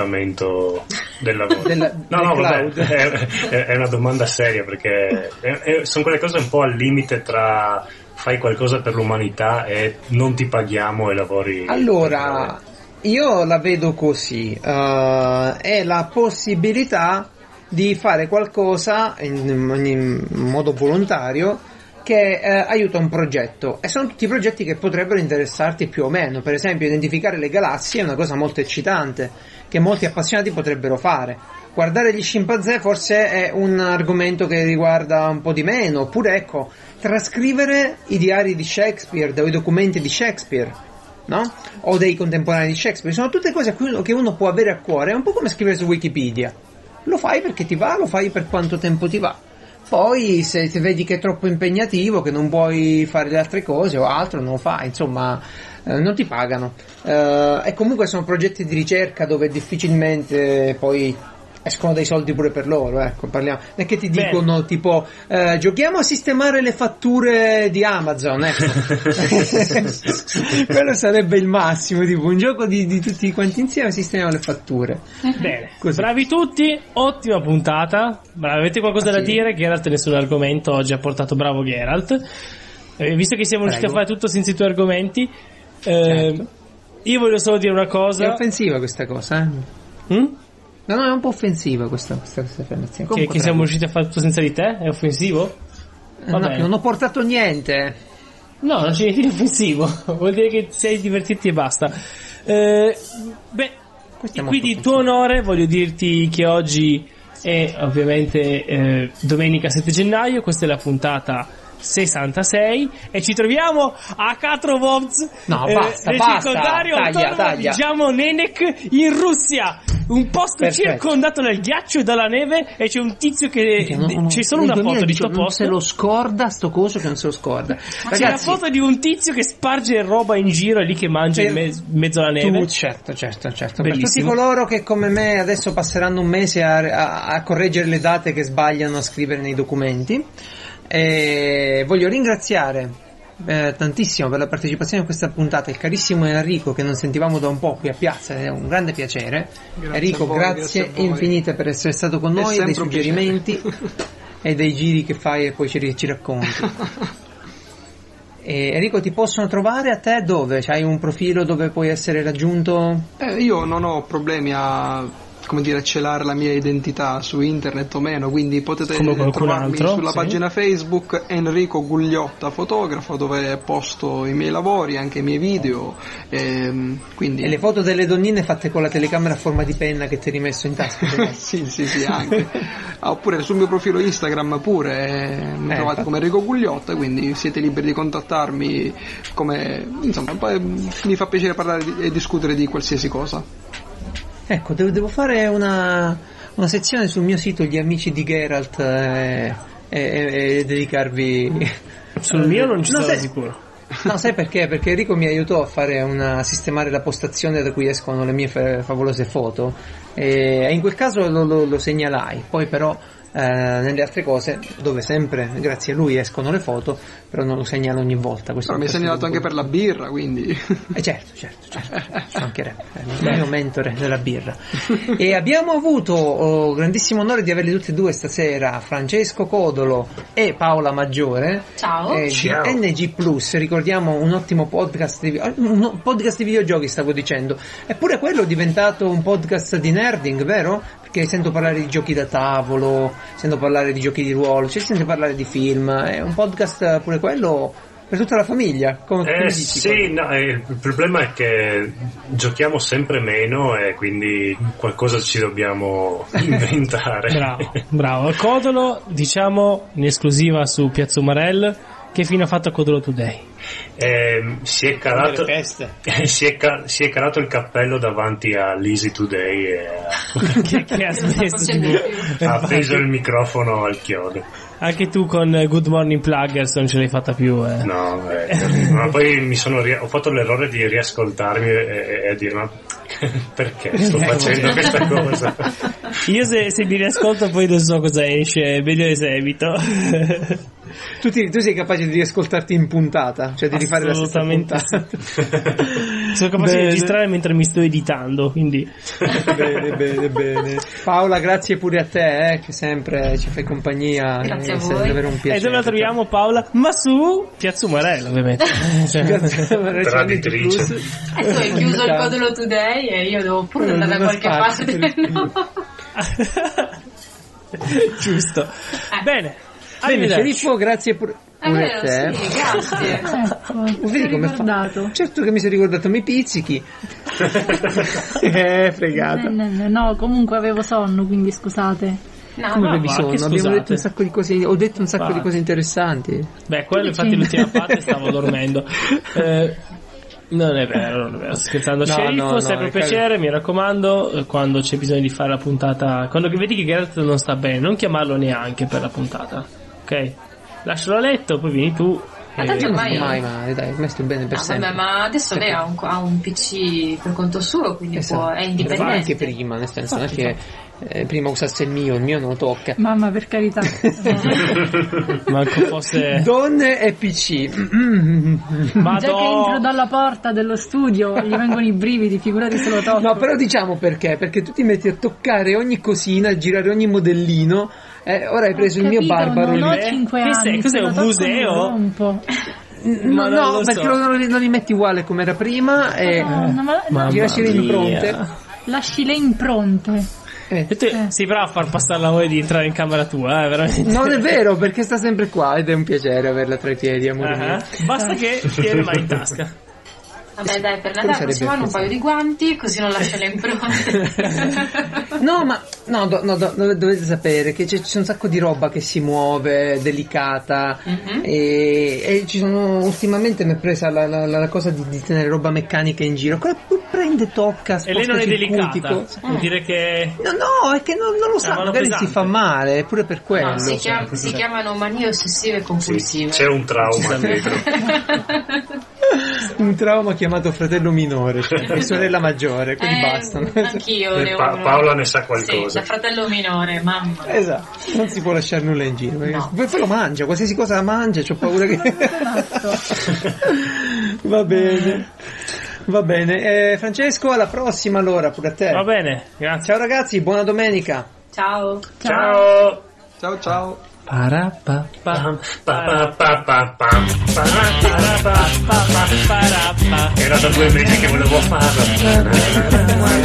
[SPEAKER 5] sfruttamento del lavoro?
[SPEAKER 1] Della-
[SPEAKER 5] no,
[SPEAKER 1] del
[SPEAKER 5] no, vabbè,
[SPEAKER 1] cloud.
[SPEAKER 5] è, è- è una domanda seria perché è- è- sono quelle cose un po' al limite tra fai qualcosa per l'umanità e non ti paghiamo e lavori.
[SPEAKER 1] Allora, io la vedo così, eh, è la possibilità di fare qualcosa in, in modo volontario che eh, aiuta un progetto e sono tutti progetti che potrebbero interessarti più o meno, per esempio identificare le galassie è una cosa molto eccitante che molti appassionati potrebbero fare. Guardare gli scimpanzé forse è un argomento che riguarda un po' di meno, oppure ecco, trascrivere i diari di Shakespeare, o i documenti di Shakespeare no? o dei contemporanei di Shakespeare. Sono tutte cose a cui- che uno può avere a cuore, è un po' come scrivere su Wikipedia. Lo fai perché ti va, lo fai per quanto tempo ti va. Poi se, se vedi che è troppo impegnativo, che non puoi fare le altre cose o altro, non lo fai, insomma, eh, non ti pagano. Eh, e comunque sono progetti di ricerca dove difficilmente poi escono dei soldi pure per loro, ecco, parliamo. Non è che ti
[SPEAKER 2] Bene.
[SPEAKER 1] dicono tipo eh, giochiamo a sistemare le fatture di Amazon, ecco. Quello sarebbe il massimo, tipo un gioco di, di tutti quanti insieme sistemiamo le fatture.
[SPEAKER 2] Bene,
[SPEAKER 1] Così.
[SPEAKER 2] bravi tutti, ottima puntata. Bravi, avete qualcosa
[SPEAKER 1] Ah,
[SPEAKER 2] da
[SPEAKER 1] sì.
[SPEAKER 2] dire? Geralt nell'argomento oggi ha portato bravo Geralt. Eh, visto che siamo riusciti a
[SPEAKER 1] Prego.
[SPEAKER 2] fare tutto senza i tuoi argomenti, eh,
[SPEAKER 1] Certo.
[SPEAKER 2] io voglio solo dire una
[SPEAKER 1] È
[SPEAKER 2] cosa.
[SPEAKER 1] offensiva questa cosa, eh?
[SPEAKER 2] Mm?
[SPEAKER 1] No, no, è un po' offensiva questa, questa, questa affermazione.
[SPEAKER 2] Che,
[SPEAKER 1] Comunque,
[SPEAKER 2] che siamo
[SPEAKER 1] prego.
[SPEAKER 2] riusciti a fare tutto senza di te? È offensivo?
[SPEAKER 1] Eh, no,
[SPEAKER 2] Vabbè.
[SPEAKER 1] non ho portato niente.
[SPEAKER 2] No, non c'è niente di offensivo. Vuol dire che sei divertiti e basta. Eh, beh,
[SPEAKER 1] Questo è molto
[SPEAKER 2] quindi in tuo
[SPEAKER 1] offensivo.
[SPEAKER 2] onore voglio dirti che oggi è ovviamente eh, domenica 7 gennaio, questa è la puntata 66 e ci troviamo a 4 Vovz
[SPEAKER 1] No, basta,
[SPEAKER 2] nel
[SPEAKER 1] basta,
[SPEAKER 2] circondario
[SPEAKER 1] taglia,
[SPEAKER 2] autonomo
[SPEAKER 1] taglia.
[SPEAKER 2] di Jamonenek in Russia. Un posto
[SPEAKER 1] Perfetto.
[SPEAKER 2] circondato dal ghiaccio e dalla neve e c'è un tizio che...
[SPEAKER 1] Perché non-
[SPEAKER 2] c'è solo
[SPEAKER 1] nel
[SPEAKER 2] Eh, una foto
[SPEAKER 1] 2018
[SPEAKER 2] di sto
[SPEAKER 1] Non "Mm, se
[SPEAKER 2] posto.
[SPEAKER 1] lo scorda, sto coso che non se lo scorda.
[SPEAKER 2] C'è la foto di un tizio che sparge roba in giro e lì che mangia in
[SPEAKER 1] Per-
[SPEAKER 2] me- mezzo alla neve.
[SPEAKER 1] Tu, certo, certo, certo. Per tutti
[SPEAKER 2] Bellissimo.
[SPEAKER 1] coloro che come me adesso passeranno un mese a, a- a correggere le date che sbagliano a scrivere nei documenti, eh, voglio ringraziare eh, tantissimo per la partecipazione a questa puntata il carissimo Enrico che non sentivamo da un po' qui a piazza, è un grande piacere.
[SPEAKER 4] Grazie
[SPEAKER 1] Enrico,
[SPEAKER 4] a voi,
[SPEAKER 1] grazie,
[SPEAKER 4] grazie a voi.
[SPEAKER 1] infinite per essere stato con
[SPEAKER 4] È
[SPEAKER 1] noi, dei
[SPEAKER 4] sempre un piacere.
[SPEAKER 1] suggerimenti e dei giri che fai e poi ci, ci racconti. E, Enrico, ti possono trovare a te dove? C'hai un profilo dove puoi essere raggiunto?
[SPEAKER 4] Eh, io non ho problemi a come dire, celare la mia identità su internet o meno, quindi potete
[SPEAKER 2] Come qualcun
[SPEAKER 4] trovarmi
[SPEAKER 2] altro,
[SPEAKER 4] sulla
[SPEAKER 2] sì.
[SPEAKER 4] pagina Facebook Enrico Gugliotta fotografo dove posto i miei lavori, anche i miei video, ehm, quindi
[SPEAKER 1] E le foto delle donnine fatte con la telecamera a forma di penna che ti hai rimesso in tasca.
[SPEAKER 4] sì, sì, sì, anche. Ah, Oppure sul mio profilo Instagram pure, eh, mi
[SPEAKER 1] Eh,
[SPEAKER 4] trovate
[SPEAKER 1] infatti.
[SPEAKER 4] come Enrico Gugliotta, quindi siete liberi di contattarmi come insomma, poi mi fa piacere parlare di- e discutere di qualsiasi cosa.
[SPEAKER 1] ecco, devo, devo fare una, una sezione sul mio sito Gli amici di Geralt eh, e, e- e dedicarvi...
[SPEAKER 2] Sul mio non ci
[SPEAKER 1] No,
[SPEAKER 2] sono
[SPEAKER 1] se-
[SPEAKER 2] sicuro.
[SPEAKER 1] No, sai perché? Perché Enrico mi aiutò a fare una, a sistemare la postazione da cui escono le mie fa- favolose foto. E in quel caso lo, lo- lo segnalai, poi però eh, nelle altre cose, dove sempre grazie a lui escono le foto, però non lo segnalo ogni volta. Questo
[SPEAKER 4] Però Ah, mi hai
[SPEAKER 1] questo
[SPEAKER 4] segnalato
[SPEAKER 1] è un
[SPEAKER 4] anche
[SPEAKER 1] po'
[SPEAKER 4] per la birra, quindi.
[SPEAKER 1] eh, certo, certo, certo, ci mancherebbe, eh, il mio mentore della birra. E abbiamo avuto oh, grandissimo onore di averli tutti e due stasera, Francesco Codolo e Paola Maggiore.
[SPEAKER 8] Ciao.
[SPEAKER 1] eh, di
[SPEAKER 5] Ciao.
[SPEAKER 1] NG Plus, ricordiamo un ottimo podcast di, un podcast di videogiochi, stavo dicendo. Eppure quello è diventato un podcast di nerding, vero? Perché sento parlare di giochi da tavolo, sento parlare di giochi di ruolo, ci sento parlare di film, è un podcast eh, pure quello per tutta la famiglia. Come, come
[SPEAKER 5] Eh,
[SPEAKER 1] dici, Codolo?
[SPEAKER 5] sì, no, eh, il problema è che giochiamo sempre meno e quindi qualcosa ci dobbiamo inventare.
[SPEAKER 2] Bravo, bravo. Il Codolo, diciamo, in esclusiva su Piazza Umarell, che fino ha fatto Codolo Today?
[SPEAKER 5] Eh, si, è calato,
[SPEAKER 1] feste.
[SPEAKER 5] si, è ca- si è calato il cappello davanti a Lizzy Today e
[SPEAKER 2] che, che ha
[SPEAKER 8] Non sta
[SPEAKER 2] smesso di...
[SPEAKER 8] facendo più.
[SPEAKER 5] ha appeso il microfono al chiodo.
[SPEAKER 2] Anche tu con eh, Good Morning Pluggers non ce l'hai fatta più, eh.
[SPEAKER 5] No, eh, ma poi mi sono ri- ho fatto l'errore di riascoltarmi e, e- e dire ma perché sto facendo questa cosa?
[SPEAKER 2] Io se, se mi riascolto poi non so cosa esce, meglio eseguito.
[SPEAKER 1] Tu, ti- tu sei capace di riascoltarti in puntata, cioè di rifare la stessa
[SPEAKER 2] Assolutamente
[SPEAKER 1] puntata.
[SPEAKER 2] Sono capace
[SPEAKER 1] Bene.
[SPEAKER 2] di registrare mentre mi sto editando, quindi...
[SPEAKER 1] bene, bene, bene. Paola, grazie pure a te, eh, che sempre ci fai compagnia.
[SPEAKER 8] Grazie
[SPEAKER 1] è
[SPEAKER 8] a
[SPEAKER 1] sempre
[SPEAKER 8] voi.
[SPEAKER 1] davvero un piacere.
[SPEAKER 2] E dove la troviamo Paola? Ma su Piazza Umarella, ovviamente. Cioè,
[SPEAKER 1] Grazie alla Recente
[SPEAKER 5] editrice.
[SPEAKER 1] Plus.
[SPEAKER 8] E tu hai Eh, chiuso il codolo today e io devo pure
[SPEAKER 1] Esatto. Non
[SPEAKER 8] andare da
[SPEAKER 1] devo
[SPEAKER 8] qualche parte.
[SPEAKER 1] spazio per il
[SPEAKER 8] No.
[SPEAKER 2] Giusto. Bene.
[SPEAKER 1] Bene,
[SPEAKER 2] arrivederci.
[SPEAKER 1] sceriffo, grazie pure,
[SPEAKER 8] È
[SPEAKER 1] pure a te.
[SPEAKER 8] vero, sì, grazie.
[SPEAKER 6] Ecco, ti
[SPEAKER 1] Vedi
[SPEAKER 6] ho
[SPEAKER 1] come fa-
[SPEAKER 6] ricordato.
[SPEAKER 1] Certo che mi sei ricordato, mi pizzichi. eh,
[SPEAKER 6] Eh,
[SPEAKER 1] fregata.
[SPEAKER 6] no, no, no, comunque avevo sonno, quindi scusate.
[SPEAKER 8] No,
[SPEAKER 1] Come
[SPEAKER 8] no,
[SPEAKER 1] avevi
[SPEAKER 2] ma
[SPEAKER 1] sonno?
[SPEAKER 2] che
[SPEAKER 1] Abbiamo
[SPEAKER 2] scusate.
[SPEAKER 1] detto un sacco di cose, ho detto un sacco
[SPEAKER 2] Infatti.
[SPEAKER 1] di cose interessanti.
[SPEAKER 2] Beh, quello infatti l'ultima parte stavo dormendo. Eh, non è vero, non è vero. Scherzando,
[SPEAKER 1] No,
[SPEAKER 2] sceriffo,
[SPEAKER 1] no, no,
[SPEAKER 2] sempre
[SPEAKER 1] è
[SPEAKER 2] un piacere, mi raccomando, eh, quando c'è bisogno di fare la puntata, quando che vedi che Geralt non sta bene, non chiamarlo neanche per la puntata, ok? Lascialo a letto, poi vieni tu.
[SPEAKER 8] Ma
[SPEAKER 2] eh,
[SPEAKER 8] tanto ormai-
[SPEAKER 1] Cioè, Mai, mai, mai, dai, ormai sto bene
[SPEAKER 3] Ah,
[SPEAKER 1] per
[SPEAKER 8] No,
[SPEAKER 1] sempre.
[SPEAKER 8] vabbè, ma adesso lei ha un, ha un PC per conto suo, quindi
[SPEAKER 1] Esatto.
[SPEAKER 8] può- è
[SPEAKER 1] Ma anche
[SPEAKER 8] indipendente.
[SPEAKER 1] prima, nel senso, non è che eh, prima usasse il mio, il mio non lo tocca.
[SPEAKER 6] Mamma, per carità. Eh,
[SPEAKER 2] Manco fosse...
[SPEAKER 1] Donne e PC.
[SPEAKER 6] Già che entro
[SPEAKER 2] Madonna.
[SPEAKER 6] dalla porta dello studio gli vengono i brividi, figurati se lo tocco.
[SPEAKER 1] No, però diciamo perché, perché tu ti metti a toccare ogni cosina, a girare ogni modellino. Eh, ora hai
[SPEAKER 6] Ho
[SPEAKER 1] preso il mio
[SPEAKER 6] capito,
[SPEAKER 1] barbaro
[SPEAKER 6] non
[SPEAKER 1] lì.
[SPEAKER 6] ho
[SPEAKER 2] lì.
[SPEAKER 6] 5
[SPEAKER 2] Che
[SPEAKER 6] anni.
[SPEAKER 2] sei? Cos'è,
[SPEAKER 6] se lo
[SPEAKER 2] un
[SPEAKER 6] tocco
[SPEAKER 2] museo?
[SPEAKER 6] mi rompo.
[SPEAKER 1] No,
[SPEAKER 2] Ma non
[SPEAKER 1] no,
[SPEAKER 2] lo
[SPEAKER 1] perché
[SPEAKER 2] so.
[SPEAKER 1] lo- non, li, non li metti uguale come era prima e
[SPEAKER 6] Madonna, ma la-
[SPEAKER 2] Mamma
[SPEAKER 1] ti lasci le
[SPEAKER 2] mia.
[SPEAKER 1] impronte.
[SPEAKER 6] Lasci le impronte.
[SPEAKER 2] E
[SPEAKER 1] Eh,
[SPEAKER 2] tu sei bravo a far passare la voglia di entrare in camera tua, eh, veramente.
[SPEAKER 1] Non è vero, perché sta sempre qua ed è un piacere averla tra i piedi, amore
[SPEAKER 2] Ah,
[SPEAKER 1] mio.
[SPEAKER 2] Basta che tiene mai in tasca.
[SPEAKER 8] Vabbè, dai, per
[SPEAKER 1] Quello
[SPEAKER 8] Natale
[SPEAKER 1] sarebbe
[SPEAKER 8] possiamo fare un
[SPEAKER 1] così.
[SPEAKER 8] paio di guanti, così non lascia le impronte.
[SPEAKER 1] No, ma no, do- no, do- dove- dovete sapere che c'è, c'è un sacco di roba che si muove, delicata.
[SPEAKER 8] Mhm.
[SPEAKER 1] E, e ci sono ultimamente mi è presa la, la- la cosa di, di tenere roba meccanica in giro. Quella poi prende, tocca,
[SPEAKER 2] E lei non è
[SPEAKER 1] sporcacircuiti,
[SPEAKER 2] delicata.
[SPEAKER 1] cose.
[SPEAKER 2] Vuol dire che.
[SPEAKER 1] No, no, è che non, non lo sa,
[SPEAKER 2] mano
[SPEAKER 1] magari
[SPEAKER 2] pesante. Ah,
[SPEAKER 1] si fa male, è pure per quello.
[SPEAKER 8] No, si, chiam- si chiamano manie ossessive e compulsive.
[SPEAKER 5] C'è un trauma
[SPEAKER 2] Giustamente.
[SPEAKER 5] dietro.
[SPEAKER 1] Un trauma chiamato fratello minore cioè, e sorella maggiore, quindi
[SPEAKER 8] Eh,
[SPEAKER 1] basta.
[SPEAKER 8] Anch'io ne ho
[SPEAKER 5] Eh, Pa-
[SPEAKER 8] uno.
[SPEAKER 5] Paola ne sa
[SPEAKER 8] Sì,
[SPEAKER 5] qualcosa.
[SPEAKER 8] da fratello minore, mamma.
[SPEAKER 1] Esatto, non si può lasciare nulla in giro. perché-
[SPEAKER 8] No.
[SPEAKER 1] Poi poi lo mangia, qualsiasi cosa la mangia, ho paura che. Va bene, va bene. Eh, Francesco, alla prossima allora, pure a te.
[SPEAKER 2] Va bene, grazie.
[SPEAKER 1] Ciao ragazzi, buona domenica.
[SPEAKER 8] Ciao.
[SPEAKER 5] Ciao!
[SPEAKER 4] Ciao ciao.
[SPEAKER 5] Pam, pa, pa, pa, pa, pam, para, pa, pa, pa, para, pa. Era da due mesi che volevo farlo.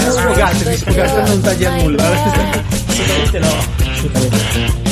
[SPEAKER 1] Sfogatevi, sfogatevi, non taglia nulla.
[SPEAKER 2] Assolutamente no. Assolutamente.